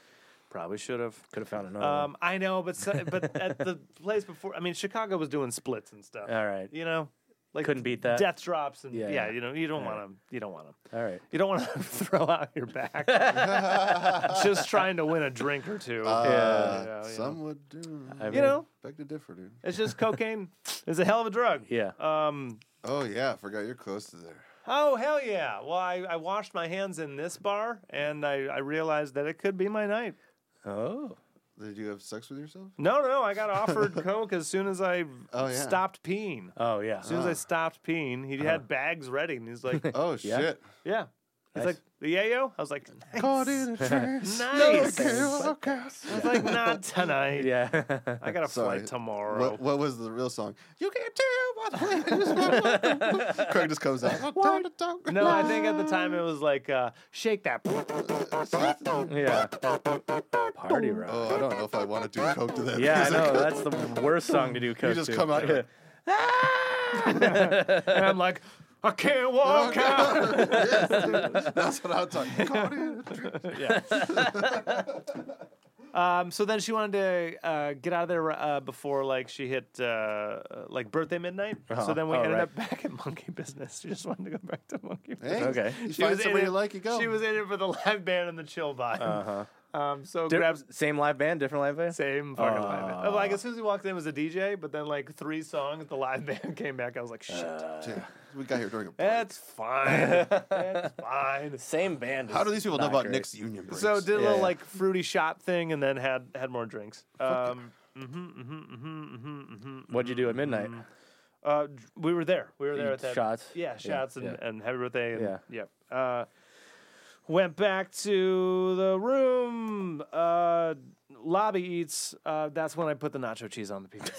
Speaker 1: Probably should have.
Speaker 2: could have found another.
Speaker 1: Um, I know, but so, but at the place before, I mean, Chicago was doing splits and stuff.
Speaker 2: one. All right.
Speaker 1: You know, like
Speaker 2: Couldn't beat that.
Speaker 1: death drops and yeah,
Speaker 2: Yeah, yeah.
Speaker 1: you know, you don't want to, you don't want to.
Speaker 2: All right.
Speaker 1: You don't want to throw out your back. just trying to win a drink or two.
Speaker 3: Uh,
Speaker 1: Yeah, yeah, yeah.
Speaker 3: Some would do.
Speaker 2: I mean,
Speaker 1: you know,
Speaker 3: Beg to differ, dude.
Speaker 1: it's just cocaine. It's a hell of a drug.
Speaker 2: Yeah.
Speaker 1: Um.
Speaker 3: Oh yeah, I forgot you're close to there.
Speaker 1: Oh hell yeah! Well, I, I washed my hands in this bar, and I, I realized that it could be my night.
Speaker 2: Oh.
Speaker 3: Did you have sex with yourself?
Speaker 1: No, no, I got offered coke as soon as I
Speaker 3: Oh, yeah.
Speaker 1: stopped peeing.
Speaker 2: Oh yeah.
Speaker 1: As soon as I stopped peeing, he had bags ready, and he's like,
Speaker 3: Oh
Speaker 2: Yeah.
Speaker 3: shit.
Speaker 1: "Yeah." He's
Speaker 2: Nice.
Speaker 1: like, "The yayo?" I was like, "Nice."
Speaker 3: Caught in a trance.
Speaker 1: Nice.
Speaker 3: Okay,
Speaker 1: I
Speaker 3: well, okay.
Speaker 1: was like, "Not tonight.
Speaker 2: yeah.
Speaker 1: I got a
Speaker 3: Sorry.
Speaker 1: flight tomorrow."
Speaker 3: What, what was the real song? You can't tell what the Craig just comes out.
Speaker 1: No, I think at the time it was like uh, shake that.
Speaker 2: yeah. Party rock.
Speaker 3: Oh, I don't know if I want to do coke to that.
Speaker 2: Yeah, I
Speaker 3: music.
Speaker 2: know. That's the worst song to do. Coke
Speaker 3: You just
Speaker 2: to.
Speaker 3: come out. Here.
Speaker 1: and I'm like, I can't walk out.
Speaker 3: That's what I'm talking. Caught in a trance.
Speaker 1: yeah. Um, so then she wanted to uh, get out of there uh, before like she hit uh, like birthday midnight.
Speaker 3: Uh-huh.
Speaker 1: So then we
Speaker 2: Oh,
Speaker 1: ended
Speaker 2: right.
Speaker 1: up back at Monkey Business. She just wanted to go back to Monkey Business.
Speaker 3: Hey,
Speaker 2: Okay.
Speaker 3: You
Speaker 1: She
Speaker 3: find
Speaker 1: was in
Speaker 3: somebody
Speaker 1: it-
Speaker 3: you like, you go. Uh-huh.
Speaker 1: She was in it for the live band and the chill vibe.
Speaker 2: Uh
Speaker 1: Um, so
Speaker 2: huh.
Speaker 1: grabs
Speaker 2: Same live band, different live band.
Speaker 1: same fucking live band. Oh, Like
Speaker 2: Aw.
Speaker 1: as soon as he walked in, it was a DJ, but then like three songs, the live band came back. I was like, shit,
Speaker 3: Dude, we got here during a
Speaker 2: Eh,
Speaker 3: break.
Speaker 1: that's fine, that's fine.
Speaker 2: Same band.
Speaker 3: How
Speaker 2: is
Speaker 3: do these people know
Speaker 2: not
Speaker 3: about
Speaker 2: great.
Speaker 3: Nick's union breaks?
Speaker 1: So did a
Speaker 2: Yeah,
Speaker 1: little
Speaker 2: yeah.
Speaker 1: like fruity shot thing, and then had had more drinks.
Speaker 3: it.
Speaker 1: Um, mhm, mhm, mhm, mhm, mhm,
Speaker 2: What'd you do at midnight?
Speaker 1: Uh, j- we were there. We were there
Speaker 2: You
Speaker 1: at that.
Speaker 2: shots?
Speaker 1: Yeah,
Speaker 2: Yeah,
Speaker 1: shots and,
Speaker 2: yeah.
Speaker 1: and happy birthday. And,
Speaker 2: Yeah.
Speaker 1: Yep. Uh, went back to the room. Uh, lobby eats. Uh, that's when I put the nacho cheese on the pizza.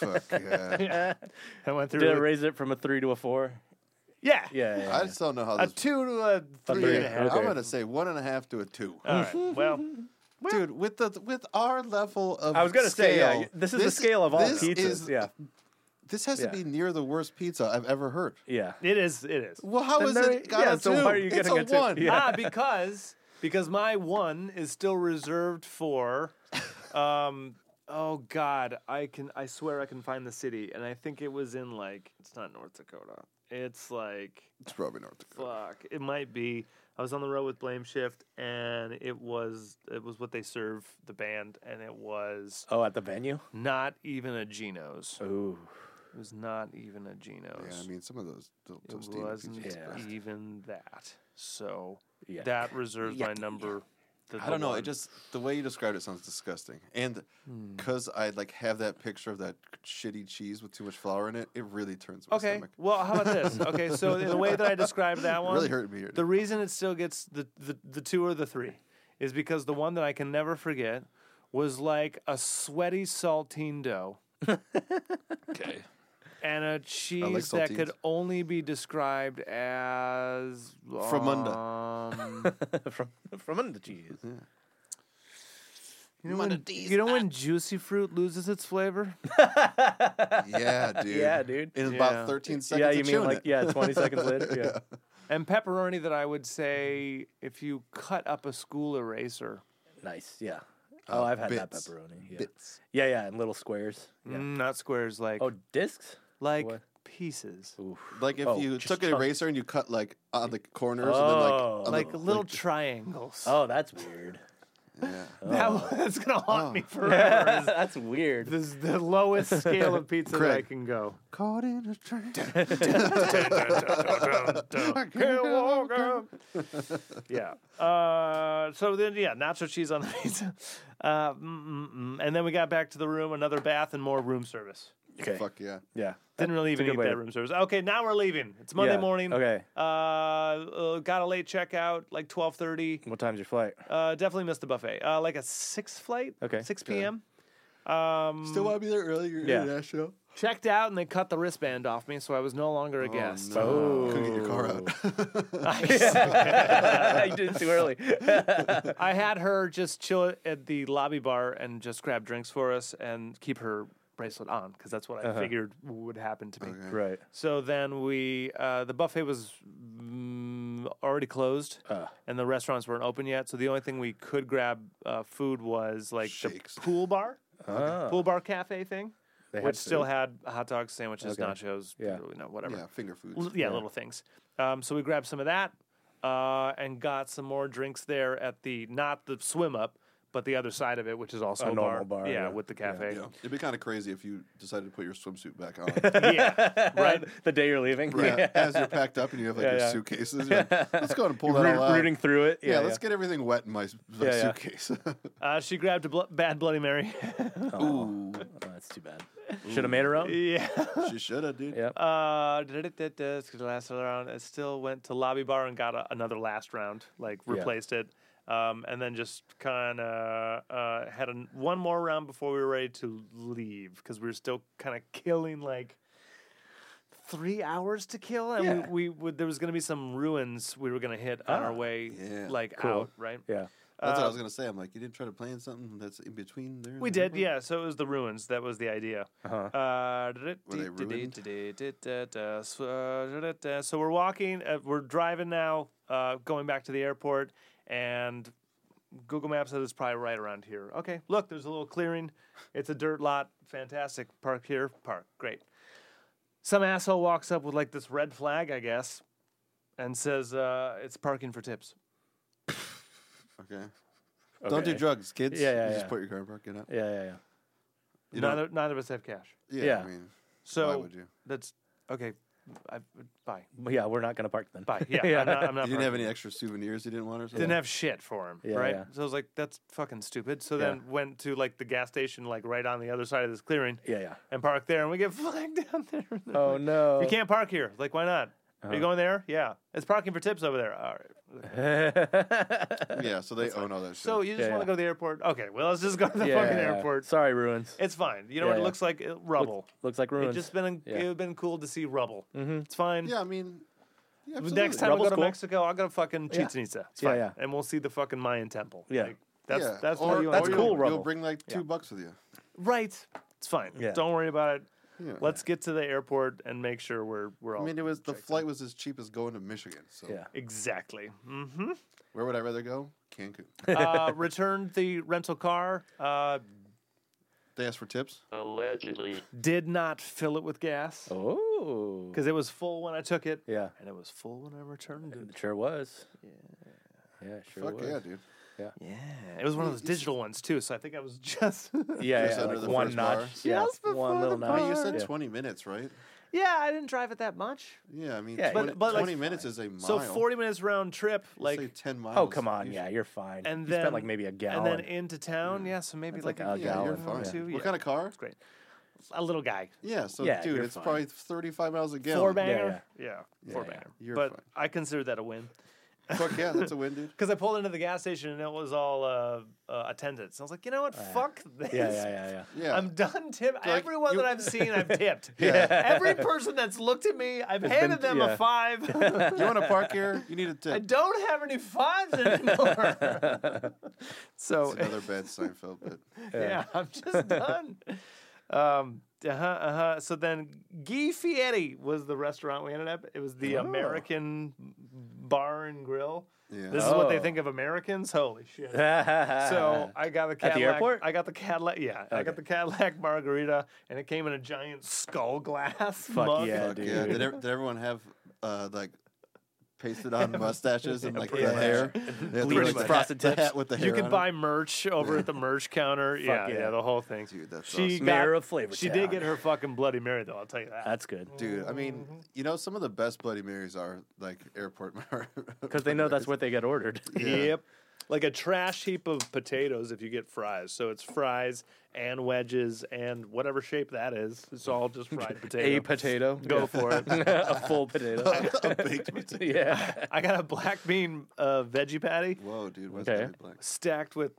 Speaker 3: Fuck yeah.
Speaker 1: I went through.
Speaker 2: Did I
Speaker 1: with-
Speaker 2: raise it from a three to a four?
Speaker 1: yeah.
Speaker 2: Yeah. yeah,
Speaker 3: I
Speaker 2: yeah.
Speaker 3: just don't know how
Speaker 1: A
Speaker 3: this.
Speaker 1: two to a three and a
Speaker 2: three.
Speaker 1: half.
Speaker 3: I'm
Speaker 2: Okay. Uh,
Speaker 3: gonna say one and a half to a two.
Speaker 1: All right. Well,
Speaker 3: Dude, with the with our level of
Speaker 2: I was gonna say, yeah,
Speaker 3: scale,
Speaker 2: y- this is the scale of all
Speaker 3: this
Speaker 2: pizzas,
Speaker 3: is-
Speaker 2: yeah.
Speaker 3: this has
Speaker 2: Yeah.
Speaker 3: to be near the worst pizza I've ever heard.
Speaker 2: yeah.
Speaker 1: it is. It is.
Speaker 3: Well, how
Speaker 2: Then
Speaker 3: is
Speaker 2: there-
Speaker 3: it got
Speaker 2: yeah,
Speaker 3: a two?
Speaker 2: so why are you
Speaker 3: it's
Speaker 2: getting
Speaker 3: a,
Speaker 2: a two?
Speaker 3: one.
Speaker 2: Yeah.
Speaker 1: ah, because because my one is still reserved for, um, oh God, I can I swear I can find the city, and I think it was in like it's not North Dakota, it's like
Speaker 3: It's probably North Dakota.
Speaker 1: fuck, it might be. I was on the road with Blame Shift, and it was it was what they serve the band, and it was
Speaker 2: Oh, at the venue.
Speaker 1: not even a Geno's.
Speaker 2: Ooh.
Speaker 1: It was not even a Geno's.
Speaker 3: Yeah, I mean, some of those those
Speaker 1: it
Speaker 3: steamed
Speaker 1: wasn't
Speaker 3: pizzas.
Speaker 2: Yeah. best.
Speaker 1: even that. So
Speaker 2: Yeah.
Speaker 1: that reserves my number. the-
Speaker 3: I
Speaker 1: the
Speaker 3: don't know.
Speaker 1: one.
Speaker 3: It just the way you described it sounds disgusting, and because I like have that picture of that shitty cheese with too much flour in it, it really turns my
Speaker 1: Okay.
Speaker 3: stomach.
Speaker 1: Well, how about this? Okay, so in the way that I described that
Speaker 3: It
Speaker 1: one,
Speaker 3: really hurt me. Here.
Speaker 1: the reason it still gets the, the the two or the three is because the one that I can never forget was like a sweaty saltine dough
Speaker 3: okay.
Speaker 1: and a cheese that could
Speaker 3: saltines.
Speaker 1: only be described as
Speaker 3: Fromunda.
Speaker 1: um,
Speaker 2: from from under the cheese.
Speaker 1: you know when, you know when juicy fruit loses its flavor?
Speaker 3: Yeah, dude.
Speaker 2: Yeah, dude.
Speaker 3: In
Speaker 1: Yeah.
Speaker 3: about 13 seconds.
Speaker 2: yeah,
Speaker 3: of
Speaker 2: you mean
Speaker 3: chewing
Speaker 2: like
Speaker 3: it.
Speaker 2: yeah, twenty seconds later. Yeah.
Speaker 1: And pepperoni that I would say if you cut up a school eraser.
Speaker 2: Nice. Yeah. Oh, I've had that
Speaker 3: bits.
Speaker 2: pepperoni. Yeah.
Speaker 3: Bits.
Speaker 2: Yeah, yeah, in little squares. Yeah.
Speaker 1: Mm, not squares like
Speaker 2: Oh, discs.
Speaker 1: like
Speaker 2: what?
Speaker 1: pieces.
Speaker 3: Like if
Speaker 2: Oh,
Speaker 3: you
Speaker 2: just
Speaker 3: took an
Speaker 2: chunk-
Speaker 3: eraser and you cut like on the corners and then like
Speaker 2: Oh.
Speaker 3: on
Speaker 1: like
Speaker 3: the,
Speaker 1: little triangles.
Speaker 2: Oh, that's weird.
Speaker 3: yeah.
Speaker 1: That, that's gonna haunt
Speaker 2: Oh.
Speaker 1: me forever. is-
Speaker 2: that's weird.
Speaker 1: This is the lowest scale of pizza that I
Speaker 3: Craig.
Speaker 1: can go.
Speaker 3: Caught in a trap.
Speaker 1: yeah. Uh, so then, yeah, nacho cheese on the pizza, uh, mm, mm, mm. and then we got back to the room, another bath, and more room service.
Speaker 2: Okay.
Speaker 3: Fuck yeah.
Speaker 2: Yeah.
Speaker 1: Didn't really even
Speaker 2: good
Speaker 1: eat
Speaker 2: way
Speaker 1: that
Speaker 2: to-
Speaker 1: room service. Okay, now we're leaving. It's Monday
Speaker 2: Yeah,
Speaker 1: morning.
Speaker 2: okay.
Speaker 1: Uh, uh, got a late checkout, like twelve thirty.
Speaker 2: What time's your flight?
Speaker 1: Uh, definitely missed the buffet. Uh, like a six flight.
Speaker 2: Okay.
Speaker 1: Six p.m. Um,
Speaker 3: Still want to be there early? You're
Speaker 2: Yeah.
Speaker 3: international.
Speaker 1: checked out, and they cut the wristband off me, so I was no longer a guest.
Speaker 3: no.
Speaker 2: Oh.
Speaker 3: Couldn't get your car out.
Speaker 2: I did it too early.
Speaker 1: I had her just chill at the lobby bar and just grab drinks for us and keep her bracelet on because that's what I figured would happen to me.
Speaker 2: right.
Speaker 1: So then we, uh, the buffet was mm, already closed,
Speaker 2: Uh,
Speaker 1: and the restaurants weren't open yet. So the only thing we could grab uh, food was like
Speaker 3: Shakes.
Speaker 1: the pool bar,
Speaker 2: Ah.
Speaker 1: pool bar cafe thing,
Speaker 2: They had
Speaker 1: which still
Speaker 2: food?
Speaker 1: had hot dogs, sandwiches, nachos,
Speaker 2: Yeah.
Speaker 1: you know, whatever.
Speaker 3: yeah, finger foods.
Speaker 1: L- yeah, little things. Um, so we grabbed some of that uh, and got some more drinks there at the not the swim up, but the other side of it, which is also a,
Speaker 2: A normal bar,
Speaker 1: Yeah,
Speaker 2: yeah.
Speaker 1: with the cafe.
Speaker 3: Yeah. It'd be kind of crazy if you decided to put your swimsuit back on
Speaker 1: Yeah, right.
Speaker 2: the day you're leaving.
Speaker 3: right, as you're packed up and you have like your
Speaker 2: yeah.
Speaker 3: suitcases. You're like, let's go and pull that
Speaker 2: Root-
Speaker 3: all out.
Speaker 2: rooting through it.
Speaker 3: yeah,
Speaker 2: Yeah.
Speaker 3: let's get everything wet in my, my
Speaker 2: Yeah, yeah.
Speaker 3: suitcase.
Speaker 1: Uh, she grabbed a bl- bad Bloody Mary.
Speaker 3: Ooh,
Speaker 2: Oh, that's too bad. Should have made her own.
Speaker 1: yeah.
Speaker 3: she should have, dude.
Speaker 2: Yeah.
Speaker 1: Uh, da-da-da-da, it's the last round. I still went to lobby bar and got a, another last round, like replaced it, um, and then just kind of uh, had an, one more round before we were ready to leave because we were still kind of killing like three hours to kill, and
Speaker 2: Yeah. Ah,
Speaker 1: we, we would, there was going to be some ruins we were going to hit on our way,
Speaker 3: yeah.
Speaker 1: like
Speaker 2: Cool.
Speaker 1: out, right?
Speaker 2: Yeah.
Speaker 3: That's what I was gonna say. I'm like, you didn't try to plan something that's in between there. and
Speaker 1: We
Speaker 3: there?
Speaker 1: did, yeah. So it was the ruins. That was the idea. Uh,
Speaker 3: Uh-huh. they ruined?
Speaker 1: So we're walking. Uh, we're driving now, uh, going back to the airport, and Google Maps says it's probably right around here. Okay, look, there's a little clearing. It's a dirt lot. Fantastic. Park here. Park. Great. Some asshole walks up with like this red flag, I guess, and says uh, it's parking for tips.
Speaker 3: Okay. Don't do
Speaker 2: Okay.
Speaker 3: drugs, kids.
Speaker 2: Yeah, yeah,
Speaker 3: you
Speaker 2: yeah.
Speaker 3: Just put your car in park. Get out.
Speaker 2: Yeah, yeah, yeah.
Speaker 3: You don't-
Speaker 1: neither neither of us have cash.
Speaker 3: Yeah.
Speaker 2: yeah.
Speaker 3: I mean,
Speaker 1: So
Speaker 3: why would you?
Speaker 1: that's okay. I, bye.
Speaker 2: But yeah, we're not gonna park then.
Speaker 1: Bye. Yeah, I'm not, I'm not
Speaker 3: You didn't have
Speaker 1: parking.
Speaker 3: any extra souvenirs you didn't want or something.
Speaker 1: didn't have shit for him,
Speaker 2: Yeah,
Speaker 1: right?
Speaker 2: yeah.
Speaker 1: So I was like, that's fucking stupid. So
Speaker 2: Yeah.
Speaker 1: then went to like the gas station, like right on the other side of this clearing,
Speaker 2: Yeah, yeah.
Speaker 1: and parked there, and we get flagged down there. And they're
Speaker 2: Oh
Speaker 1: like,
Speaker 2: no.
Speaker 1: You can't park here. Like, why not? Are
Speaker 2: Uh-huh.
Speaker 1: you going there? Yeah, it's parking for tips over there. All right.
Speaker 2: can't.
Speaker 3: Yeah, so they own all that shit.
Speaker 1: So you just
Speaker 2: Yeah,
Speaker 1: want
Speaker 2: yeah.
Speaker 1: to go to the airport? Okay, well let's just go to the fucking airport.
Speaker 2: Sorry, ruins.
Speaker 1: It's fine. You know
Speaker 2: Yeah,
Speaker 1: what? It
Speaker 2: yeah.
Speaker 1: looks like It- rubble.
Speaker 2: Looks like
Speaker 1: It
Speaker 2: ruins.
Speaker 1: just been
Speaker 2: Yeah. Mm-hmm.
Speaker 1: it would been cool to see rubble. It's fine.
Speaker 3: yeah, I mean, yeah,
Speaker 1: Next
Speaker 3: absolutely.
Speaker 1: time
Speaker 2: Rubble's
Speaker 1: I go to
Speaker 2: cool.
Speaker 1: Mexico, I'll go to fucking
Speaker 2: Yeah.
Speaker 1: Chichen Itza. It's
Speaker 2: Yeah,
Speaker 1: fine.
Speaker 2: yeah.
Speaker 1: And we'll see the fucking Mayan temple.
Speaker 2: Yeah.
Speaker 1: Like, that's
Speaker 3: yeah.
Speaker 1: that's
Speaker 3: or,
Speaker 1: how you
Speaker 2: that's
Speaker 1: enjoy
Speaker 3: or
Speaker 1: it.
Speaker 2: cool,
Speaker 3: You'll,
Speaker 2: Rubble.
Speaker 3: you'll bring like two
Speaker 1: Yeah.
Speaker 3: bucks with you.
Speaker 1: Right. It's fine.
Speaker 2: Yeah.
Speaker 1: Don't worry about it.
Speaker 3: Yeah.
Speaker 1: Let's get to the airport and make sure we're we're all
Speaker 3: I mean, it was the flight was as cheap as going to Michigan. So
Speaker 2: yeah.
Speaker 1: exactly. hmm
Speaker 3: where would I rather go? Cancun.
Speaker 1: uh, returned the rental car. Uh,
Speaker 3: they asked for tips.
Speaker 4: Allegedly.
Speaker 1: did not fill it with gas
Speaker 2: Oh.
Speaker 1: because it was full when I took it,
Speaker 2: Yeah.
Speaker 1: and it was full when I returned it.
Speaker 2: It sure was. Yeah. Yeah, it sure
Speaker 3: Fuck
Speaker 2: was.
Speaker 3: yeah, dude.
Speaker 1: Yeah, it was one of those digital ones too. So I think I was just
Speaker 2: Yeah,
Speaker 3: Just
Speaker 2: yeah,
Speaker 3: under
Speaker 2: like
Speaker 3: the
Speaker 2: one
Speaker 3: first
Speaker 2: notch.
Speaker 3: bar.
Speaker 2: Yeah,
Speaker 1: Just before
Speaker 2: one little
Speaker 1: the
Speaker 2: notch.
Speaker 3: I mean, you said
Speaker 2: yeah.
Speaker 3: 20 minutes, right?
Speaker 1: yeah. I didn't drive it that much.
Speaker 3: Yeah, I mean,
Speaker 2: Yeah,
Speaker 3: 20,
Speaker 1: But- but, like,
Speaker 3: 20 minutes is a mile.
Speaker 1: So forty minutes round trip,
Speaker 3: Let's
Speaker 1: like,
Speaker 3: say 10 miles.
Speaker 2: Oh come on,
Speaker 3: You
Speaker 2: yeah, you're fine.
Speaker 1: and
Speaker 2: you spent
Speaker 1: then-
Speaker 2: like maybe a gallon.
Speaker 1: and then into town. Yeah, so maybe
Speaker 2: That's
Speaker 1: like,
Speaker 2: like
Speaker 1: a,
Speaker 2: a
Speaker 3: should- Yeah, you're
Speaker 2: gallon.
Speaker 3: fine.
Speaker 1: Yeah.
Speaker 3: What kind of car?
Speaker 1: It's great. A little guy.
Speaker 3: Yeah, so
Speaker 2: Yeah,
Speaker 3: dude,
Speaker 2: you're
Speaker 3: it's
Speaker 2: fine.
Speaker 3: probably 35 miles a gallon.
Speaker 1: Four banger. Yeah, four
Speaker 2: yeah.
Speaker 1: banger.
Speaker 3: You're
Speaker 1: but
Speaker 3: fine.
Speaker 1: I consider that a win
Speaker 3: Fuck yeah, that's a win, dude.
Speaker 1: because I pulled into the gas station and it was all uh, uh, attendance. I was like, you know what? Fuck this.
Speaker 2: Uh, yeah, yeah, yeah, yeah.
Speaker 3: Yeah.
Speaker 1: I'm done tip.
Speaker 3: like,
Speaker 1: Everyone
Speaker 3: you-
Speaker 1: that I've seen, I've tipped.
Speaker 3: Yeah.
Speaker 1: Every person that's looked at me, I've handed them
Speaker 2: yeah.
Speaker 1: a five.
Speaker 3: you want to park here? You need a
Speaker 1: I
Speaker 3: tip.
Speaker 1: don't have any fives anymore. so
Speaker 3: It's another bad Seinfeld bit.
Speaker 1: yeah, I'm just done. Um, uh huh. Uh-huh. So then, Guy Fieri was the restaurant we ended up. It was the
Speaker 2: Oh.
Speaker 1: American bar and grill.
Speaker 3: Yeah.
Speaker 1: This is what they
Speaker 2: Oh.
Speaker 1: think of Americans. Holy shit!
Speaker 2: so
Speaker 1: So I got the
Speaker 2: the
Speaker 1: Cadillac.
Speaker 2: airport?
Speaker 1: I got the Cadillac. Yeah, I got
Speaker 2: Okay.
Speaker 1: the Cadillac margarita, and it came in a giant skull glass mug.
Speaker 2: yeah,
Speaker 3: Fuck yeah. Did,
Speaker 2: dude.
Speaker 3: ev- did everyone have uh, like pasted on mustaches and like the
Speaker 2: Yeah.
Speaker 3: hair? Yeah,
Speaker 2: Bleached frosted
Speaker 3: the
Speaker 2: tips.
Speaker 3: hat with the hair
Speaker 1: You
Speaker 3: on
Speaker 1: could
Speaker 3: it.
Speaker 1: buy merch over at the merch counter. yeah,
Speaker 2: yeah.
Speaker 1: yeah, the whole thing.
Speaker 3: Dude, that's
Speaker 1: she
Speaker 3: awesome.
Speaker 2: Mayor
Speaker 1: got-
Speaker 2: of Flavor
Speaker 1: She did get her fucking Bloody Mary, though. I'll tell you that.
Speaker 2: That's good.
Speaker 3: Dude, I mean, you know, some of the best Bloody Marys are like airport.
Speaker 2: Because they know that's what they get ordered.
Speaker 3: Yeah.
Speaker 1: Yep. Like a trash heap of potatoes if you get fries. So it's fries and wedges and whatever shape that is. It's all just fried potato.
Speaker 2: A potato.
Speaker 1: Go for it.
Speaker 2: a full potato.
Speaker 3: a baked potato.
Speaker 2: yeah.
Speaker 1: I got a black bean uh, veggie patty
Speaker 3: Whoa, dude, what's
Speaker 2: Okay.
Speaker 3: okay. black?
Speaker 1: stacked with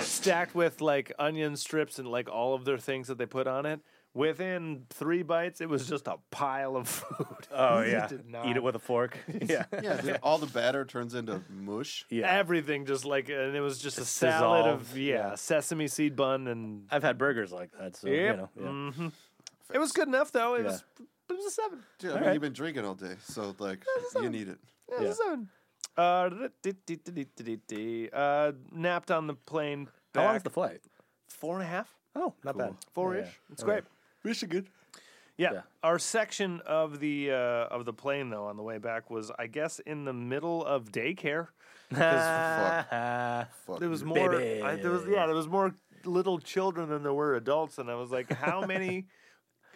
Speaker 1: stacked with like onion strips and like all of their things that they put on it. Within three bites, it was just a pile of food.
Speaker 2: Oh
Speaker 1: You
Speaker 2: yeah.
Speaker 1: did not.
Speaker 2: Eat it with a fork. yeah.
Speaker 3: Yeah, dude, all the batter turns into mush.
Speaker 2: Yeah.
Speaker 1: Everything just like, and it was just a salad
Speaker 2: dissolved,
Speaker 1: of yeah,
Speaker 2: yeah.
Speaker 1: sesame seed bun and
Speaker 2: I've had burgers like that, so
Speaker 1: Yep.
Speaker 2: you know. Yeah.
Speaker 1: Mhm. It was good enough though. It
Speaker 2: Mm-hmm. Yeah.
Speaker 1: was it was a seven.
Speaker 3: Dude, I mean, you've been drinking all day, so like, you need it.
Speaker 1: It was a seven. Uh, da-da-da-da-da-da-da. uh, napped on the plane.
Speaker 2: How
Speaker 1: Back.
Speaker 2: long's the flight?
Speaker 1: four and a half,
Speaker 2: Oh, not bad.
Speaker 1: four
Speaker 2: Yeah,
Speaker 1: ish.
Speaker 2: yeah.
Speaker 1: It's great.
Speaker 3: Michigan.
Speaker 1: Yeah.
Speaker 2: Yeah.
Speaker 1: Our section of the uh, of the plane though on the way back was I guess in the middle of daycare. 'Cause
Speaker 3: Fuck.
Speaker 1: there was
Speaker 3: dude.
Speaker 1: more.
Speaker 2: Baby.
Speaker 1: I, there was yeah. There was more little children than there were adults, and I was like, how many?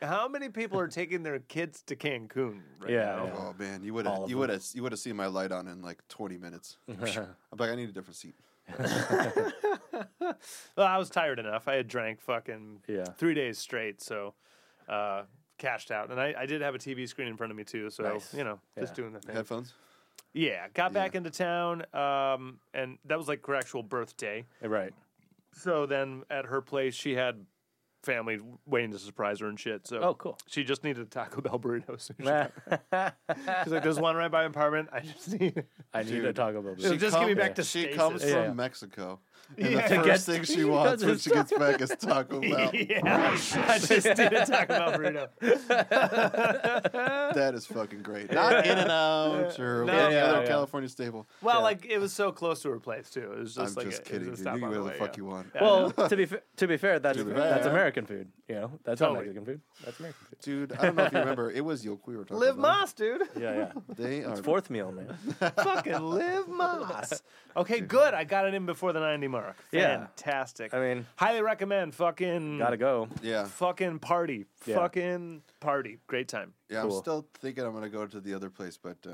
Speaker 1: How many people are taking their kids to Cancun? Right
Speaker 2: Yeah,
Speaker 1: now?
Speaker 2: yeah.
Speaker 3: Oh man, you would
Speaker 2: All
Speaker 3: have
Speaker 2: of
Speaker 3: you
Speaker 2: them.
Speaker 3: would have you would have seen my light on in like 20 minutes. I'm like, I need a different seat.
Speaker 1: Well, I was tired enough. I had drank fucking
Speaker 2: Yeah.
Speaker 1: three days straight, so uh, cashed out. And I, I did have a TV screen in front of me too, so
Speaker 2: Nice.
Speaker 1: you know, just
Speaker 2: Yeah.
Speaker 1: doing the thing.
Speaker 3: Headphones.
Speaker 1: Yeah, got back into town, um, and that was like her actual birthday.
Speaker 2: Right.
Speaker 1: So then at her place, she had family waiting to surprise her and shit. So
Speaker 2: Oh, cool.
Speaker 1: she just needed a Taco Bell burrito. So she-
Speaker 2: I
Speaker 1: she's like, "There's one right by my apartment. I just need."
Speaker 2: need a Taco Bell.
Speaker 1: She'll
Speaker 2: burrito.
Speaker 1: just give me back to
Speaker 3: she
Speaker 1: stasis.
Speaker 3: comes
Speaker 2: Yeah.
Speaker 3: from Mexico. And
Speaker 1: Yeah.
Speaker 3: the
Speaker 1: To
Speaker 3: first
Speaker 2: get-
Speaker 3: thing she wants when she gets back is Taco Bell.
Speaker 1: yeah, I just did a Taco Bell burrito.
Speaker 3: That is fucking great. Not In and Out or
Speaker 1: No,
Speaker 3: any
Speaker 1: yeah,
Speaker 3: other
Speaker 2: yeah.
Speaker 3: California staple.
Speaker 1: well,
Speaker 2: Yeah.
Speaker 1: like it was so close to her place too. It was just
Speaker 3: I'm
Speaker 1: like
Speaker 3: just
Speaker 1: a,
Speaker 3: kidding.
Speaker 1: It
Speaker 3: Dude.
Speaker 1: was
Speaker 3: You
Speaker 1: a stop
Speaker 3: can eat
Speaker 1: on the
Speaker 3: whatever the
Speaker 1: way,
Speaker 3: fuck
Speaker 1: yeah.
Speaker 3: you want.
Speaker 1: Yeah.
Speaker 2: Well, to be fa- to be fair, that's
Speaker 3: To be
Speaker 2: that's
Speaker 3: fair.
Speaker 2: American food. You know, that's not
Speaker 1: Totally.
Speaker 2: Mexican food. That's American food.
Speaker 3: Dude, I don't know if you remember. It was Yoke we were talking
Speaker 1: Live
Speaker 3: about.
Speaker 1: Moss, dude.
Speaker 2: Yeah, yeah.
Speaker 3: They are
Speaker 2: It's fourth meal, man.
Speaker 1: Fucking Live Moss. Okay, good. I got it in before the 90 mark.
Speaker 2: Yeah.
Speaker 1: Fantastic.
Speaker 2: I mean-
Speaker 1: highly recommend. Fucking
Speaker 2: Gotta go.
Speaker 3: Yeah.
Speaker 1: Fucking party.
Speaker 2: Yeah.
Speaker 1: Fucking party. Great time.
Speaker 3: Yeah,
Speaker 2: Cool.
Speaker 3: I'm still thinking I'm gonna go to the other place, but uh,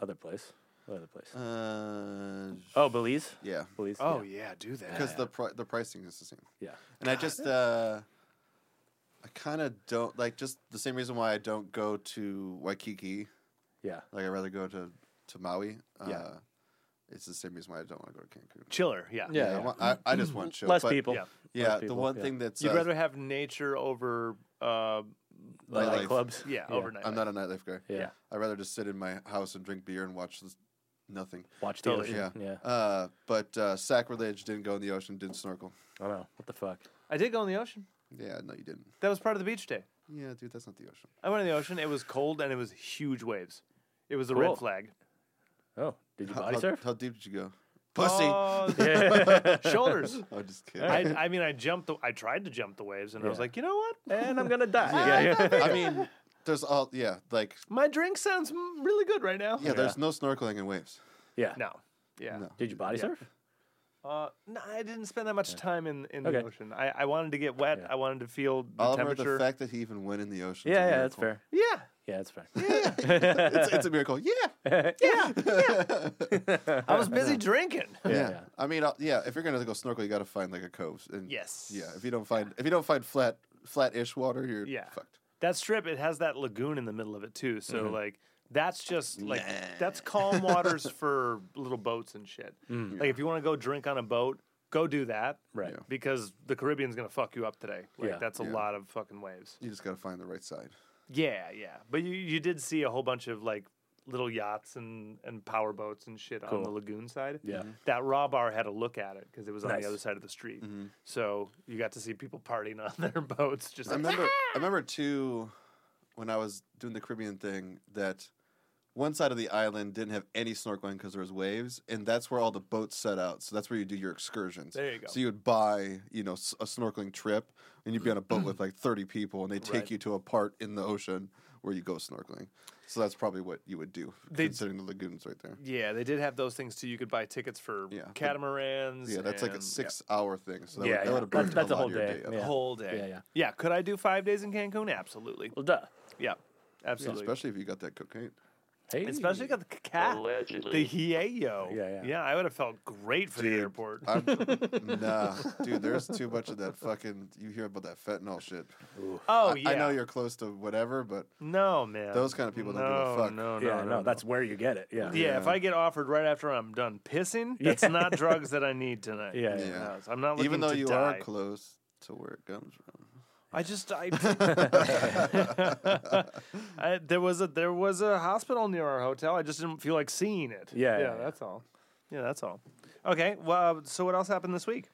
Speaker 2: Other place. What other place?
Speaker 3: uh
Speaker 2: Oh, Belize.
Speaker 3: yeah,
Speaker 2: Belize.
Speaker 1: Oh yeah, do that.
Speaker 3: because the pri- the pricing is the same,
Speaker 2: yeah.
Speaker 3: and I just uh, I kind of don't like just the same reason why I don't go to Waikiki.
Speaker 2: yeah,
Speaker 3: Like I would rather go to to Maui. Uh,
Speaker 2: Yeah.
Speaker 3: it's the same reason why I don't want to go to Cancun.
Speaker 1: chiller. Yeah.
Speaker 2: Yeah.
Speaker 3: I, want, I, I just want
Speaker 2: yeah.
Speaker 3: chill.
Speaker 2: Mm, Less
Speaker 3: but-
Speaker 2: people.
Speaker 1: Yeah.
Speaker 3: Yeah,
Speaker 2: Less
Speaker 3: the
Speaker 2: people,
Speaker 3: one
Speaker 2: yeah.
Speaker 3: thing that's
Speaker 1: You'd
Speaker 3: uh,
Speaker 1: rather have nature over. Uh,
Speaker 2: Like,
Speaker 3: nightlife.
Speaker 2: clubs.
Speaker 1: yeah, Overnight.
Speaker 3: I'm not a nightlife guy.
Speaker 2: Yeah.
Speaker 1: Yeah.
Speaker 3: I'd rather just sit in my house and drink beer and watch this, nothing.
Speaker 2: Watch the
Speaker 1: Totally.
Speaker 2: ocean. Yeah.
Speaker 3: Uh, but uh, sacrilege didn't go in the ocean. Didn't snorkel.
Speaker 2: I know. What the fuck?
Speaker 1: I did go in the ocean.
Speaker 3: Yeah, no, you didn't.
Speaker 1: That was part of the beach day.
Speaker 3: Yeah, dude, that's not the ocean.
Speaker 1: I went in the ocean. It was cold and it was huge waves. It was a
Speaker 2: Cool.
Speaker 1: red flag.
Speaker 2: Oh, did you
Speaker 3: How-
Speaker 2: body
Speaker 3: how,
Speaker 2: surf?
Speaker 3: How deep did you go? Pussy.
Speaker 1: Oh,
Speaker 2: yeah.
Speaker 1: shoulders.
Speaker 3: I'm just kidding.
Speaker 1: I, I mean, I jumped. The, I tried to jump the waves, and I was
Speaker 2: Yeah.
Speaker 1: like, you know what? Eh,
Speaker 2: and I'm gonna die. yeah, yeah.
Speaker 3: I mean, there's all yeah, like
Speaker 1: My drink sounds mm, really good right now.
Speaker 3: yeah,
Speaker 2: Oh,
Speaker 3: there's no snorkeling in waves.
Speaker 2: Yeah.
Speaker 1: No. Yeah.
Speaker 3: No.
Speaker 2: Did you body
Speaker 1: Yeah.
Speaker 2: surf?
Speaker 1: Uh, no, I didn't spend that much time in, in
Speaker 2: Okay.
Speaker 1: the ocean. I, I wanted to get wet.
Speaker 2: Yeah.
Speaker 1: I wanted to feel the
Speaker 3: Oliver,
Speaker 1: temperature.
Speaker 3: the fact that he even went in the ocean.
Speaker 2: Yeah, yeah, that's fair.
Speaker 1: yeah.
Speaker 2: Yeah, that's fair.
Speaker 3: it's, it's a miracle. Yeah.
Speaker 1: Yeah. yeah. I was busy drinking.
Speaker 2: Yeah,
Speaker 3: Yeah.
Speaker 2: yeah.
Speaker 3: I mean, I'll- yeah. If you're gonna go snorkel, you gotta find like a cove. And
Speaker 1: Yes.
Speaker 3: Yeah. If you don't find if you don't find flat flat-ish water, you're
Speaker 1: Yeah.
Speaker 3: fucked.
Speaker 1: That strip, it has that lagoon in the middle of it too. So
Speaker 2: Mm-hmm.
Speaker 1: like that's just like
Speaker 3: Nah.
Speaker 1: that's calm waters for little boats and shit. Like if you want to go drink on a boat, go do that.
Speaker 2: Mm. Right.
Speaker 3: Yeah.
Speaker 1: Because the Caribbean's gonna fuck you up today. Like
Speaker 2: Yeah.
Speaker 1: that's a
Speaker 3: Yeah.
Speaker 1: lot of fucking waves.
Speaker 3: You just gotta find the right side.
Speaker 1: Yeah, yeah. But you you did see a whole bunch of like little yachts and and power boats and shit on the
Speaker 2: Cool.
Speaker 1: lagoon side.
Speaker 2: Yeah.
Speaker 3: Mm-hmm.
Speaker 2: Mhm.
Speaker 1: That raw bar had a look at it because it was on
Speaker 2: Nice.
Speaker 1: the other side of the street.
Speaker 3: Mm-hmm.
Speaker 1: So you got to see people partying on their boats just
Speaker 3: I
Speaker 1: like
Speaker 3: remember I remember too when I was doing the Caribbean thing that one side of the island didn't have any snorkeling because there was waves, and that's where all the boats set out. So that's where you do your excursions.
Speaker 1: There you go.
Speaker 3: So you would buy, you know, s- a snorkeling trip, and you'd be on a boat with like thirty people, and they take
Speaker 1: Right.
Speaker 3: you to a part in the ocean where you go snorkeling. So that's probably what you would do,
Speaker 1: They-
Speaker 3: considering the lagoons right there.
Speaker 1: Yeah, they did have those things too. You could buy tickets for
Speaker 3: Yeah, but-
Speaker 1: catamarans.
Speaker 3: Yeah, that's like a
Speaker 1: and-
Speaker 3: six-hour thing. So that
Speaker 1: Yeah,
Speaker 3: would, that
Speaker 1: yeah.
Speaker 3: would have
Speaker 2: That's-
Speaker 3: burned
Speaker 2: that's
Speaker 3: a
Speaker 2: a
Speaker 3: lot
Speaker 2: whole
Speaker 3: of your
Speaker 2: day,
Speaker 3: day. up.
Speaker 1: yeah,
Speaker 2: yeah.
Speaker 1: whole day.
Speaker 2: Yeah, yeah.
Speaker 1: yeah. Could I do five days in Cancun? Absolutely.
Speaker 2: Well, duh.
Speaker 1: Yeah, absolutely.
Speaker 3: Especially if you got that cocaine.
Speaker 2: Hey.
Speaker 1: Especially got the cat, the hieo.
Speaker 2: Yeah, yeah.
Speaker 1: Yeah, I would have felt great for the airport.
Speaker 3: I'm, nah, dude, there's too much of that fucking. You hear about that fentanyl shit.
Speaker 1: oh
Speaker 3: I,
Speaker 1: yeah,
Speaker 3: I know you're close to whatever, but
Speaker 1: No, man.
Speaker 3: Those kind of people don't give a
Speaker 1: No,
Speaker 3: fuck.
Speaker 1: No, no,
Speaker 2: Yeah,
Speaker 1: no,
Speaker 2: no,
Speaker 1: no.
Speaker 2: that's where you get it. Yeah.
Speaker 1: yeah, If
Speaker 3: Yeah.
Speaker 1: I get offered right after I'm done pissing, that's not drugs that I need tonight.
Speaker 2: Yeah,
Speaker 1: You
Speaker 3: yeah.
Speaker 1: know, so I'm not looking
Speaker 3: even though
Speaker 1: to
Speaker 3: you
Speaker 1: die.
Speaker 3: are close to where it comes from,
Speaker 1: I just I, I there was a there was a hospital near our hotel. I just didn't feel like seeing it.
Speaker 2: Yeah,
Speaker 1: yeah,
Speaker 2: yeah,
Speaker 1: that's all. Yeah, that's all. Okay. Well, uh, so what else happened this week?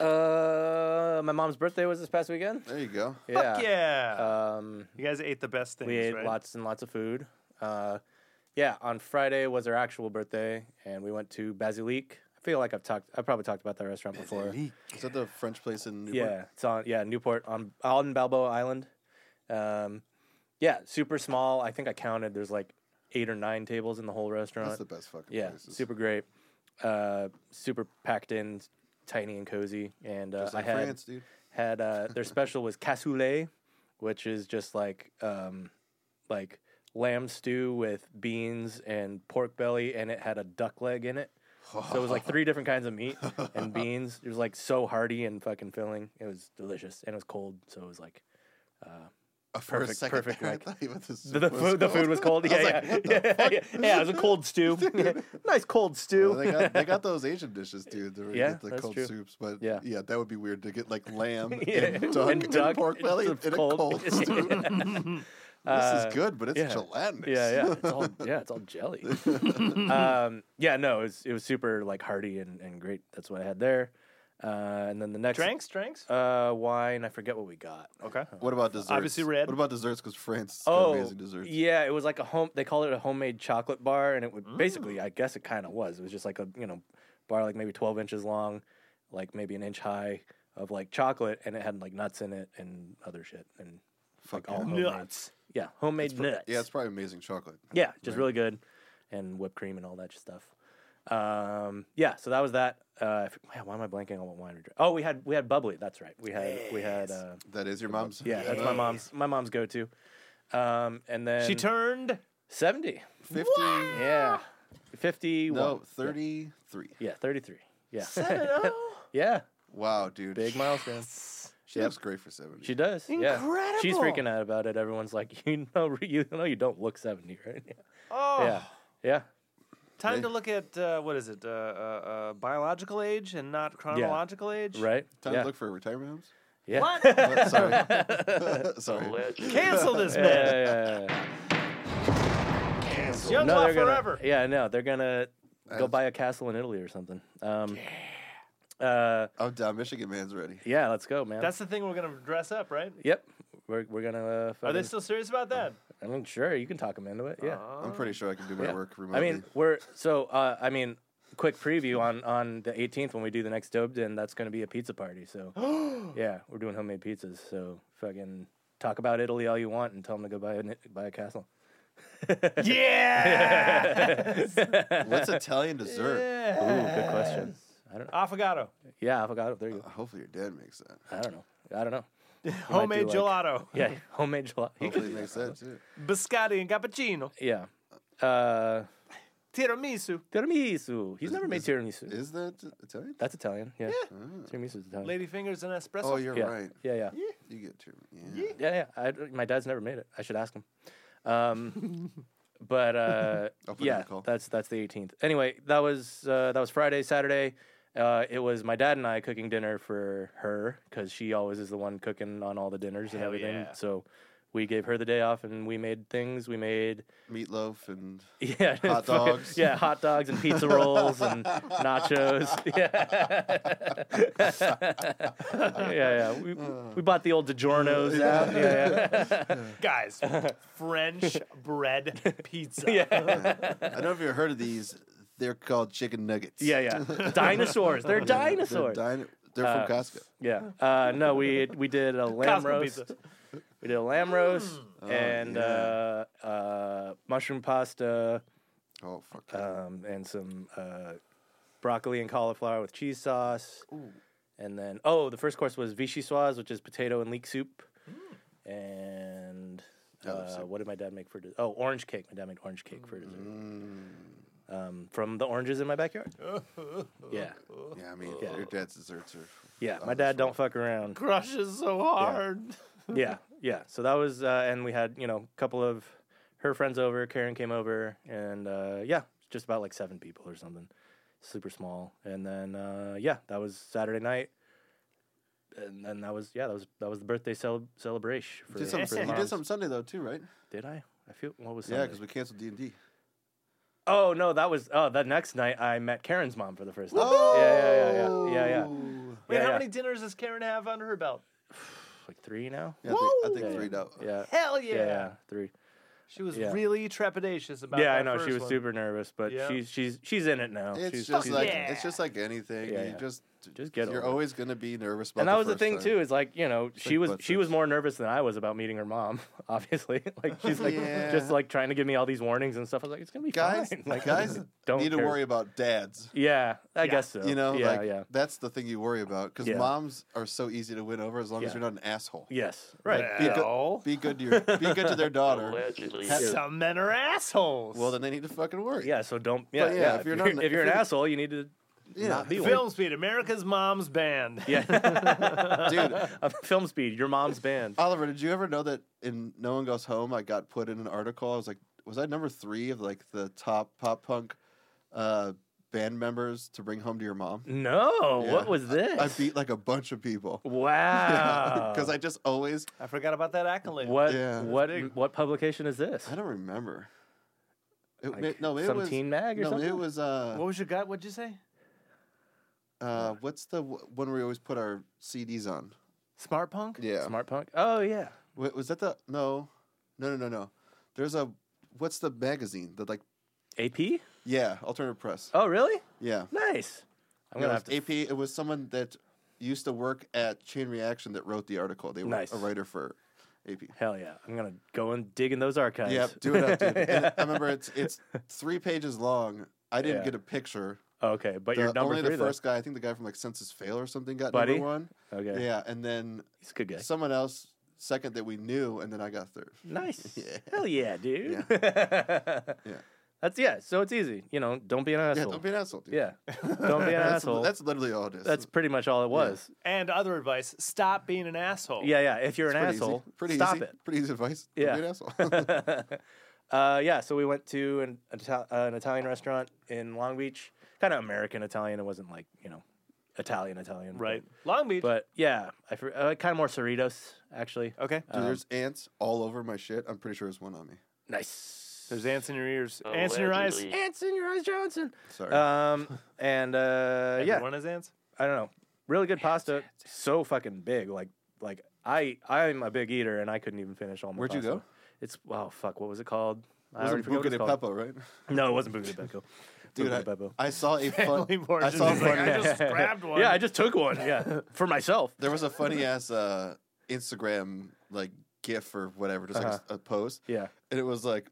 Speaker 2: Uh, my mom's birthday was this past weekend.
Speaker 3: there you go.
Speaker 1: Fuck yeah!
Speaker 2: Um,
Speaker 1: you guys ate the best things.
Speaker 2: we ate
Speaker 1: right?
Speaker 2: lots and lots of food. Uh, yeah, on Friday was her actual birthday, and we went to Basilique. I feel like I've talked. I probably talked about that restaurant before.
Speaker 3: Is that the French place in Newport?
Speaker 2: Yeah, it's on yeah Newport on on Balboa Island. Um, yeah, super small. I think I counted. There's like eight or nine tables in the whole restaurant.
Speaker 3: that's the best fucking
Speaker 2: yeah,
Speaker 3: places.
Speaker 2: super great. Uh, super packed in, tiny and cozy. And uh,
Speaker 3: Just like
Speaker 2: I had
Speaker 3: France, dude.
Speaker 2: had uh, their special was cassoulet, which is just like um, like lamb stew with beans and pork belly, and it had a duck leg in it. So it was like three different kinds of meat and beans. It was like so hearty and fucking filling. It was delicious, and it was cold, so it was like
Speaker 3: Uh, for a
Speaker 2: perfect-
Speaker 3: second
Speaker 2: perfect,
Speaker 3: there, I
Speaker 2: like-
Speaker 3: thought even the,
Speaker 2: the,
Speaker 3: soup
Speaker 2: the
Speaker 3: was
Speaker 2: food. The
Speaker 3: cold.
Speaker 2: food was cold.
Speaker 3: I
Speaker 2: Yeah,
Speaker 3: like,
Speaker 2: yeah,
Speaker 3: what the
Speaker 2: yeah,
Speaker 3: fuck?
Speaker 2: yeah, yeah. It was a cold stew. Yeah, nice cold stew.
Speaker 3: Well, they, got, they got those Asian dishes, dude. They
Speaker 2: Yeah,
Speaker 3: get the
Speaker 2: that's
Speaker 3: cold
Speaker 2: true.
Speaker 3: soups, but
Speaker 2: Yeah.
Speaker 3: yeah. that would be weird to get like lamb
Speaker 2: Yeah,
Speaker 3: and duck and,
Speaker 2: duck,
Speaker 3: pork belly
Speaker 2: it's
Speaker 3: in a cold. soup.
Speaker 2: Yeah.
Speaker 3: This
Speaker 2: Uh,
Speaker 3: is good, but it's
Speaker 2: yeah.
Speaker 3: gelatinous.
Speaker 2: Yeah, yeah, it's all yeah, it's all jelly. um, yeah, no, it was it was super like hearty and, and great. That's what I had there. Uh, and then the next
Speaker 1: Drinks, drinks.
Speaker 2: uh, wine, I forget what we got.
Speaker 1: Okay.
Speaker 3: What about desserts?
Speaker 1: Obviously red.
Speaker 3: What about desserts? Because France has got
Speaker 2: Oh,
Speaker 3: amazing desserts.
Speaker 2: yeah, it was like a home. They called it a homemade chocolate bar, and it would
Speaker 3: Mm.
Speaker 2: basically, I guess, it kind of was. It was just like a you know bar, like maybe twelve inches long, like maybe an inch high of like chocolate, and it had like nuts in it and other shit, and like
Speaker 3: Fuck
Speaker 2: all
Speaker 3: yeah.
Speaker 2: homemade.
Speaker 1: Nuts.
Speaker 2: Yeah, homemade nuts.
Speaker 3: Yeah, it's probably amazing chocolate.
Speaker 2: Yeah, just really good, and whipped cream and all that stuff. Um, yeah, so that was that. Uh, if- man, why am I blanking on what wine we drank? Oh, we had we had bubbly. That's right. We had we had. Uh,
Speaker 3: That is your mom's. Uh,
Speaker 2: yeah, that's my mom's my mom's go to. Um, and then
Speaker 1: She turned.
Speaker 2: seventy.
Speaker 3: Fifty.
Speaker 2: Yeah, fifty.
Speaker 3: No, thirty-three.
Speaker 2: Yeah, thirty-three. Yeah,
Speaker 1: oh.
Speaker 2: yeah.
Speaker 3: Wow, dude.
Speaker 2: Big milestone.
Speaker 3: She
Speaker 2: Yep.
Speaker 3: looks great for seventy.
Speaker 2: She does. Yeah. She's
Speaker 1: Incredible.
Speaker 2: freaking out about it. Everyone's like, you know, you know, you don't look seventy, right? Yeah. Yeah.
Speaker 1: Oh, Time to look at uh, what is it? Uh, uh, uh, biological age and not chronological age.
Speaker 2: Right.
Speaker 3: Time
Speaker 2: yeah.
Speaker 3: to look for retirement homes.
Speaker 2: yeah.
Speaker 1: What?
Speaker 3: What? Sorry. Sorry.
Speaker 1: Cancel this
Speaker 2: Yeah,
Speaker 1: man.
Speaker 2: yeah, yeah, yeah.
Speaker 1: Young
Speaker 2: No,
Speaker 1: Law
Speaker 2: they're gonna-
Speaker 1: forever.
Speaker 2: yeah, no, they're gonna go
Speaker 3: That's-
Speaker 2: buy a castle in Italy or something. Um, uh,
Speaker 3: I'm down. Michigan man's ready.
Speaker 2: yeah, let's go, man.
Speaker 1: That's the thing we're gonna dress up, right?
Speaker 2: yep. We're we're gonna. Uh,
Speaker 1: Are they
Speaker 2: fucking-
Speaker 1: still serious about that? Oh.
Speaker 2: I mean, sure, you can talk them into it. Oh. Yeah.
Speaker 3: I'm pretty sure I can do my work
Speaker 2: I
Speaker 3: remotely.
Speaker 2: mean, we're so. Uh, I mean, quick preview on on the 18th when we do the next Dobden. That's going to be a pizza party. So yeah, we're doing homemade pizzas. So fucking talk about Italy all you want and tell them to go buy a buy a castle.
Speaker 1: yeah.
Speaker 3: what's Italian dessert?
Speaker 2: Ooh, good question.
Speaker 1: Affogato.
Speaker 2: Yeah, avocado. There you go.
Speaker 3: Uh, Hopefully your dad makes that.
Speaker 2: I don't know. I don't know.
Speaker 1: Homemade
Speaker 2: like-
Speaker 1: gelato.
Speaker 2: Yeah, homemade gelato. You
Speaker 3: Hopefully
Speaker 2: could,
Speaker 3: he makes that too.
Speaker 1: Biscotti and cappuccino.
Speaker 2: yeah. Uh,
Speaker 1: Tiramisu.
Speaker 2: tiramisu. He's never made tiramisu.
Speaker 3: Is that Italian?
Speaker 2: That's Italian. Yeah. Tiramisu's Italian.
Speaker 1: Lady fingers and espresso.
Speaker 3: Oh, you're
Speaker 2: yeah.
Speaker 3: right.
Speaker 2: yeah. Yeah.
Speaker 3: You get two. Yeah.
Speaker 2: Yeah, yeah. I, my dad's never made it. I should ask him. Um, but uh,
Speaker 3: I'll put in
Speaker 2: yeah,
Speaker 3: a call.
Speaker 2: that's that's the 18th. Anyway, that was uh, that was Friday, Saturday. Uh, it was my dad and I cooking dinner for her because she always is the one cooking on all the dinners and
Speaker 1: Hell
Speaker 2: everything.
Speaker 1: yeah.
Speaker 2: So we gave her the day off and we made things. We made
Speaker 3: Meatloaf and
Speaker 2: yeah
Speaker 3: Hot
Speaker 2: fucking-
Speaker 3: dogs.
Speaker 2: yeah hot dogs and pizza rolls and nachos. Yeah, yeah, yeah. We, we bought the old DiGiorno's out. Yeah, yeah.
Speaker 1: Guys, French bread pizza.
Speaker 3: I don't know if you've heard of these. They're called chicken nuggets.
Speaker 2: Yeah, yeah. dinosaurs. They're dinosaurs.
Speaker 3: They're, dino- they're from Costco.
Speaker 2: yeah. Uh, no, we we did a lamb
Speaker 1: Costco
Speaker 2: roast.
Speaker 1: pizza.
Speaker 2: We did a lamb roast and
Speaker 3: Mm. Oh, yeah.
Speaker 2: uh, uh, mushroom pasta
Speaker 3: Oh fuck.
Speaker 2: um, and some uh, broccoli and cauliflower with cheese sauce. And then oh, the first course was vichyssoise, which is potato and leek soup. And
Speaker 3: Other
Speaker 2: uh,
Speaker 3: Mm. soup.
Speaker 2: what did my dad make for dessert? Oh, orange cake. My dad made orange cake for dessert.
Speaker 3: Mm.
Speaker 2: Um, from the oranges in my backyard. yeah.
Speaker 3: yeah, I mean,
Speaker 2: yeah.
Speaker 3: your dad's desserts are.
Speaker 2: Yeah, my
Speaker 3: Others
Speaker 2: dad don't fuck around.
Speaker 1: Crushes so hard.
Speaker 2: yeah, yeah. So that was, uh, and we had you know a couple of her friends over. Karen came over, and uh, yeah, just about like seven people or something, super small. And then uh, yeah, that was Saturday night, and then that was yeah, that was that was the birthday cel- celebration. For,
Speaker 3: Did
Speaker 2: for
Speaker 3: some,
Speaker 2: the
Speaker 3: you did
Speaker 2: moms.
Speaker 3: some Sunday though too, right?
Speaker 2: Did I? I feel what was
Speaker 3: Yeah,
Speaker 2: Sunday?
Speaker 3: because we canceled D and D.
Speaker 2: oh no, that was oh that next night I met Karen's mom for the first time. Yeah, yeah, yeah, yeah, yeah, yeah.
Speaker 1: Wait,
Speaker 2: Yeah,
Speaker 1: how
Speaker 2: yeah.
Speaker 1: many dinners does Karen have under her belt?
Speaker 2: Like three now.
Speaker 3: Yeah, I think, I
Speaker 1: Whoa!
Speaker 3: think
Speaker 2: Yeah,
Speaker 3: three
Speaker 2: yeah.
Speaker 3: now.
Speaker 2: Yeah.
Speaker 1: Hell
Speaker 2: Yeah,
Speaker 1: yeah.
Speaker 2: yeah, three.
Speaker 1: She was
Speaker 2: Yeah.
Speaker 1: really trepidatious about
Speaker 2: yeah,
Speaker 1: that
Speaker 2: I know she
Speaker 1: first
Speaker 2: was
Speaker 1: one.
Speaker 2: super nervous, but
Speaker 1: Yeah.
Speaker 2: she's she's she's in it now.
Speaker 3: It's
Speaker 2: she's,
Speaker 3: just
Speaker 2: she's-
Speaker 3: like
Speaker 1: yeah.
Speaker 3: it's just like anything.
Speaker 2: Yeah,
Speaker 3: you
Speaker 2: yeah.
Speaker 3: just
Speaker 2: Just get
Speaker 3: You're
Speaker 2: over it.
Speaker 3: always gonna be nervous. About
Speaker 2: and that was the
Speaker 3: first
Speaker 2: thing
Speaker 3: time.
Speaker 2: too. Is like you know she
Speaker 3: like
Speaker 2: was
Speaker 3: butt
Speaker 2: she was
Speaker 3: sex.
Speaker 2: more nervous than I was about meeting her mom. Obviously, like she's like
Speaker 3: Yeah.
Speaker 2: just like trying to give me all these warnings and stuff. I was like, it's gonna be
Speaker 3: Guys,
Speaker 2: fine. Like
Speaker 3: guys
Speaker 2: don't
Speaker 3: need to
Speaker 2: care.
Speaker 3: worry about dads.
Speaker 2: Yeah, I
Speaker 1: Yeah.
Speaker 2: guess so.
Speaker 3: You know,
Speaker 2: yeah,
Speaker 3: like
Speaker 2: yeah,
Speaker 3: that's the thing you worry about because
Speaker 2: Yeah.
Speaker 3: moms are so easy to win over as long as
Speaker 2: Yeah.
Speaker 3: you're not an asshole.
Speaker 2: yes, right.
Speaker 3: Be good-
Speaker 1: Well,
Speaker 3: Be good to your be good to their daughter.
Speaker 4: Allegedly.
Speaker 1: some men are assholes.
Speaker 3: well, then they need to fucking worry.
Speaker 2: Yeah, so don't. Yeah,
Speaker 3: yeah,
Speaker 2: yeah. If, you're,
Speaker 3: not-
Speaker 2: if you're an
Speaker 3: if you're-
Speaker 2: asshole, you need to
Speaker 3: Yeah.
Speaker 2: not be one.
Speaker 1: Film Speed, America's Mom's Band.
Speaker 2: Yeah,
Speaker 3: dude. Uh,
Speaker 2: film speed. Your mom's band.
Speaker 3: Oliver, did you ever know that in No One Goes Home, I got put in an article. I was like, was I number three of like the top pop punk uh, band members to bring home to your mom.
Speaker 2: No,
Speaker 3: Yeah.
Speaker 2: what was this?
Speaker 3: I beat like a bunch of people.
Speaker 2: wow.
Speaker 3: Because I just always,
Speaker 1: I forgot about that accolade.
Speaker 2: what
Speaker 3: Yeah.
Speaker 2: what
Speaker 1: That's big.
Speaker 2: what publication is this?
Speaker 3: I don't remember. It,
Speaker 2: Like
Speaker 3: may- no, it
Speaker 2: some
Speaker 3: was
Speaker 2: teen mag or
Speaker 3: no,
Speaker 2: something.
Speaker 3: it was uh,
Speaker 1: What was your gut? What'd you say?
Speaker 3: uh, what's the w- one where we always put our CDs on?
Speaker 1: Smart punk.
Speaker 3: Yeah,
Speaker 2: Smart Punk. Oh yeah,
Speaker 3: Wa- was that the no, no, no, no, no? There's a what's the magazine that like
Speaker 2: AP.
Speaker 3: yeah, alternative press.
Speaker 2: Oh really?
Speaker 3: Yeah,
Speaker 2: Nice. I'm
Speaker 3: Yeah,
Speaker 2: gonna
Speaker 3: it
Speaker 2: have
Speaker 3: was
Speaker 2: to.
Speaker 3: AP. It was someone that used to work at Chain Reaction that wrote the article. They were
Speaker 2: Nice.
Speaker 3: a writer for AP.
Speaker 2: Hell yeah! I'm gonna go and dig in those archives.
Speaker 3: Yep, do it up, dude. And
Speaker 2: Yeah.
Speaker 3: I remember it's it's three pages long. I didn't
Speaker 2: Yeah.
Speaker 3: get a picture.
Speaker 2: okay, but
Speaker 3: The-
Speaker 2: you're number
Speaker 3: only
Speaker 2: three
Speaker 3: the
Speaker 2: though.
Speaker 3: first guy, I think the guy from like Census Fail or something, got
Speaker 2: Buddy?
Speaker 3: number one.
Speaker 2: Okay,
Speaker 3: Yeah, and then
Speaker 2: he's a good guy.
Speaker 3: someone else second that we knew, and then I got third.
Speaker 2: Nice.
Speaker 3: Yeah.
Speaker 2: Hell yeah, dude.
Speaker 3: Yeah.
Speaker 2: That's yeah. So it's easy. You know, don't be an
Speaker 3: Yeah,
Speaker 2: asshole.
Speaker 3: don't be an asshole, dude.
Speaker 2: Yeah. Don't be an
Speaker 3: that's,
Speaker 2: asshole. That's,
Speaker 3: That's literally all it is.
Speaker 2: pretty much all it was.
Speaker 1: And other advice: stop being an asshole.
Speaker 2: Yeah, yeah. If you're
Speaker 3: It's
Speaker 2: an
Speaker 3: pretty
Speaker 2: asshole,
Speaker 3: Easy. Pretty
Speaker 2: stop
Speaker 3: easy. Pretty easy advice. Don't
Speaker 2: Yeah.
Speaker 3: be an asshole.
Speaker 2: it. uh, yeah. So we went to an, Ita- uh, an Italian restaurant in Long Beach, kind of American Italian. It wasn't like you know, Italian Italian. but-
Speaker 1: Right. Long Beach.
Speaker 2: But, yeah, I, for- I like kind of more Cerritos actually. Uh,
Speaker 1: okay.
Speaker 3: Dude, there's
Speaker 2: Um,
Speaker 3: ants all over my shit. I'm pretty sure there's one on me.
Speaker 2: Nice.
Speaker 1: There's ants in your ears. Ants in your eyes.
Speaker 4: Allegedly.
Speaker 2: ants in your eyes, Johnson.
Speaker 3: Sorry.
Speaker 2: Um, and uh, yeah,
Speaker 1: Everyone has ants.
Speaker 2: I don't know. Really good pasta. So fucking big. Like like I I'm a big eater and I couldn't even finish all my
Speaker 3: Where'd you
Speaker 2: pasta.
Speaker 3: go?
Speaker 2: It's oh fuck, what was it called? I already
Speaker 3: Wasn't
Speaker 2: forgot what
Speaker 3: Buca
Speaker 2: it's
Speaker 3: de
Speaker 2: called.
Speaker 3: Pepo, right?
Speaker 2: No, it wasn't Buca de Beppo.
Speaker 3: Dude,
Speaker 2: Buca
Speaker 3: I,
Speaker 2: de Beppo.
Speaker 3: I saw a fun.
Speaker 1: Family
Speaker 3: I
Speaker 1: portion.
Speaker 3: saw a
Speaker 1: It's like,
Speaker 3: funny.
Speaker 1: I just grabbed one.
Speaker 2: Yeah, I just took one. Yeah, for myself.
Speaker 3: there was a funny ass uh, Instagram like GIF or whatever, just like a s- a, post,
Speaker 2: Uh-huh. Yeah.
Speaker 3: and it was like,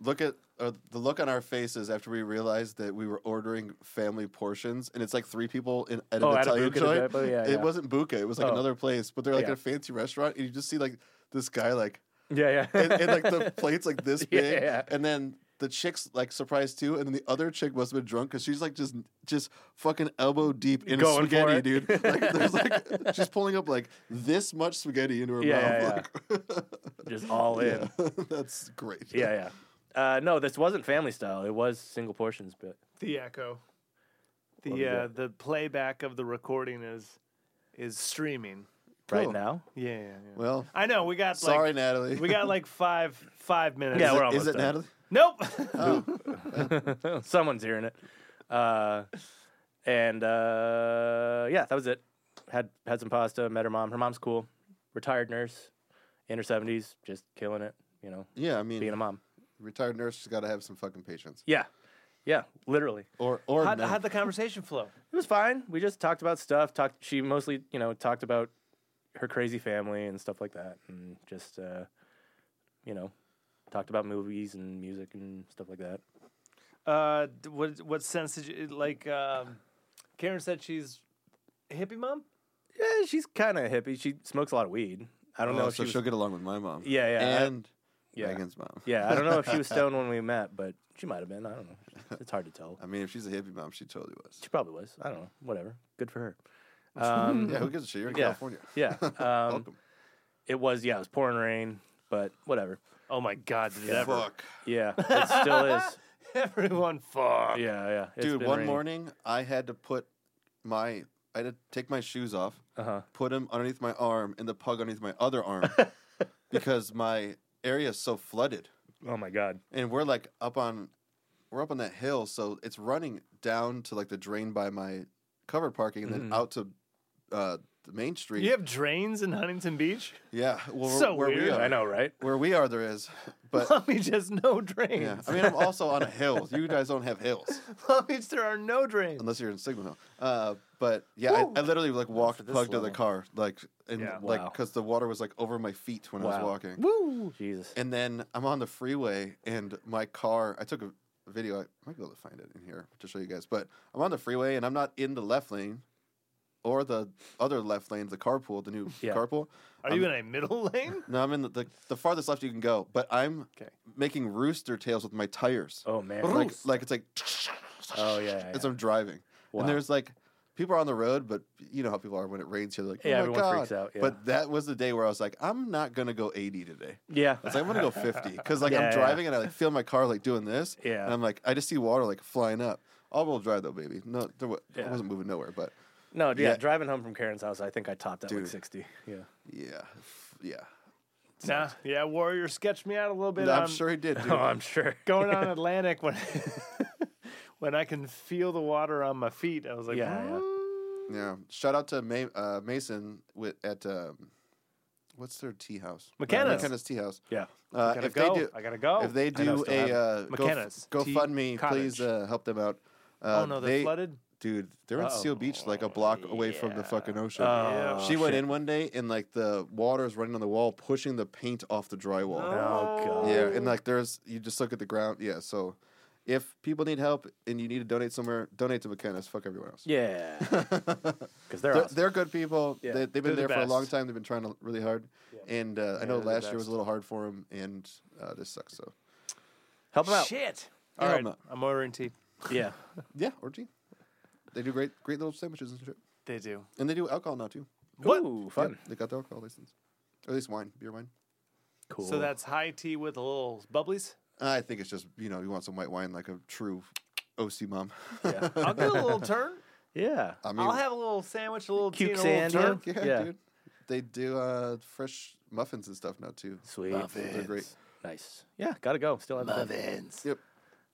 Speaker 3: look at uh, the look on our faces after we realized that we were ordering family portions, and it's like three people in at an
Speaker 2: Oh, at a
Speaker 3: Italian
Speaker 2: Buca de
Speaker 3: joint.
Speaker 2: Beppo, yeah,
Speaker 3: it
Speaker 2: yeah.
Speaker 3: wasn't Buca, it was like
Speaker 2: Oh.
Speaker 3: another place, but they're like
Speaker 2: Yeah.
Speaker 3: at a fancy restaurant, and you just see like this guy like,
Speaker 2: Yeah, yeah.
Speaker 3: and, and like the plates like this
Speaker 2: Yeah,
Speaker 3: big,
Speaker 2: yeah.
Speaker 3: and then. The chick's like surprised too, and then the other chick must have been drunk because she's like just just fucking elbow deep in
Speaker 2: Going for
Speaker 3: spaghetti,
Speaker 2: it.
Speaker 3: dude. Like there's like she's pulling up like this much spaghetti into her
Speaker 2: Yeah,
Speaker 3: mouth.
Speaker 2: yeah, Just all in. Yeah,
Speaker 3: Like, that's great.
Speaker 2: yeah. Uh, no, this wasn't family style. It was single portions, but
Speaker 1: the echo.
Speaker 2: What was
Speaker 1: The uh, the playback of the recording is is streaming.
Speaker 2: right
Speaker 3: Cool.
Speaker 2: now.
Speaker 1: Yeah, yeah, yeah.
Speaker 3: Well,
Speaker 1: I know we got
Speaker 3: sorry,
Speaker 1: like
Speaker 3: Natalie.
Speaker 1: we got like five five minutes.
Speaker 2: Yeah,
Speaker 3: is
Speaker 2: we're Oh,
Speaker 3: it, is
Speaker 2: almost
Speaker 3: it
Speaker 2: done.
Speaker 3: Natalie?
Speaker 1: Nope.
Speaker 2: Someone's hearing it. Uh, and uh, yeah, that was it. Had had some pasta. Met her mom. Her mom's cool. Retired nurse, in her seventies, just killing it. You know,
Speaker 3: Yeah, I mean,
Speaker 2: being a mom.
Speaker 3: retired nurse, she's got to have some fucking patience.
Speaker 2: Yeah, yeah, literally.
Speaker 3: Or or
Speaker 1: How'd,
Speaker 3: none.
Speaker 1: how'd the conversation flow?
Speaker 2: It was fine. We just talked about stuff. Talked. She mostly, you know, talked about her crazy family and stuff like that, and just, uh, you know, talked about movies and music and stuff like that.
Speaker 1: Uh, d- what what sense did you like? Um, Karen said she's a hippie mom.
Speaker 2: Yeah, she's kind of hippie. She smokes a lot of weed. I don't know
Speaker 3: Oh,
Speaker 2: if she
Speaker 3: so
Speaker 2: was,
Speaker 3: she'll get along with my mom.
Speaker 2: Yeah, yeah, I-
Speaker 3: and
Speaker 2: yeah.
Speaker 3: Megan's mom.
Speaker 2: Yeah, I don't know if she was stoned when we met, but she might have been. I don't know. It's hard to tell.
Speaker 3: I mean, if she's a hippie mom, she totally was.
Speaker 2: She probably was. I don't know. Whatever. Good for her. Um,
Speaker 3: Yeah, who gives a shit? You're in
Speaker 2: yeah.
Speaker 3: California.
Speaker 2: yeah. Um,
Speaker 3: Welcome.
Speaker 2: it was. Yeah, it was pouring rain, but whatever.
Speaker 1: Oh my god, did it ever?
Speaker 3: Fuck.
Speaker 2: Yeah, it still is.
Speaker 1: Everyone, fuck.
Speaker 2: Yeah, yeah. It's
Speaker 3: Dude,
Speaker 2: been
Speaker 3: one
Speaker 2: raining.
Speaker 3: morning I had to put my I had to take my shoes off,
Speaker 2: Uh-huh.
Speaker 3: put them underneath my arm, and the pug underneath my other arm because my area is so flooded,
Speaker 2: Oh my god.
Speaker 3: and we're like up on we're up on that hill, so it's running down to like the drain by my covered parking, and then
Speaker 2: Mm-hmm.
Speaker 3: out to uh, the main street.
Speaker 1: You have drains in Huntington Beach.
Speaker 3: Yeah, well,
Speaker 1: So
Speaker 3: where we
Speaker 1: weird.
Speaker 3: are,
Speaker 2: I know, right?
Speaker 3: where we are there is, but.
Speaker 1: Long Beach has no drains.
Speaker 3: Yeah. I mean, I'm also on a hill. You guys don't have hills.
Speaker 1: Long Beach, there are no drains.
Speaker 3: unless you're in Sigma Hill. Uh, but yeah, I, I literally like walked
Speaker 4: this
Speaker 3: plugged to the
Speaker 4: level.
Speaker 3: car, like and
Speaker 1: Yeah.
Speaker 3: like
Speaker 2: Wow.
Speaker 3: because the water was like over my feet when I was
Speaker 2: Wow.
Speaker 3: walking.
Speaker 2: Woo. Jesus.
Speaker 3: And then I'm on the freeway, and my car. I took a video. I might be able to find it in here to show you guys. But I'm on the freeway, and I'm not in the left lane or the other left lane, the carpool, the new
Speaker 2: Yeah.
Speaker 3: carpool.
Speaker 1: Are you in a middle lane?
Speaker 3: No, I'm in the, the the farthest left you can go. But I'm
Speaker 1: Okay.
Speaker 3: making rooster tails with my tires.
Speaker 2: Oh man.
Speaker 3: Like, like it's like
Speaker 2: oh yeah. yeah,
Speaker 3: as
Speaker 2: yeah.
Speaker 3: I'm driving.
Speaker 2: Wow.
Speaker 3: And there's like people are on the road, but you know how people are when it rains. You're like, oh
Speaker 2: Yeah,
Speaker 3: my
Speaker 2: everyone
Speaker 3: God.
Speaker 2: freaks out, yeah.
Speaker 3: But that was the day where I was like, I'm not gonna go 80 today.
Speaker 2: yeah.
Speaker 3: I was like, I'm gonna go 50 because like
Speaker 2: Yeah,
Speaker 3: I'm
Speaker 2: yeah.
Speaker 3: driving and I like feel my car like doing this.
Speaker 2: Yeah.
Speaker 3: And I'm like, I just see water like flying up. All wheel drive though, baby. No, there wa- I
Speaker 2: Yeah.
Speaker 3: wasn't moving nowhere, but
Speaker 2: No, yeah,
Speaker 3: Yeah.
Speaker 2: driving home from Karen's house, I think I topped out
Speaker 3: Dude.
Speaker 2: like sixty. Yeah.
Speaker 3: yeah, f- yeah.
Speaker 1: Nah, yeah, Warrior sketched me out a little bit.
Speaker 3: No, I'm
Speaker 1: on
Speaker 3: sure he did. Dude.
Speaker 2: Oh, I'm sure.
Speaker 1: Going on Atlantic when when I can feel the water on my feet, I was like, "Mm,
Speaker 2: Yeah, yeah.
Speaker 3: Yeah. Shout out to Ma- uh, Mason with at um, what's their tea house? Uh,
Speaker 1: McKenna's.
Speaker 3: McKenna's tea house.
Speaker 2: Yeah.
Speaker 3: Uh,
Speaker 1: gotta
Speaker 3: if
Speaker 1: go.
Speaker 3: they do,
Speaker 1: Oh, I gotta go.
Speaker 3: if they
Speaker 2: I know,
Speaker 3: do
Speaker 2: still have
Speaker 3: a
Speaker 2: it.
Speaker 3: uh,
Speaker 1: McKenna's
Speaker 3: go,
Speaker 1: Tea
Speaker 3: GoFundMe,
Speaker 1: Cottage.
Speaker 3: please uh, help them out. Uh,
Speaker 1: oh no, they're
Speaker 3: they,
Speaker 1: flooded.
Speaker 3: dude. They're in Seal Beach, like a block away from the
Speaker 1: yeah.
Speaker 3: fucking ocean.
Speaker 1: Yeah.
Speaker 3: she went in one day, and like the water is running on the wall, pushing the paint off the drywall.
Speaker 2: Oh, God.
Speaker 3: Yeah, and like there's you just look at the ground. Yeah, so if people need help and you need to donate somewhere, donate to McKenna's. Fuck everyone else.
Speaker 2: Yeah. Because they're,
Speaker 3: They're,
Speaker 2: awesome.
Speaker 3: they're good people.
Speaker 2: Yeah,
Speaker 3: They, they've
Speaker 1: they're
Speaker 3: been
Speaker 1: the
Speaker 3: there for a long
Speaker 1: best.
Speaker 3: time. They've been trying to really hard. And uh, I
Speaker 1: they're
Speaker 3: know
Speaker 1: the
Speaker 3: last year was
Speaker 1: best.
Speaker 3: a little hard for them, and uh, this sucks. So
Speaker 2: Help them out.
Speaker 1: Shit.
Speaker 3: Yeah,
Speaker 1: All right,
Speaker 3: I'm not-
Speaker 1: I'm ordering tea.
Speaker 2: Yeah.
Speaker 3: yeah, orgy. They do great, great little sandwiches and shit.
Speaker 1: They do.
Speaker 3: And they do alcohol now too.
Speaker 1: What?
Speaker 2: Ooh,
Speaker 3: Yeah,
Speaker 2: fun.
Speaker 3: they got the alcohol license, or at least wine, beer wine.
Speaker 2: Cool.
Speaker 1: So that's high tea with a little bubblies.
Speaker 3: I think it's just you know you want some white wine like a true OC mom.
Speaker 2: yeah.
Speaker 1: I'll get a little turn.
Speaker 2: yeah.
Speaker 3: I mean,
Speaker 1: I'll have a little sandwich, a little tea, and a
Speaker 2: Cute
Speaker 1: little
Speaker 2: sand,
Speaker 1: turn.
Speaker 2: yeah.
Speaker 3: yeah, dude. They do uh, fresh muffins and stuff now too.
Speaker 2: Sweet.
Speaker 3: They're great.
Speaker 2: Nice. Yeah, gotta go. Still haven't been.
Speaker 3: Yep,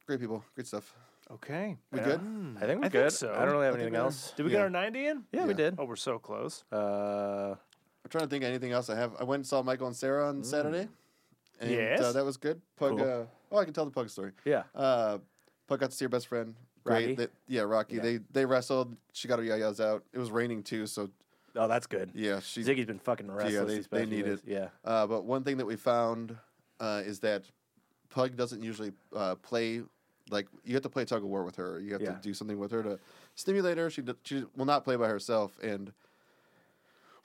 Speaker 3: great people, great stuff.
Speaker 1: Okay.
Speaker 3: We
Speaker 2: Yeah.
Speaker 3: good?
Speaker 2: I think we're
Speaker 1: I think
Speaker 2: good.
Speaker 1: so.
Speaker 2: I don't really have
Speaker 3: I think
Speaker 2: anything
Speaker 3: we're-
Speaker 2: else.
Speaker 1: Did we
Speaker 3: Yeah.
Speaker 1: get our 90 in?
Speaker 2: Yeah, we
Speaker 3: Mm. Yeah.
Speaker 2: did.
Speaker 1: Oh, we're so close.
Speaker 2: Uh,
Speaker 3: I'm trying to think of anything else I have. I went and saw Michael and Sarah on Saturday. And, uh,
Speaker 1: Yes.
Speaker 3: that was good. Pug.
Speaker 2: Cool.
Speaker 3: Uh, oh, I can tell the Pug story.
Speaker 2: yeah.
Speaker 3: Uh, Pug got to see her best friend.
Speaker 2: Rocky?
Speaker 3: Great. They- yeah, Rocky.
Speaker 2: Yeah.
Speaker 3: They they wrestled. She got her yayas out. It was raining too, so
Speaker 2: Oh, that's good.
Speaker 3: yeah, she.
Speaker 2: Ziggy's been fucking restless.
Speaker 3: they-
Speaker 2: these
Speaker 3: they
Speaker 2: past few
Speaker 3: need
Speaker 2: days.
Speaker 3: it.
Speaker 2: Yeah.
Speaker 3: Uh, but one thing that we found uh, is that Pug doesn't usually uh, play. Like you have to play tug of war with her. You have
Speaker 2: Yeah.
Speaker 3: to do something with her to stimulate her. She d- she will not play by herself. And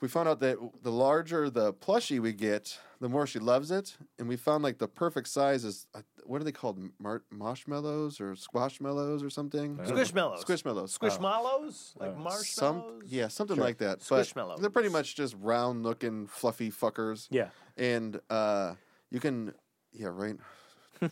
Speaker 3: we found out that the larger the plushie we get, the more she loves it. And we found like the perfect size is uh, what are they called? Mar- marshmallows or squashmallows or something?
Speaker 1: Squishmallows. Uh,
Speaker 3: Squishmallows.
Speaker 1: Squishmallows? Like
Speaker 2: Oh.
Speaker 3: Oh. Some,
Speaker 1: marshmallows?
Speaker 3: yeah, something like that. But
Speaker 1: Squishmallows.
Speaker 3: they're pretty much just round looking, fluffy fuckers
Speaker 2: Yeah.
Speaker 3: and uh, you can yeah right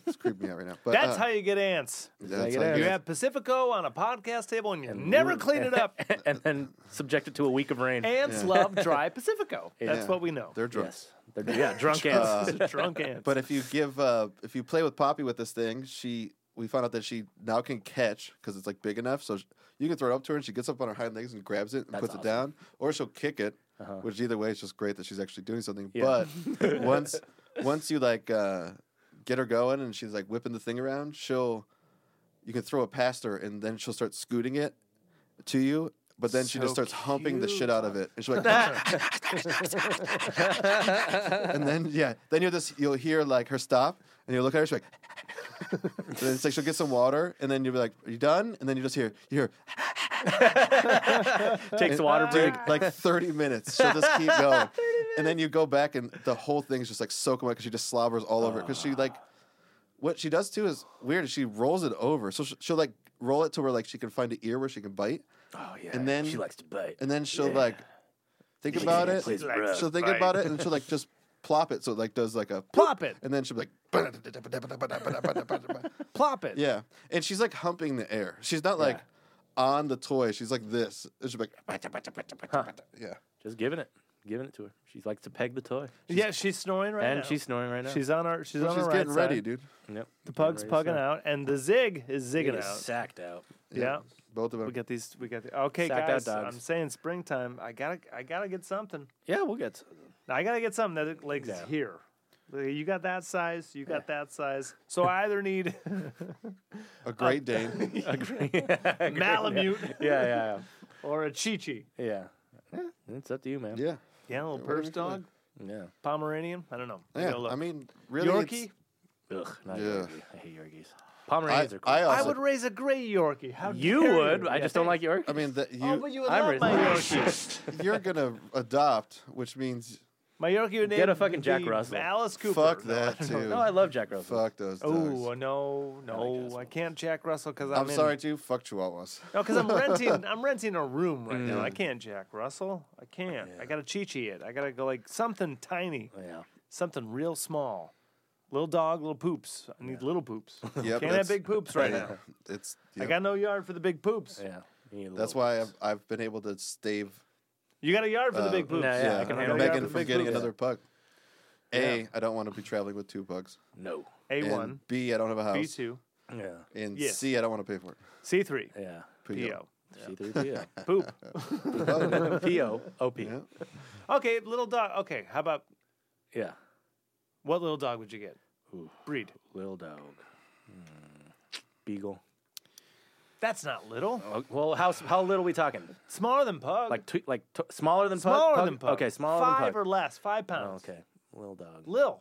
Speaker 3: it's creeping me out right now but
Speaker 1: That's
Speaker 3: uh,
Speaker 1: how you get ants.
Speaker 3: that's
Speaker 2: Like it
Speaker 3: how
Speaker 2: is.
Speaker 1: You
Speaker 3: get
Speaker 1: have Pacifico on a podcast table and you never clean it up.
Speaker 2: and then subject it to a week of rain.
Speaker 1: Ants love dry Pacifico. That's
Speaker 3: Yeah.
Speaker 1: what we know.
Speaker 3: they're drunk
Speaker 2: yes. They're, yeah, drunk ants.
Speaker 1: drunk ants.
Speaker 3: but if you give uh, if you play with Poppy with this thing she we found out that she now can catch because it's like big enough so sh you can throw it up to her and she gets up on her hind legs and grabs it and puts
Speaker 2: awesome.
Speaker 3: it down or she'll kick it which either way is just great that she's actually doing something but once once you like uh, get her going and she's like whipping the thing around she'll you can throw it past her and then she'll start scooting it to you but then she
Speaker 1: So
Speaker 3: just starts humping the
Speaker 1: cute.
Speaker 3: shit out of it and she's like and then yeah, then you'll just you'll hear like her stop, and you'll look at her. She's like, and then it's like she'll get some water, and then you'll be like, "Are you done?" And then you just hear you hear
Speaker 2: Takes a water break.
Speaker 3: dude, like thirty minutes. She'll just keep going, and then you go back, and the whole thing's just like soaking wet because she just slobbers all over it because she like. What she does too is weird. is She rolls it over, so she'll, she'll like roll it to where like she can find an ear where she can bite,
Speaker 2: Oh yeah.
Speaker 3: and then-
Speaker 2: she likes to bite.
Speaker 3: and then she'll like think about it.
Speaker 2: Please rub.
Speaker 3: She'll think about it, and she'll like just plop it. So it like does like a
Speaker 1: Plop it.
Speaker 3: and then she'll be like.
Speaker 1: plop it.
Speaker 3: Yeah, and she's like humping the air. She's not like on the toy. She's like this. And she's like, yeah.
Speaker 2: Just giving it, giving it to her. She likes to peg the toy,
Speaker 1: Yeah, she's snoring right
Speaker 2: and
Speaker 1: now.
Speaker 2: she's snoring right now.
Speaker 1: she's on our she's on
Speaker 3: she's
Speaker 1: our
Speaker 3: getting
Speaker 1: right
Speaker 3: ready,
Speaker 1: side.
Speaker 3: dude.
Speaker 2: yep.
Speaker 1: The pug's pugging out, and the zig is zigging
Speaker 2: Getting
Speaker 1: out.
Speaker 2: sacked out.
Speaker 1: Yeah.
Speaker 3: Both of
Speaker 1: We
Speaker 3: them.
Speaker 1: got these. We got the, okay,
Speaker 2: Sacked
Speaker 1: guys.
Speaker 2: out dogs.
Speaker 1: I'm saying springtime. I gotta. I gotta get something.
Speaker 2: Yeah, we'll get. some.
Speaker 1: I gotta get something that like is
Speaker 2: Yeah.
Speaker 1: here. Like, You got that size. You got that size. So I either need
Speaker 3: a Great Dane.
Speaker 1: Malamute
Speaker 2: Yeah, yeah,
Speaker 1: or a Chichi.
Speaker 2: yeah. yeah. Eh, It's up to you, man.
Speaker 3: yeah.
Speaker 1: Yeah, a little
Speaker 3: whatever
Speaker 1: purse
Speaker 3: you feel like.
Speaker 1: dog,
Speaker 2: Yeah.
Speaker 1: Pomeranian. I don't know. You
Speaker 3: Yeah.
Speaker 1: go look.
Speaker 3: I mean, really. it's-
Speaker 1: Yorkie.
Speaker 2: Ugh, not
Speaker 3: Yeah.
Speaker 2: Yorkie. I hate Yorkies.
Speaker 3: I,
Speaker 2: Pomeranians are cool.
Speaker 3: I also.
Speaker 1: I would raise a gray Yorkie. How
Speaker 2: you
Speaker 1: dare
Speaker 2: would.
Speaker 1: you.
Speaker 2: I
Speaker 1: Yeah,
Speaker 2: just don't
Speaker 1: thank-
Speaker 2: like Yorkies.
Speaker 3: I mean, that you,
Speaker 1: Oh, but you would
Speaker 2: I'm
Speaker 1: love my
Speaker 2: raising-
Speaker 1: Yorkie.
Speaker 3: you're going to adopt, which means
Speaker 1: my Yorkie would
Speaker 2: Get
Speaker 1: name
Speaker 2: a fucking
Speaker 1: would
Speaker 2: Jack
Speaker 1: be
Speaker 2: Russell.
Speaker 1: Alice Cooper.
Speaker 3: fuck
Speaker 1: No,
Speaker 3: that, too.
Speaker 2: no, I love Jack Russell.
Speaker 3: fuck those dogs.
Speaker 1: Oh no, no, I, can't Jack Russell because I'm,
Speaker 3: I'm
Speaker 1: in-
Speaker 3: sorry, too. Fuck Chihuahuas.
Speaker 1: No, because I'm renting. I'm renting a room right now.
Speaker 3: Mm.
Speaker 1: I can't Jack Russell. I can't. I gotta chi chi it. I gotta go like something tiny,
Speaker 2: Yeah.
Speaker 1: something real small. Little dog, little poops. I need little poops.
Speaker 3: Yep,
Speaker 1: Can't have
Speaker 3: that's-
Speaker 1: big poops right
Speaker 3: yeah,
Speaker 1: now.
Speaker 3: It's
Speaker 1: I
Speaker 3: yep.
Speaker 1: got no yard for the big poops.
Speaker 2: Yeah. you need a
Speaker 3: that's
Speaker 2: little-
Speaker 3: why I've I've been able to stave
Speaker 1: You got a yard for the
Speaker 3: Uh,
Speaker 1: big poops.
Speaker 2: nah, Yeah, I
Speaker 3: yeah,
Speaker 2: can
Speaker 1: I got a
Speaker 2: handle
Speaker 1: yard
Speaker 2: that.
Speaker 1: for
Speaker 3: Megan
Speaker 1: the
Speaker 3: from
Speaker 1: big
Speaker 3: getting
Speaker 1: poops.
Speaker 3: another pug. A,
Speaker 2: Yeah.
Speaker 3: I don't want to be traveling with two pugs.
Speaker 2: No.
Speaker 1: A one,
Speaker 3: And B, I don't have a house.
Speaker 1: B two,
Speaker 2: Yeah.
Speaker 3: And
Speaker 1: Yeah.
Speaker 3: C, I don't want to pay for it.
Speaker 1: C three,
Speaker 2: Yeah.
Speaker 1: PO.
Speaker 2: C3PO.
Speaker 1: Poop.
Speaker 2: PO. OP.
Speaker 3: Yeah.
Speaker 2: Yeah.
Speaker 1: Okay, little dog. Okay, how about what little dog would you get?
Speaker 2: Ooh,
Speaker 1: Breed.
Speaker 2: little dog. Mm, Beagle.
Speaker 1: That's not little.
Speaker 2: Oh, well, how s- how little we talking?
Speaker 1: Smaller than pug.
Speaker 2: Like tw- like t- smaller than pug?
Speaker 1: smaller than pug.
Speaker 2: Okay, smaller
Speaker 1: five
Speaker 2: than pug.
Speaker 1: or less. Five
Speaker 2: Oh,
Speaker 1: pounds.
Speaker 2: okay, little dog.
Speaker 1: Lil.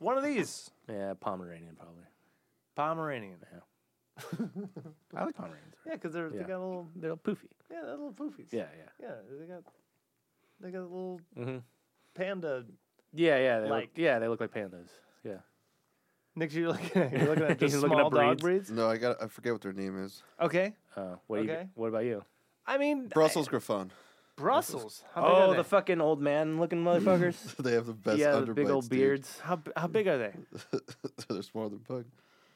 Speaker 1: One of these.
Speaker 2: Yeah, Pomeranian probably.
Speaker 1: Pomeranian.
Speaker 2: I like Pomeranians.
Speaker 1: Yeah, because they're they
Speaker 2: Yeah.
Speaker 1: got a little
Speaker 2: They're poofy.
Speaker 1: yeah, they're little poofies.
Speaker 2: Yeah,
Speaker 1: Yeah, they got they got a little
Speaker 2: yeah. hmm
Speaker 1: panda.
Speaker 2: Yeah, yeah. They look,
Speaker 1: Like-
Speaker 2: yeah, they look like pandas. Yeah.
Speaker 1: Nick, you're looking at, you're looking at just
Speaker 2: He's
Speaker 1: small
Speaker 2: looking up
Speaker 1: dog breeds.
Speaker 2: breeds.
Speaker 3: No, I got. I forget what their name is.
Speaker 1: Okay.
Speaker 2: Uh, what do you?
Speaker 1: Okay.
Speaker 2: What about you?
Speaker 1: I mean I-
Speaker 3: Brussels Griffon.
Speaker 1: Brussels. How big
Speaker 2: Oh,
Speaker 1: are
Speaker 2: the
Speaker 1: they?
Speaker 2: fucking old man looking motherfuckers.
Speaker 3: They have the best
Speaker 2: yeah, the
Speaker 3: underbites.
Speaker 2: big old
Speaker 3: dude.
Speaker 2: beards.
Speaker 1: how b- how big are they?
Speaker 3: They're smaller than pug.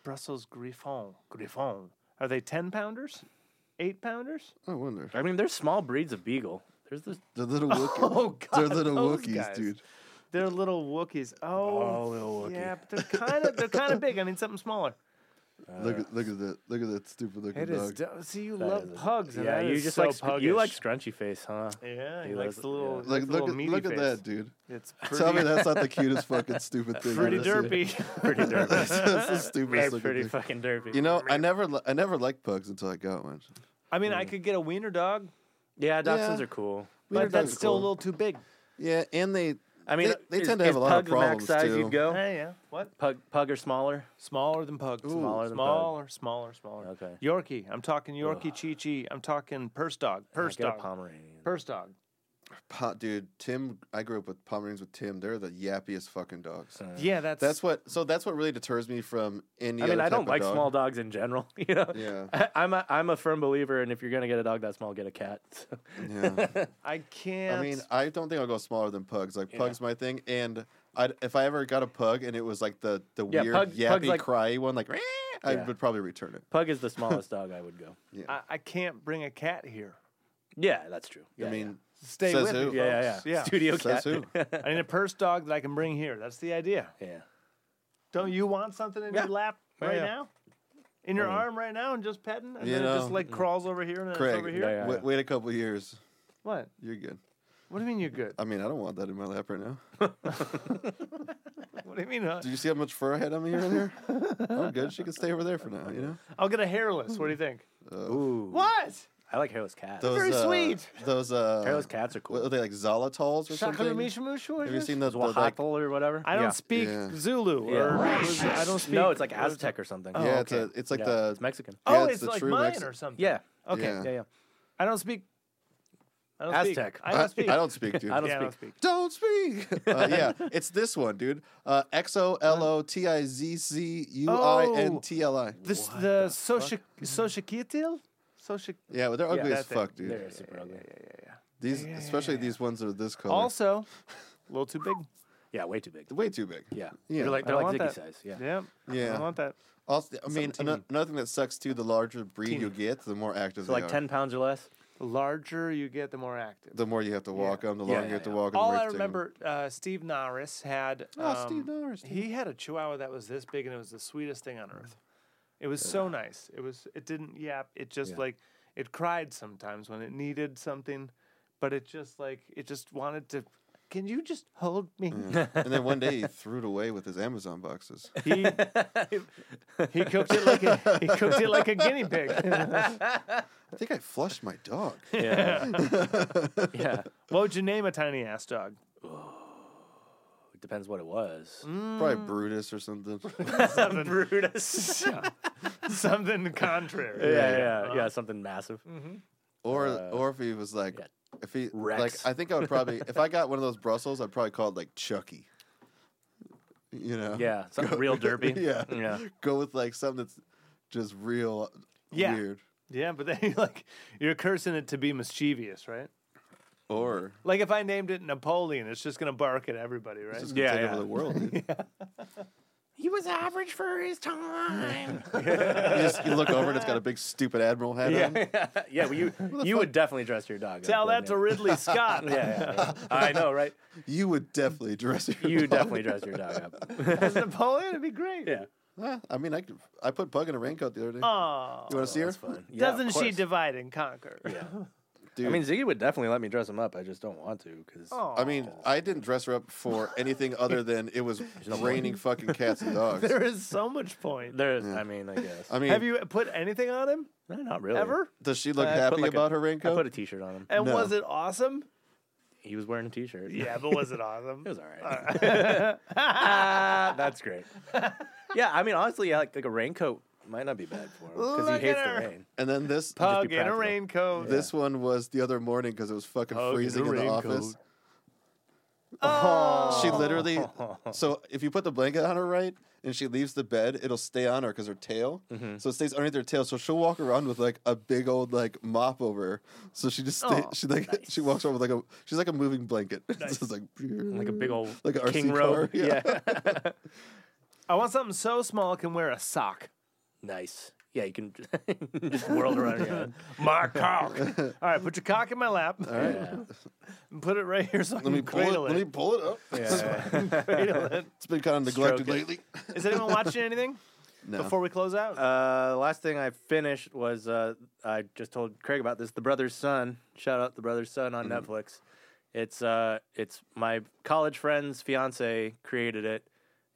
Speaker 1: Brussels Griffon. Griffon. Are they ten pounders? Eight pounders?
Speaker 3: I wonder.
Speaker 2: I mean, there's small breeds of beagle. There's this.
Speaker 3: They're little Wookiees.
Speaker 1: Oh God,
Speaker 3: They're little
Speaker 1: those
Speaker 3: Wookiees,
Speaker 1: guys.
Speaker 3: dude.
Speaker 1: They're little Wookiees. Oh,
Speaker 2: Oh, little Wookiee.
Speaker 1: yeah, but they're kind of they're kind of big. I mean, something smaller.
Speaker 3: Look at look at that. Look at that stupid looking
Speaker 1: It is.
Speaker 3: dog.
Speaker 1: do- See, you
Speaker 2: That
Speaker 1: love
Speaker 2: is a-
Speaker 1: pugs. and
Speaker 2: yeah,
Speaker 1: that
Speaker 2: you
Speaker 1: is
Speaker 2: just
Speaker 1: so
Speaker 2: like sc- you like
Speaker 1: puggish.
Speaker 2: scrunchy face, huh?
Speaker 1: Yeah, he,
Speaker 2: He
Speaker 1: likes
Speaker 2: loves-
Speaker 1: the little
Speaker 2: yeah.
Speaker 1: like
Speaker 3: Like
Speaker 1: the
Speaker 3: look
Speaker 1: little
Speaker 3: at
Speaker 1: meaty
Speaker 3: look at
Speaker 1: face.
Speaker 3: that, dude.
Speaker 1: It's
Speaker 3: Tell
Speaker 1: pretty,
Speaker 3: me that's not the cutest fucking stupid thing. I've
Speaker 1: pretty
Speaker 3: ever seen.
Speaker 1: derpy.
Speaker 2: Pretty derpy.
Speaker 3: that's the
Speaker 2: Yeah,
Speaker 3: stupidest looking
Speaker 2: pretty
Speaker 3: thing.
Speaker 2: fucking derpy.
Speaker 3: You know, I never li- I never liked pugs until I got one.
Speaker 1: I mean, I could get a wiener dog,
Speaker 2: yeah, dachshunds
Speaker 3: Yeah.
Speaker 2: are cool.
Speaker 3: Wiener
Speaker 1: but that's
Speaker 3: dogs are
Speaker 1: still
Speaker 3: cool.
Speaker 1: a little too big.
Speaker 3: Yeah, and they
Speaker 2: I mean,
Speaker 3: They- they
Speaker 2: is-
Speaker 3: tend to have
Speaker 2: is
Speaker 3: a lot
Speaker 2: pug
Speaker 3: of
Speaker 2: the max
Speaker 3: problems,
Speaker 2: size
Speaker 3: too.
Speaker 2: You'd go
Speaker 1: Yeah, yeah. What?
Speaker 2: pug, pug or smaller.
Speaker 1: Smaller than pug.
Speaker 2: Smaller than pug.
Speaker 1: smaller, smaller, smaller.
Speaker 2: Okay.
Speaker 1: Yorkie. I'm talking Yorkie, Chi Chi. I'm talking purse dog. Purse
Speaker 2: Get a
Speaker 1: dog.
Speaker 2: Pomeranian.
Speaker 1: Purse dog.
Speaker 3: po- dude, Tim. I grew up with Pomeranians with Tim. They're the yappiest fucking dogs.
Speaker 1: Yeah, that's
Speaker 3: That's what. So that's what really deters me from any.
Speaker 2: I mean,
Speaker 3: other
Speaker 2: I
Speaker 3: type
Speaker 2: don't
Speaker 3: of
Speaker 2: like
Speaker 3: dog.
Speaker 2: small dogs in general. You know,
Speaker 3: Yeah.
Speaker 2: I, I'm a, I'm a firm believer, and if you're gonna get a dog that small, get a cat.
Speaker 3: Yeah.
Speaker 1: I can't.
Speaker 3: I mean, I don't think I'll go smaller than pugs. Like pugs, my thing. And I, if I ever got a pug and it was like the the
Speaker 2: Yeah,
Speaker 3: weird
Speaker 2: pug- pug's
Speaker 3: yappy
Speaker 2: like-
Speaker 3: cryy one, like "Rah," I
Speaker 2: Yeah.
Speaker 3: would probably return it.
Speaker 2: pug is the smallest dog I would go.
Speaker 1: I, I can't bring a cat here.
Speaker 2: Yeah, that's true. Yeah,
Speaker 3: I mean,
Speaker 1: Stay
Speaker 3: Says
Speaker 1: with
Speaker 3: who?
Speaker 1: me,
Speaker 2: yeah, yeah, yeah.
Speaker 1: folks. yeah.
Speaker 2: Studio cat.
Speaker 3: Says who?
Speaker 1: I need a purse dog that I can bring here. That's the idea.
Speaker 2: yeah.
Speaker 1: Don't you want something in
Speaker 2: Yeah.
Speaker 1: your lap
Speaker 3: Oh,
Speaker 2: Yeah,
Speaker 1: right
Speaker 2: yeah.
Speaker 1: now? In your arm right now and just petting? And
Speaker 3: You
Speaker 1: then it just
Speaker 3: know,
Speaker 1: like crawls over here and then
Speaker 3: Craig,
Speaker 1: it's over here?
Speaker 2: Yeah, yeah.
Speaker 3: wait, wait a couple years,
Speaker 1: What?
Speaker 3: you're good.
Speaker 1: What do you mean you're good?
Speaker 3: I mean, I don't want that in my lap right now.
Speaker 1: What do you mean? huh?
Speaker 3: Do you see how much fur I had on me right here? I'm good. She can stay over there for now. You know,
Speaker 1: I'll get a hairless. What do you think?
Speaker 2: Ooh.
Speaker 1: What?
Speaker 2: I like hairless cats.
Speaker 1: Very sweet.
Speaker 3: Those uh,
Speaker 2: hairless cats are
Speaker 3: what are
Speaker 2: cool.
Speaker 3: they like Zolotals or something? Have you
Speaker 1: Shakaramishamushu?
Speaker 3: seen those? the, like,
Speaker 2: Wahatl or whatever.
Speaker 1: I don't
Speaker 2: Yeah.
Speaker 1: speak
Speaker 3: Yeah.
Speaker 1: Zulu
Speaker 2: Yeah.
Speaker 1: or what is it? I don't speak.
Speaker 2: No, it's like Aztec or something.
Speaker 3: yeah, it's, a, it's like
Speaker 2: oh, Yeah,
Speaker 3: the
Speaker 2: it's Mexican.
Speaker 1: Oh,
Speaker 3: yeah,
Speaker 1: it's,
Speaker 3: it's the
Speaker 1: like
Speaker 3: true
Speaker 1: mine
Speaker 3: Mexi-
Speaker 1: or something.
Speaker 2: Yeah.
Speaker 1: Okay.
Speaker 3: Yeah.
Speaker 2: Yeah, yeah.
Speaker 1: I don't speak. I don't
Speaker 2: Aztec.
Speaker 1: Speak. I don't speak.
Speaker 3: I don't speak, dude.
Speaker 2: I don't
Speaker 1: Yeah,
Speaker 2: speak.
Speaker 3: Don't speak. uh, yeah, it's this one, dude. Uh, X O L O T I Z C U I N T L
Speaker 2: Oh.
Speaker 3: I.
Speaker 1: This the Soshik Soshikitil. Soshik.
Speaker 3: Yeah, but they're ugly
Speaker 1: that
Speaker 3: as
Speaker 1: thing.
Speaker 3: fuck, dude.
Speaker 2: They're super ugly.
Speaker 3: These, especially these ones that are this color.
Speaker 1: Also, a little too big.
Speaker 2: Yeah, way too big.
Speaker 3: way too big.
Speaker 2: Yeah.
Speaker 3: Yeah.
Speaker 2: They're like
Speaker 1: I
Speaker 2: they're
Speaker 1: don't
Speaker 2: like
Speaker 1: want
Speaker 2: Ziggy
Speaker 1: that.
Speaker 2: size. Yeah.
Speaker 1: Yeah. I
Speaker 3: Yeah.
Speaker 1: don't want that.
Speaker 3: Also, I mean, ano- another thing that sucks too. The larger breed you get, the more active
Speaker 2: So
Speaker 3: they
Speaker 2: like
Speaker 3: are.
Speaker 2: ten pounds or less.
Speaker 1: The larger you get, the more active.
Speaker 3: The more you have to walk them, the
Speaker 2: Yeah,
Speaker 3: longer
Speaker 2: yeah,
Speaker 3: you have to
Speaker 2: yeah.
Speaker 3: walk 'em, the
Speaker 1: All
Speaker 3: more
Speaker 1: I
Speaker 3: you have to take 'em.
Speaker 1: remember, uh, Steve Norris had.
Speaker 3: Oh, Steve
Speaker 1: um,
Speaker 3: Norris, dude.
Speaker 1: He had a Chihuahua that was this big, and it was the sweetest thing on earth. It was so nice. It was. It didn't yap. It just like it cried sometimes when it needed something, but it just like it just wanted to. Can you just hold me?
Speaker 3: and then one day he threw it away with his Amazon boxes.
Speaker 1: He he cooked it like a, he cooked it like a guinea pig.
Speaker 3: I think I flushed my dog.
Speaker 2: Yeah. yeah.
Speaker 1: what would you name a tiny ass dog?
Speaker 2: It depends what it was.
Speaker 3: Probably Brutus or something.
Speaker 1: Something Brutus. Something contrary.
Speaker 2: Yeah, yeah, yeah. Something massive.
Speaker 3: Or or if he was like if he
Speaker 2: Uh, Rex.
Speaker 3: like I think I would probably if I got one of those Brussels, I'd probably call it like Chucky. You know?
Speaker 2: Yeah. Something real derpy.
Speaker 3: Yeah.
Speaker 2: Yeah.
Speaker 3: Go with like something that's just real
Speaker 1: Yeah.
Speaker 3: weird.
Speaker 1: Yeah, but then you're like you're cursing it to be mischievous, right?
Speaker 3: Or
Speaker 1: Like if I named it Napoleon, it's just gonna bark at everybody, right?
Speaker 3: it's just gonna
Speaker 2: Yeah,
Speaker 3: take
Speaker 2: yeah.
Speaker 3: over the world, dude.
Speaker 2: He was average for his time.
Speaker 3: You, just, you look over and it's got a big stupid admiral hat on.
Speaker 2: yeah, yeah. Well, you you would definitely dress your dog.
Speaker 1: Tell that
Speaker 2: up,
Speaker 1: to
Speaker 2: wouldn't
Speaker 1: Ridley Scott.
Speaker 2: you? yeah, yeah, yeah. I know, right?
Speaker 3: You would definitely dress your
Speaker 2: You
Speaker 3: dog.
Speaker 2: definitely dress your dog up.
Speaker 1: As Napoleon, it'd be great.
Speaker 2: Yeah.
Speaker 3: Huh? I mean, I, could- I put Pug in a raincoat the other day.
Speaker 1: Aw.
Speaker 3: you want to see her?
Speaker 2: Oh, That's fun. Yeah, of
Speaker 1: Doesn't she
Speaker 2: course.
Speaker 1: divide and conquer?
Speaker 2: Yeah.
Speaker 3: Dude.
Speaker 2: I mean, Ziggy would definitely let me dress him up. I just don't want to because
Speaker 1: Aw.
Speaker 3: I mean, I didn't dress her up for anything other than it was raining fucking cats and dogs.
Speaker 1: there is so much point.
Speaker 2: there's. I mean, Oh, I guess.
Speaker 3: I mean,
Speaker 1: Have you put anything on him
Speaker 2: No, not really.
Speaker 1: ever?
Speaker 3: does she look
Speaker 2: I put
Speaker 3: happy
Speaker 2: like a-
Speaker 3: about her
Speaker 2: I
Speaker 3: raincoat?
Speaker 2: put a T-shirt on him.
Speaker 1: And
Speaker 3: No.
Speaker 1: was it awesome?
Speaker 2: He was wearing a T-shirt.
Speaker 1: Yeah, but was it awesome?
Speaker 2: it was all right. That's great. Yeah, I mean, honestly, yeah, like, like a raincoat might not be bad for him because
Speaker 1: Look
Speaker 2: he hates
Speaker 1: at
Speaker 2: the
Speaker 1: her.
Speaker 2: rain.
Speaker 3: and then this
Speaker 1: Pug in a
Speaker 2: practical.
Speaker 1: raincoat.
Speaker 3: this one was the other morning because it was fucking
Speaker 1: Pug in a
Speaker 3: freezing in the
Speaker 1: raincoat.
Speaker 3: office.
Speaker 1: Oh,
Speaker 3: She literally. So if you put the blanket on her right and she leaves the bed, it'll stay on her because her tail.
Speaker 2: Mm-hmm.
Speaker 3: So it stays underneath her tail. So she'll walk around with like a big old like mop over. her. So she just stay,
Speaker 1: Oh,
Speaker 3: she like she walks around with like a she's like a moving blanket. so it's like
Speaker 2: Like a big old
Speaker 3: Like a
Speaker 2: king
Speaker 3: RC
Speaker 2: robe.
Speaker 3: car, yeah.
Speaker 1: I want something so small I can wear a sock.
Speaker 2: nice. Yeah, you can just whirl around. your head.
Speaker 1: My cock. All right, put your cock in my lap
Speaker 2: Yeah.
Speaker 1: and put it right here so I
Speaker 3: Let me
Speaker 1: can
Speaker 3: pull it.
Speaker 1: cradle
Speaker 3: Let me
Speaker 1: it.
Speaker 3: pull it up.
Speaker 1: Cradle it.
Speaker 3: It's been kind of neglected
Speaker 2: Stroke it.
Speaker 3: lately.
Speaker 1: Is anyone watching anything
Speaker 3: No.
Speaker 1: before we close out?
Speaker 2: Uh, last thing I finished was uh, I just told Craig about this. The Brother's Son. Shout out The Brother's Son on Netflix. It's uh, it's my college friend's fiance created it,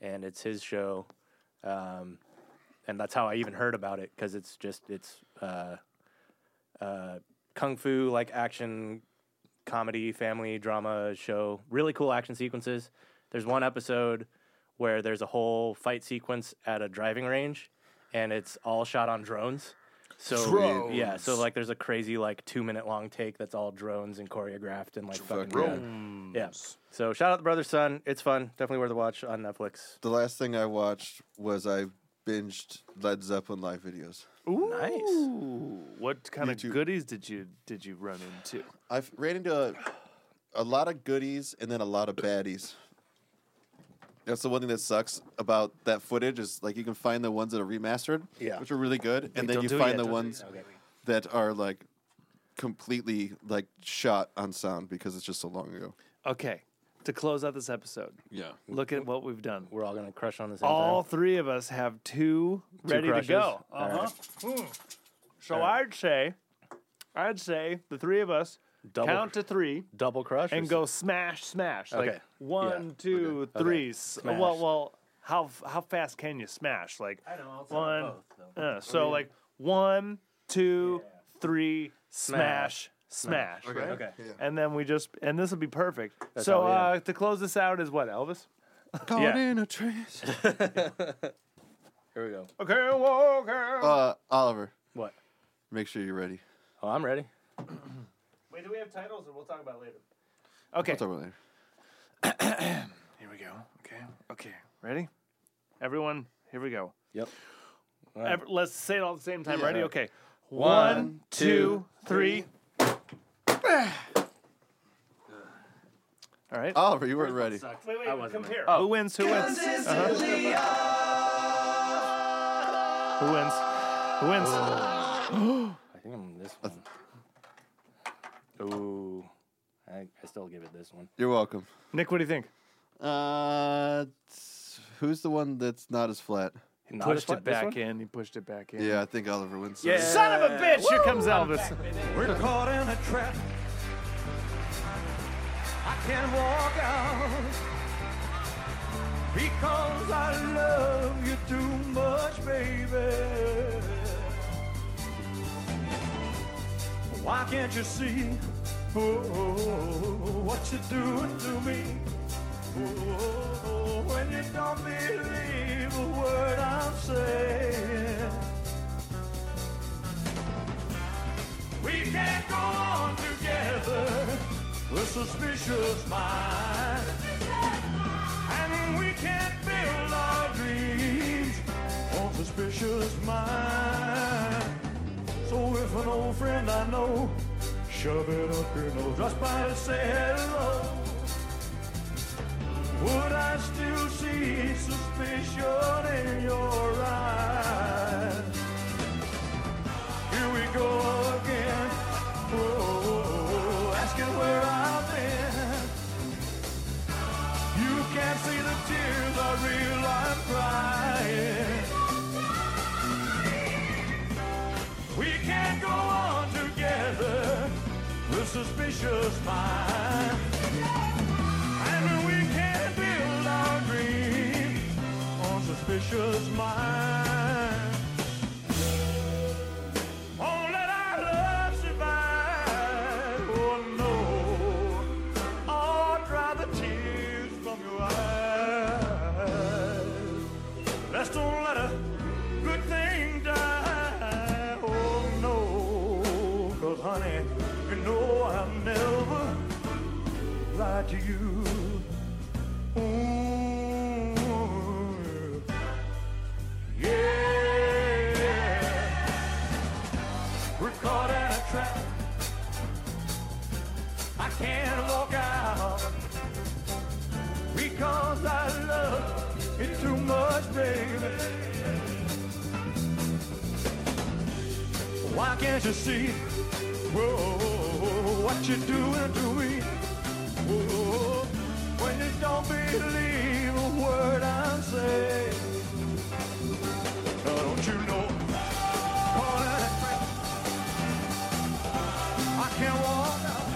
Speaker 2: and it's his show, um, and that's how I even heard about it because it's just it's uh, uh, kung fu like action comedy family drama show. Really cool action sequences. There's one episode where there's a whole fight sequence at a driving range, and it's all shot on drones. So
Speaker 3: Drones.
Speaker 2: yeah, so like there's a crazy like two minute long take that's all drones and choreographed and like fucking
Speaker 3: Drones.
Speaker 2: rad. Yeah. So shout out the brother son. It's fun. Definitely worth a watch on Netflix.
Speaker 3: the last thing I watched was I binged Led Zeppelin live videos.
Speaker 1: Ooh.
Speaker 2: nice.
Speaker 1: What kind
Speaker 3: YouTube.
Speaker 1: of goodies did you did you run into?
Speaker 3: I ran into a, a lot of goodies and then a lot of baddies. That's the one thing that sucks about that footage is like you can find the ones that are remastered,
Speaker 2: Yeah.
Speaker 3: which are really good, and then
Speaker 1: don't
Speaker 3: you
Speaker 1: do it
Speaker 3: find
Speaker 1: yet,
Speaker 3: the
Speaker 1: don't do it
Speaker 3: ones
Speaker 1: yet.
Speaker 3: that are like completely like shot on sound because it's just so long ago.
Speaker 1: Okay, to close out this episode,
Speaker 3: Yeah.
Speaker 1: look at what we've done.
Speaker 2: We're all gonna crush on this.
Speaker 1: All three of us have two, ready
Speaker 2: crushes?
Speaker 1: to go.
Speaker 2: All
Speaker 1: Uh-huh.
Speaker 2: right.
Speaker 1: Mm. So
Speaker 2: All right.
Speaker 1: I'd say, I'd say the three of us
Speaker 2: Double-
Speaker 1: count to three
Speaker 2: double crush or
Speaker 1: and go smash, smash. Like
Speaker 2: Okay.
Speaker 1: one, two,
Speaker 2: Okay.
Speaker 1: three. S-
Speaker 2: Smash.
Speaker 1: Well, well, how f- how fast can you smash? Like
Speaker 2: I know, I'll try
Speaker 1: one.
Speaker 2: both, though.
Speaker 1: uh, so like one, two, three, smash, smash. right?
Speaker 2: Okay.
Speaker 1: And then we just and this will be perfect.
Speaker 2: how
Speaker 1: so
Speaker 2: we
Speaker 1: uh, to close this out is what Elvis.
Speaker 3: Caught
Speaker 2: Yeah.
Speaker 3: in a trance.
Speaker 2: Here we go.
Speaker 1: Okay, Walker.
Speaker 3: Uh, Oliver,
Speaker 2: What?
Speaker 3: make sure you're ready.
Speaker 2: Oh, I'm ready.
Speaker 1: Wait, do we have titles, or we'll talk about it later? Okay.
Speaker 3: Talk about it later.
Speaker 1: Here we go. Okay. Okay. Ready? Everyone, here we go.
Speaker 2: Yep.
Speaker 1: Ev- let's say it all at the same time.
Speaker 3: Yeah.
Speaker 1: Ready? Okay.
Speaker 2: One,
Speaker 1: One,
Speaker 2: two,
Speaker 1: two, three. all right.
Speaker 3: Oliver, you weren't ready.
Speaker 1: wait, wait.
Speaker 2: wasn't
Speaker 1: compare. Who wins? Who wins? Uh-huh. Who wins? Who wins?
Speaker 2: I think I'm this one. Ooh. I, I still give it this one.
Speaker 3: You're welcome.
Speaker 1: Nick, what do you think?
Speaker 3: Uh, it's- who's the one that's not as flat?
Speaker 2: Not as
Speaker 1: pushed
Speaker 2: fun-
Speaker 1: it
Speaker 2: this
Speaker 1: back
Speaker 2: one?
Speaker 1: in. He pushed it back in.
Speaker 3: Yeah, I think Oliver wins.
Speaker 1: Son of a bitch! Here comes Elvis.
Speaker 4: We're caught in a trap. I can't walk out because I love you too much, baby. Why can't you see oh, what you're doing to me? Oh, when you don't believe a word I'm saying. We can't go on together with suspicious minds. And we can't build our dreams on suspicious minds. So if an old friend I know, shove it up your nose, just by to say hello.
Speaker 1: would I still see suspicion in your eyes? Here we go again, whoa, asking where I've been. You can't see the tears I real I'm crying. We can't go on together with suspicious minds. And we can build our dreams on suspicious minds. Won't let our love survive. Oh no, I'll dry the tears from your eyes. Let's don't let a good thing die. Oh no, cause honey, you know I'll never lie to you. Ooh, yeah, we're caught in a trap. I can't walk out because I love you too much, baby. Why can't you see? Whoa, what you doing to me? Whoa, when you don't believe a word I say. Now, don't you know? Caught in a trap. I can't walk out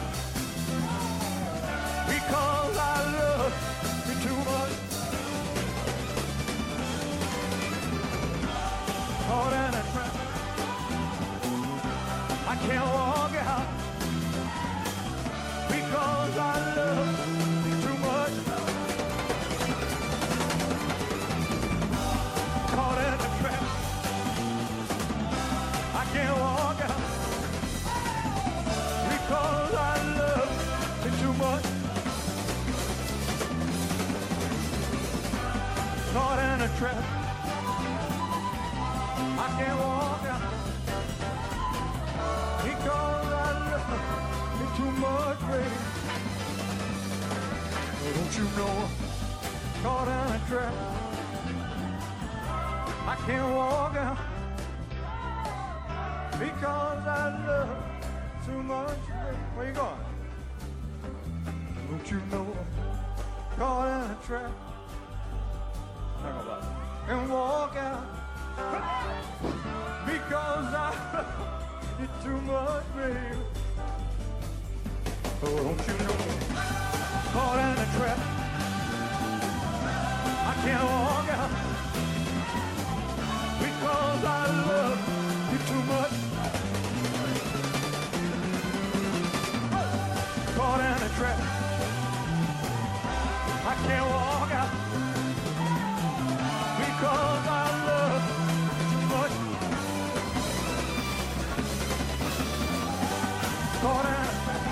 Speaker 1: because I love you too much. Caught in a trap. I can't walk out because I love you too much. Caught in a trap. I can't walk out because I love you too much. Caught in a trap. I can't walk out because I love you too much, baby. Oh, Don't you know I'm caught in a trap? I can't walk out because I love you too much. baby. Where you going? Don't you know I'm caught in a trap? Talk about it. And walk out because I love you too much, baby. Oh, don't you know? Caught in a trap. I can't walk out because I love you too much. Caught in a trap. I can't walk out because I love you too much. Caught in a trap.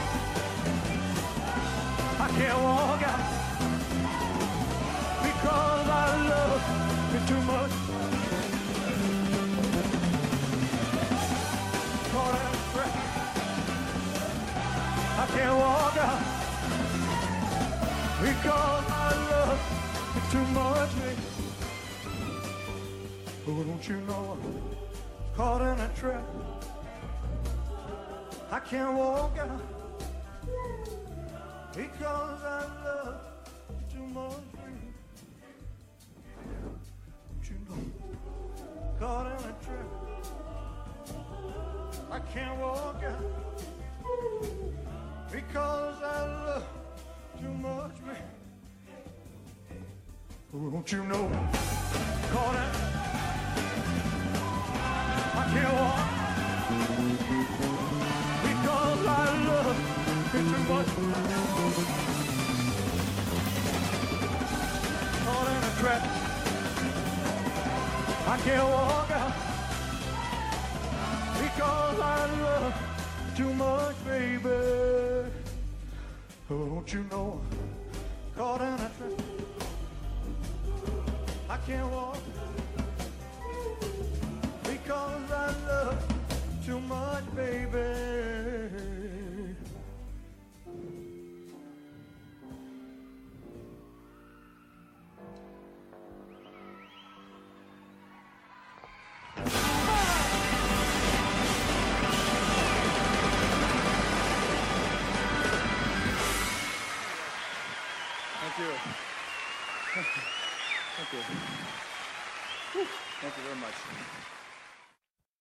Speaker 1: I can't walk out because I love you too much. Caught in a trap. I can't walk out because I love you too much. Baby. Oh, don't you know I'm caught in a trap? I can't walk out because I love you too much. Baby. Don't you know I'm caught in a trap? I can't walk out. Because I love too much, man. Won't you know? Caught it. I can't walk. Because I love you too much. Caught in a trap. I can't walk out. Because I love too much, baby. Oh, don't you know? I'm Caught in a trap. I can't walk because I love too much, baby. Thank you. Thank you. Thank you very much.